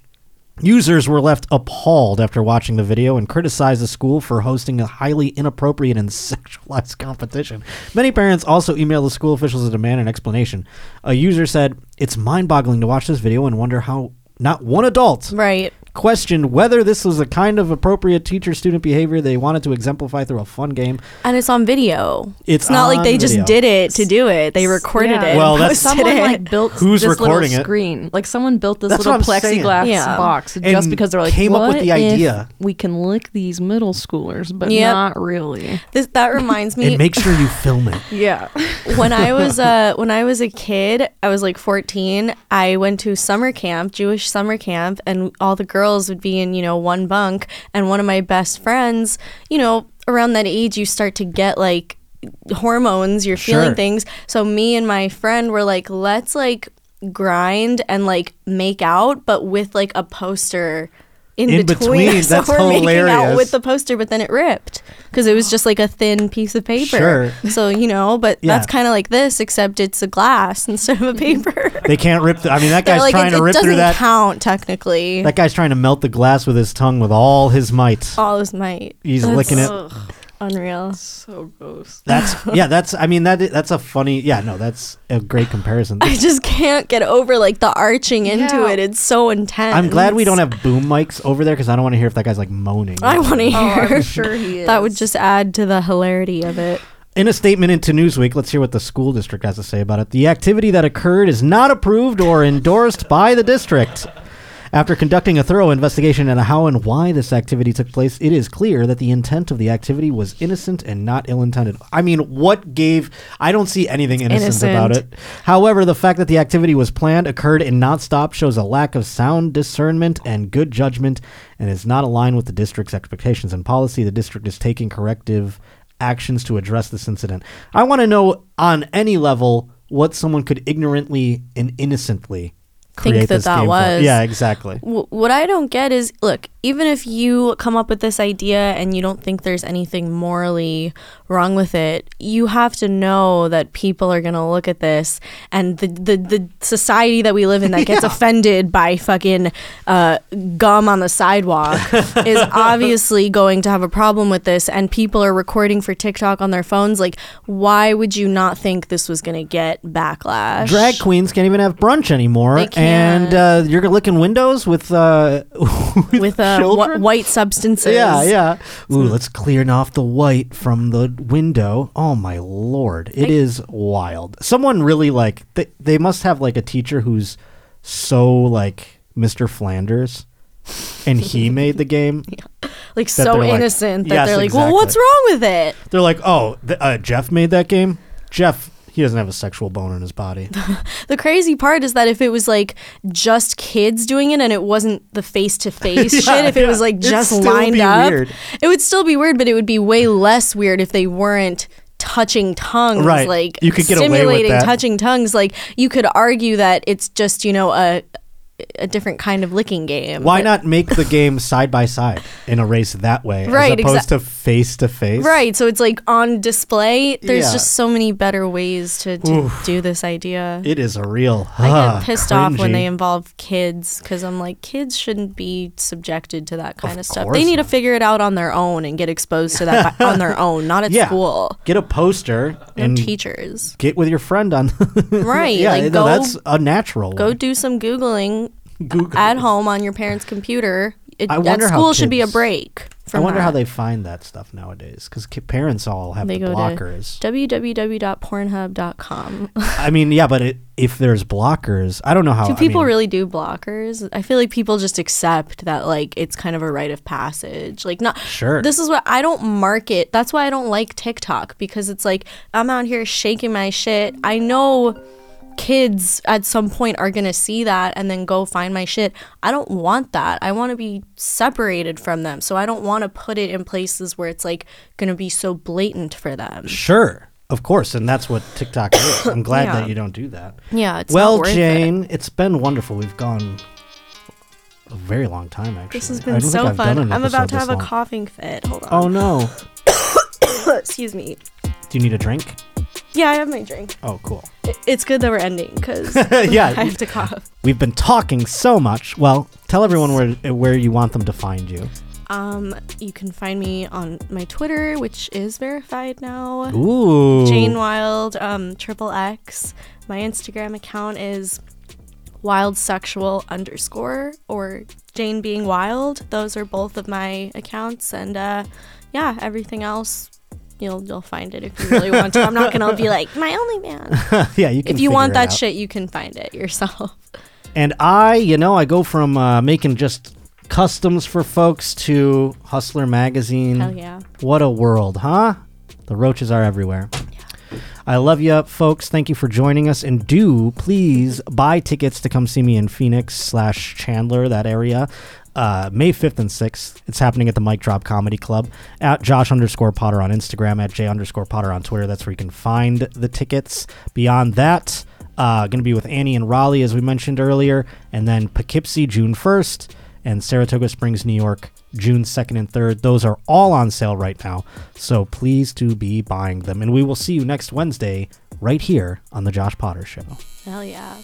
Speaker 1: users were left appalled after watching the video and criticized the school for hosting a highly inappropriate and sexualized competition. Many parents also emailed the school officials to demand an explanation. A user said, It's mind boggling to watch this video and wonder how not one adult
Speaker 2: right.
Speaker 1: questioned whether this was the kind of appropriate teacher student behavior they wanted to exemplify through a fun game.
Speaker 2: And it's on video.
Speaker 1: It's
Speaker 2: not
Speaker 1: on
Speaker 2: like they
Speaker 1: video.
Speaker 2: just did it to do it. They recorded
Speaker 7: Yeah.
Speaker 2: it. and
Speaker 1: Well, that's-
Speaker 2: posted
Speaker 7: Someone
Speaker 2: it.
Speaker 7: like built
Speaker 1: Who's
Speaker 7: this
Speaker 1: recording it?
Speaker 7: little screen. Like someone built this
Speaker 1: That's
Speaker 7: little
Speaker 1: what I'm saying.
Speaker 7: plexiglass
Speaker 2: Yeah.
Speaker 7: box
Speaker 1: And
Speaker 7: just because they're like,
Speaker 1: came up with
Speaker 7: "What
Speaker 1: the
Speaker 7: if
Speaker 1: idea?"
Speaker 7: We can lick these middle schoolers, but
Speaker 2: Yep.
Speaker 7: not really.
Speaker 2: this, that reminds me.
Speaker 1: And make sure you film it.
Speaker 7: Yeah.
Speaker 2: when I was uh when I was a kid, I was like 14. I went to summer camp, Jewish summer camp, and all the girls would be in, you know, one bunk, and one of my best friends, you know, around that age you start to get like hormones, you're
Speaker 1: Sure.
Speaker 2: feeling things. So me and my friend were like, let's like grind and like make out but with like a poster in,
Speaker 1: In
Speaker 2: between,
Speaker 1: between,
Speaker 2: so
Speaker 1: that's
Speaker 2: we're making
Speaker 1: hilarious.
Speaker 2: out with the poster but then it ripped because it was just like a thin piece of paper
Speaker 1: Sure.
Speaker 2: so you know, but
Speaker 1: Yeah.
Speaker 2: that's kind of like this, except it's a glass instead of a paper.
Speaker 1: They can't rip. The, I mean, that
Speaker 2: They're
Speaker 1: guy's
Speaker 2: like,
Speaker 1: trying to
Speaker 2: it, it
Speaker 1: rip
Speaker 2: doesn't
Speaker 1: through that.
Speaker 2: count technically.
Speaker 1: That guy's trying to melt the glass with his tongue with all his might.
Speaker 2: All is might.
Speaker 1: He's
Speaker 2: That's
Speaker 1: licking it.
Speaker 2: Unreal.
Speaker 7: so gross.
Speaker 1: That's yeah. That's I mean that that's a funny yeah. No, that's a great comparison.
Speaker 2: I just can't get over like the arching into
Speaker 7: Yeah.
Speaker 2: it. It's so intense.
Speaker 1: I'm glad we don't have boom mics over there because I don't want to hear if that guy's like moaning.
Speaker 2: I want to
Speaker 7: Oh,
Speaker 2: hear.
Speaker 7: I'm sure he is.
Speaker 2: that would just add to the hilarity of it.
Speaker 1: In a statement into Newsweek, let's hear what the school district has to say about it. The activity that occurred is not approved or endorsed by the district. After conducting a thorough investigation into how and why this activity took place, it is clear that the intent of the activity was innocent and not ill intended. I mean, what gave. I don't see anything innocent,
Speaker 2: Innocent.
Speaker 1: about it. However, the fact that the activity was planned, occurred, and not stopped shows a lack of sound discernment and good judgment and is not aligned with the district's expectations and policy. The district is taking corrective actions to address this incident. I want to know on any level what someone could ignorantly and innocently
Speaker 2: Think
Speaker 1: create
Speaker 2: that
Speaker 1: this
Speaker 2: that
Speaker 1: game for.
Speaker 2: was.
Speaker 1: Yeah, exactly.
Speaker 2: W- what I don't get is look, even if you come up with this idea and you don't think there's anything morally wrong with it, you have to know that people are going to look at this and the, the, the society that we live in that gets offended by fucking uh, gum on the sidewalk is obviously going to have a problem with this. And people are recording for TikTok on their phones. Like, why would you not think this was going to get backlash?
Speaker 1: Drag queens can't even have brunch anymore,
Speaker 2: They
Speaker 1: and
Speaker 2: can't.
Speaker 1: uh, you're licking windows with uh, with,
Speaker 2: with uh, wh-
Speaker 1: children?
Speaker 2: white substances.
Speaker 1: Yeah, yeah. Ooh, let's clear off the white from the window. Oh my lord, it is wild. Someone really like they, they must have like a teacher who's so like Mr. Flanders, and he made the game.
Speaker 2: like
Speaker 1: that
Speaker 2: so
Speaker 1: they're like-
Speaker 2: innocent that
Speaker 1: Yes,
Speaker 2: they're like,
Speaker 1: exactly.
Speaker 2: well, what's wrong with it?
Speaker 1: They're like, oh, th- uh, Jeff made that game. Jeff, he doesn't have a sexual bone in his body.
Speaker 2: The crazy part is that if it was like just kids doing it and it wasn't the face to face
Speaker 1: Yeah,
Speaker 2: shit, if it
Speaker 1: yeah.
Speaker 2: was like
Speaker 1: It'd
Speaker 2: just
Speaker 1: still
Speaker 2: lined
Speaker 1: be
Speaker 2: up,
Speaker 1: weird.
Speaker 2: it would still be weird, but it would be way less weird if they weren't touching tongues
Speaker 1: Right.
Speaker 2: like
Speaker 1: You could get away with
Speaker 2: stimulating
Speaker 1: that.
Speaker 2: touching tongues like you could argue that it's just you know a a different kind of licking game.
Speaker 1: Why
Speaker 2: It-
Speaker 1: not make the game side by side and erase that way,
Speaker 2: Right,
Speaker 1: as opposed
Speaker 2: exac-
Speaker 1: to face to face?
Speaker 2: Right, so it's like on display. There's
Speaker 1: Yeah.
Speaker 2: just so many better ways to, to do this idea.
Speaker 1: It is a real.
Speaker 2: I
Speaker 1: ah,
Speaker 2: get pissed off when
Speaker 1: cringy.
Speaker 2: they involve kids because I'm like, kids shouldn't be subjected to that kind of, stuff.
Speaker 1: course
Speaker 2: They need
Speaker 1: not.
Speaker 2: to figure it out on their own and get exposed to that by, on their own, not at
Speaker 1: Yeah.
Speaker 2: school.
Speaker 1: Get a poster
Speaker 2: No
Speaker 1: and
Speaker 2: teachers.
Speaker 1: get with your friend on.
Speaker 2: Right.
Speaker 1: yeah,
Speaker 2: like,
Speaker 1: no,
Speaker 2: go,
Speaker 1: that's unnatural.
Speaker 2: go do some Googling
Speaker 1: Google.
Speaker 2: at home on your parents' computer. It,
Speaker 1: I
Speaker 2: at
Speaker 1: wonder how
Speaker 2: school should be a
Speaker 1: kids-
Speaker 2: break.
Speaker 1: I
Speaker 2: From
Speaker 1: wonder how
Speaker 2: that.
Speaker 1: they find that stuff nowadays because parents all have
Speaker 2: They
Speaker 1: the
Speaker 2: go
Speaker 1: blockers.
Speaker 2: to www.pornhub.com.
Speaker 1: I mean, yeah, but it, if there's blockers, I don't know how.
Speaker 2: Do
Speaker 1: Oh, I
Speaker 2: people
Speaker 1: mean,
Speaker 2: really do blockers? I feel like people just accept that like it's kind of a rite of passage. Like not
Speaker 1: Sure.
Speaker 2: This is what I don't market. That's why I don't like TikTok because it's like I'm out here shaking my shit. I know kids at some point are going to see that and then go find my shit. I don't want that. I want to be separated from them. So I don't want to put it in places where it's like going to be so blatant for them.
Speaker 1: Sure, of course, and that's what TikTok is. I'm glad
Speaker 2: Yeah.
Speaker 1: that you don't do that.
Speaker 2: Yeah, it's
Speaker 1: well,
Speaker 2: not worth it.
Speaker 1: Jane, it. has been wonderful. We've gone a very long time actually.
Speaker 2: This has
Speaker 1: I
Speaker 2: been
Speaker 1: don't think
Speaker 2: so
Speaker 1: I've done
Speaker 2: fun.
Speaker 1: an
Speaker 2: I'm
Speaker 1: episode
Speaker 2: about to
Speaker 1: this
Speaker 2: have a
Speaker 1: long.
Speaker 2: coughing fit. Hold on.
Speaker 1: Oh no!
Speaker 2: Excuse me.
Speaker 1: Do you need a drink?
Speaker 2: Yeah, I have my drink.
Speaker 1: Oh, cool.
Speaker 2: I- It's good that we're ending because I
Speaker 1: yeah,
Speaker 2: have to cough.
Speaker 1: we've been talking so much. Well, tell everyone where where you want them to find you.
Speaker 2: Um, you can find me on my Twitter, which is verified now.
Speaker 1: Ooh,
Speaker 2: Jane Wild, um, triple X. My Instagram account is wild sexual underscore or Jane being wild. Those are both of my accounts, and uh, yeah, everything else. You'll, you'll find it if you really want to. I'm not gonna be like my only man.
Speaker 1: yeah, you can.
Speaker 2: If you
Speaker 1: figure
Speaker 2: want
Speaker 1: it
Speaker 2: that
Speaker 1: out.
Speaker 2: shit, you can find it yourself.
Speaker 1: And I, you know, I go from uh, making just customs for folks to Hustler magazine.
Speaker 2: Hell yeah.
Speaker 1: What a world, huh? The roaches are everywhere. I love you, folks. Thank you for joining us, and do please buy tickets to come see me in Phoenix slash Chandler, that area, uh, May fifth and sixth. It's happening at the Mic Drop Comedy Club at Josh underscore Potter on Instagram, at J underscore Potter on Twitter. That's where you can find the tickets. Beyond that, uh, going to be with Annie and Raleigh as we mentioned earlier, and then Poughkeepsie June first, and Saratoga Springs, New York. June 2nd and 3rd. Those are all on sale right now. So please do be buying them. And we will see you next Wednesday right here on The Josh Potter Show.
Speaker 2: Hell yeah.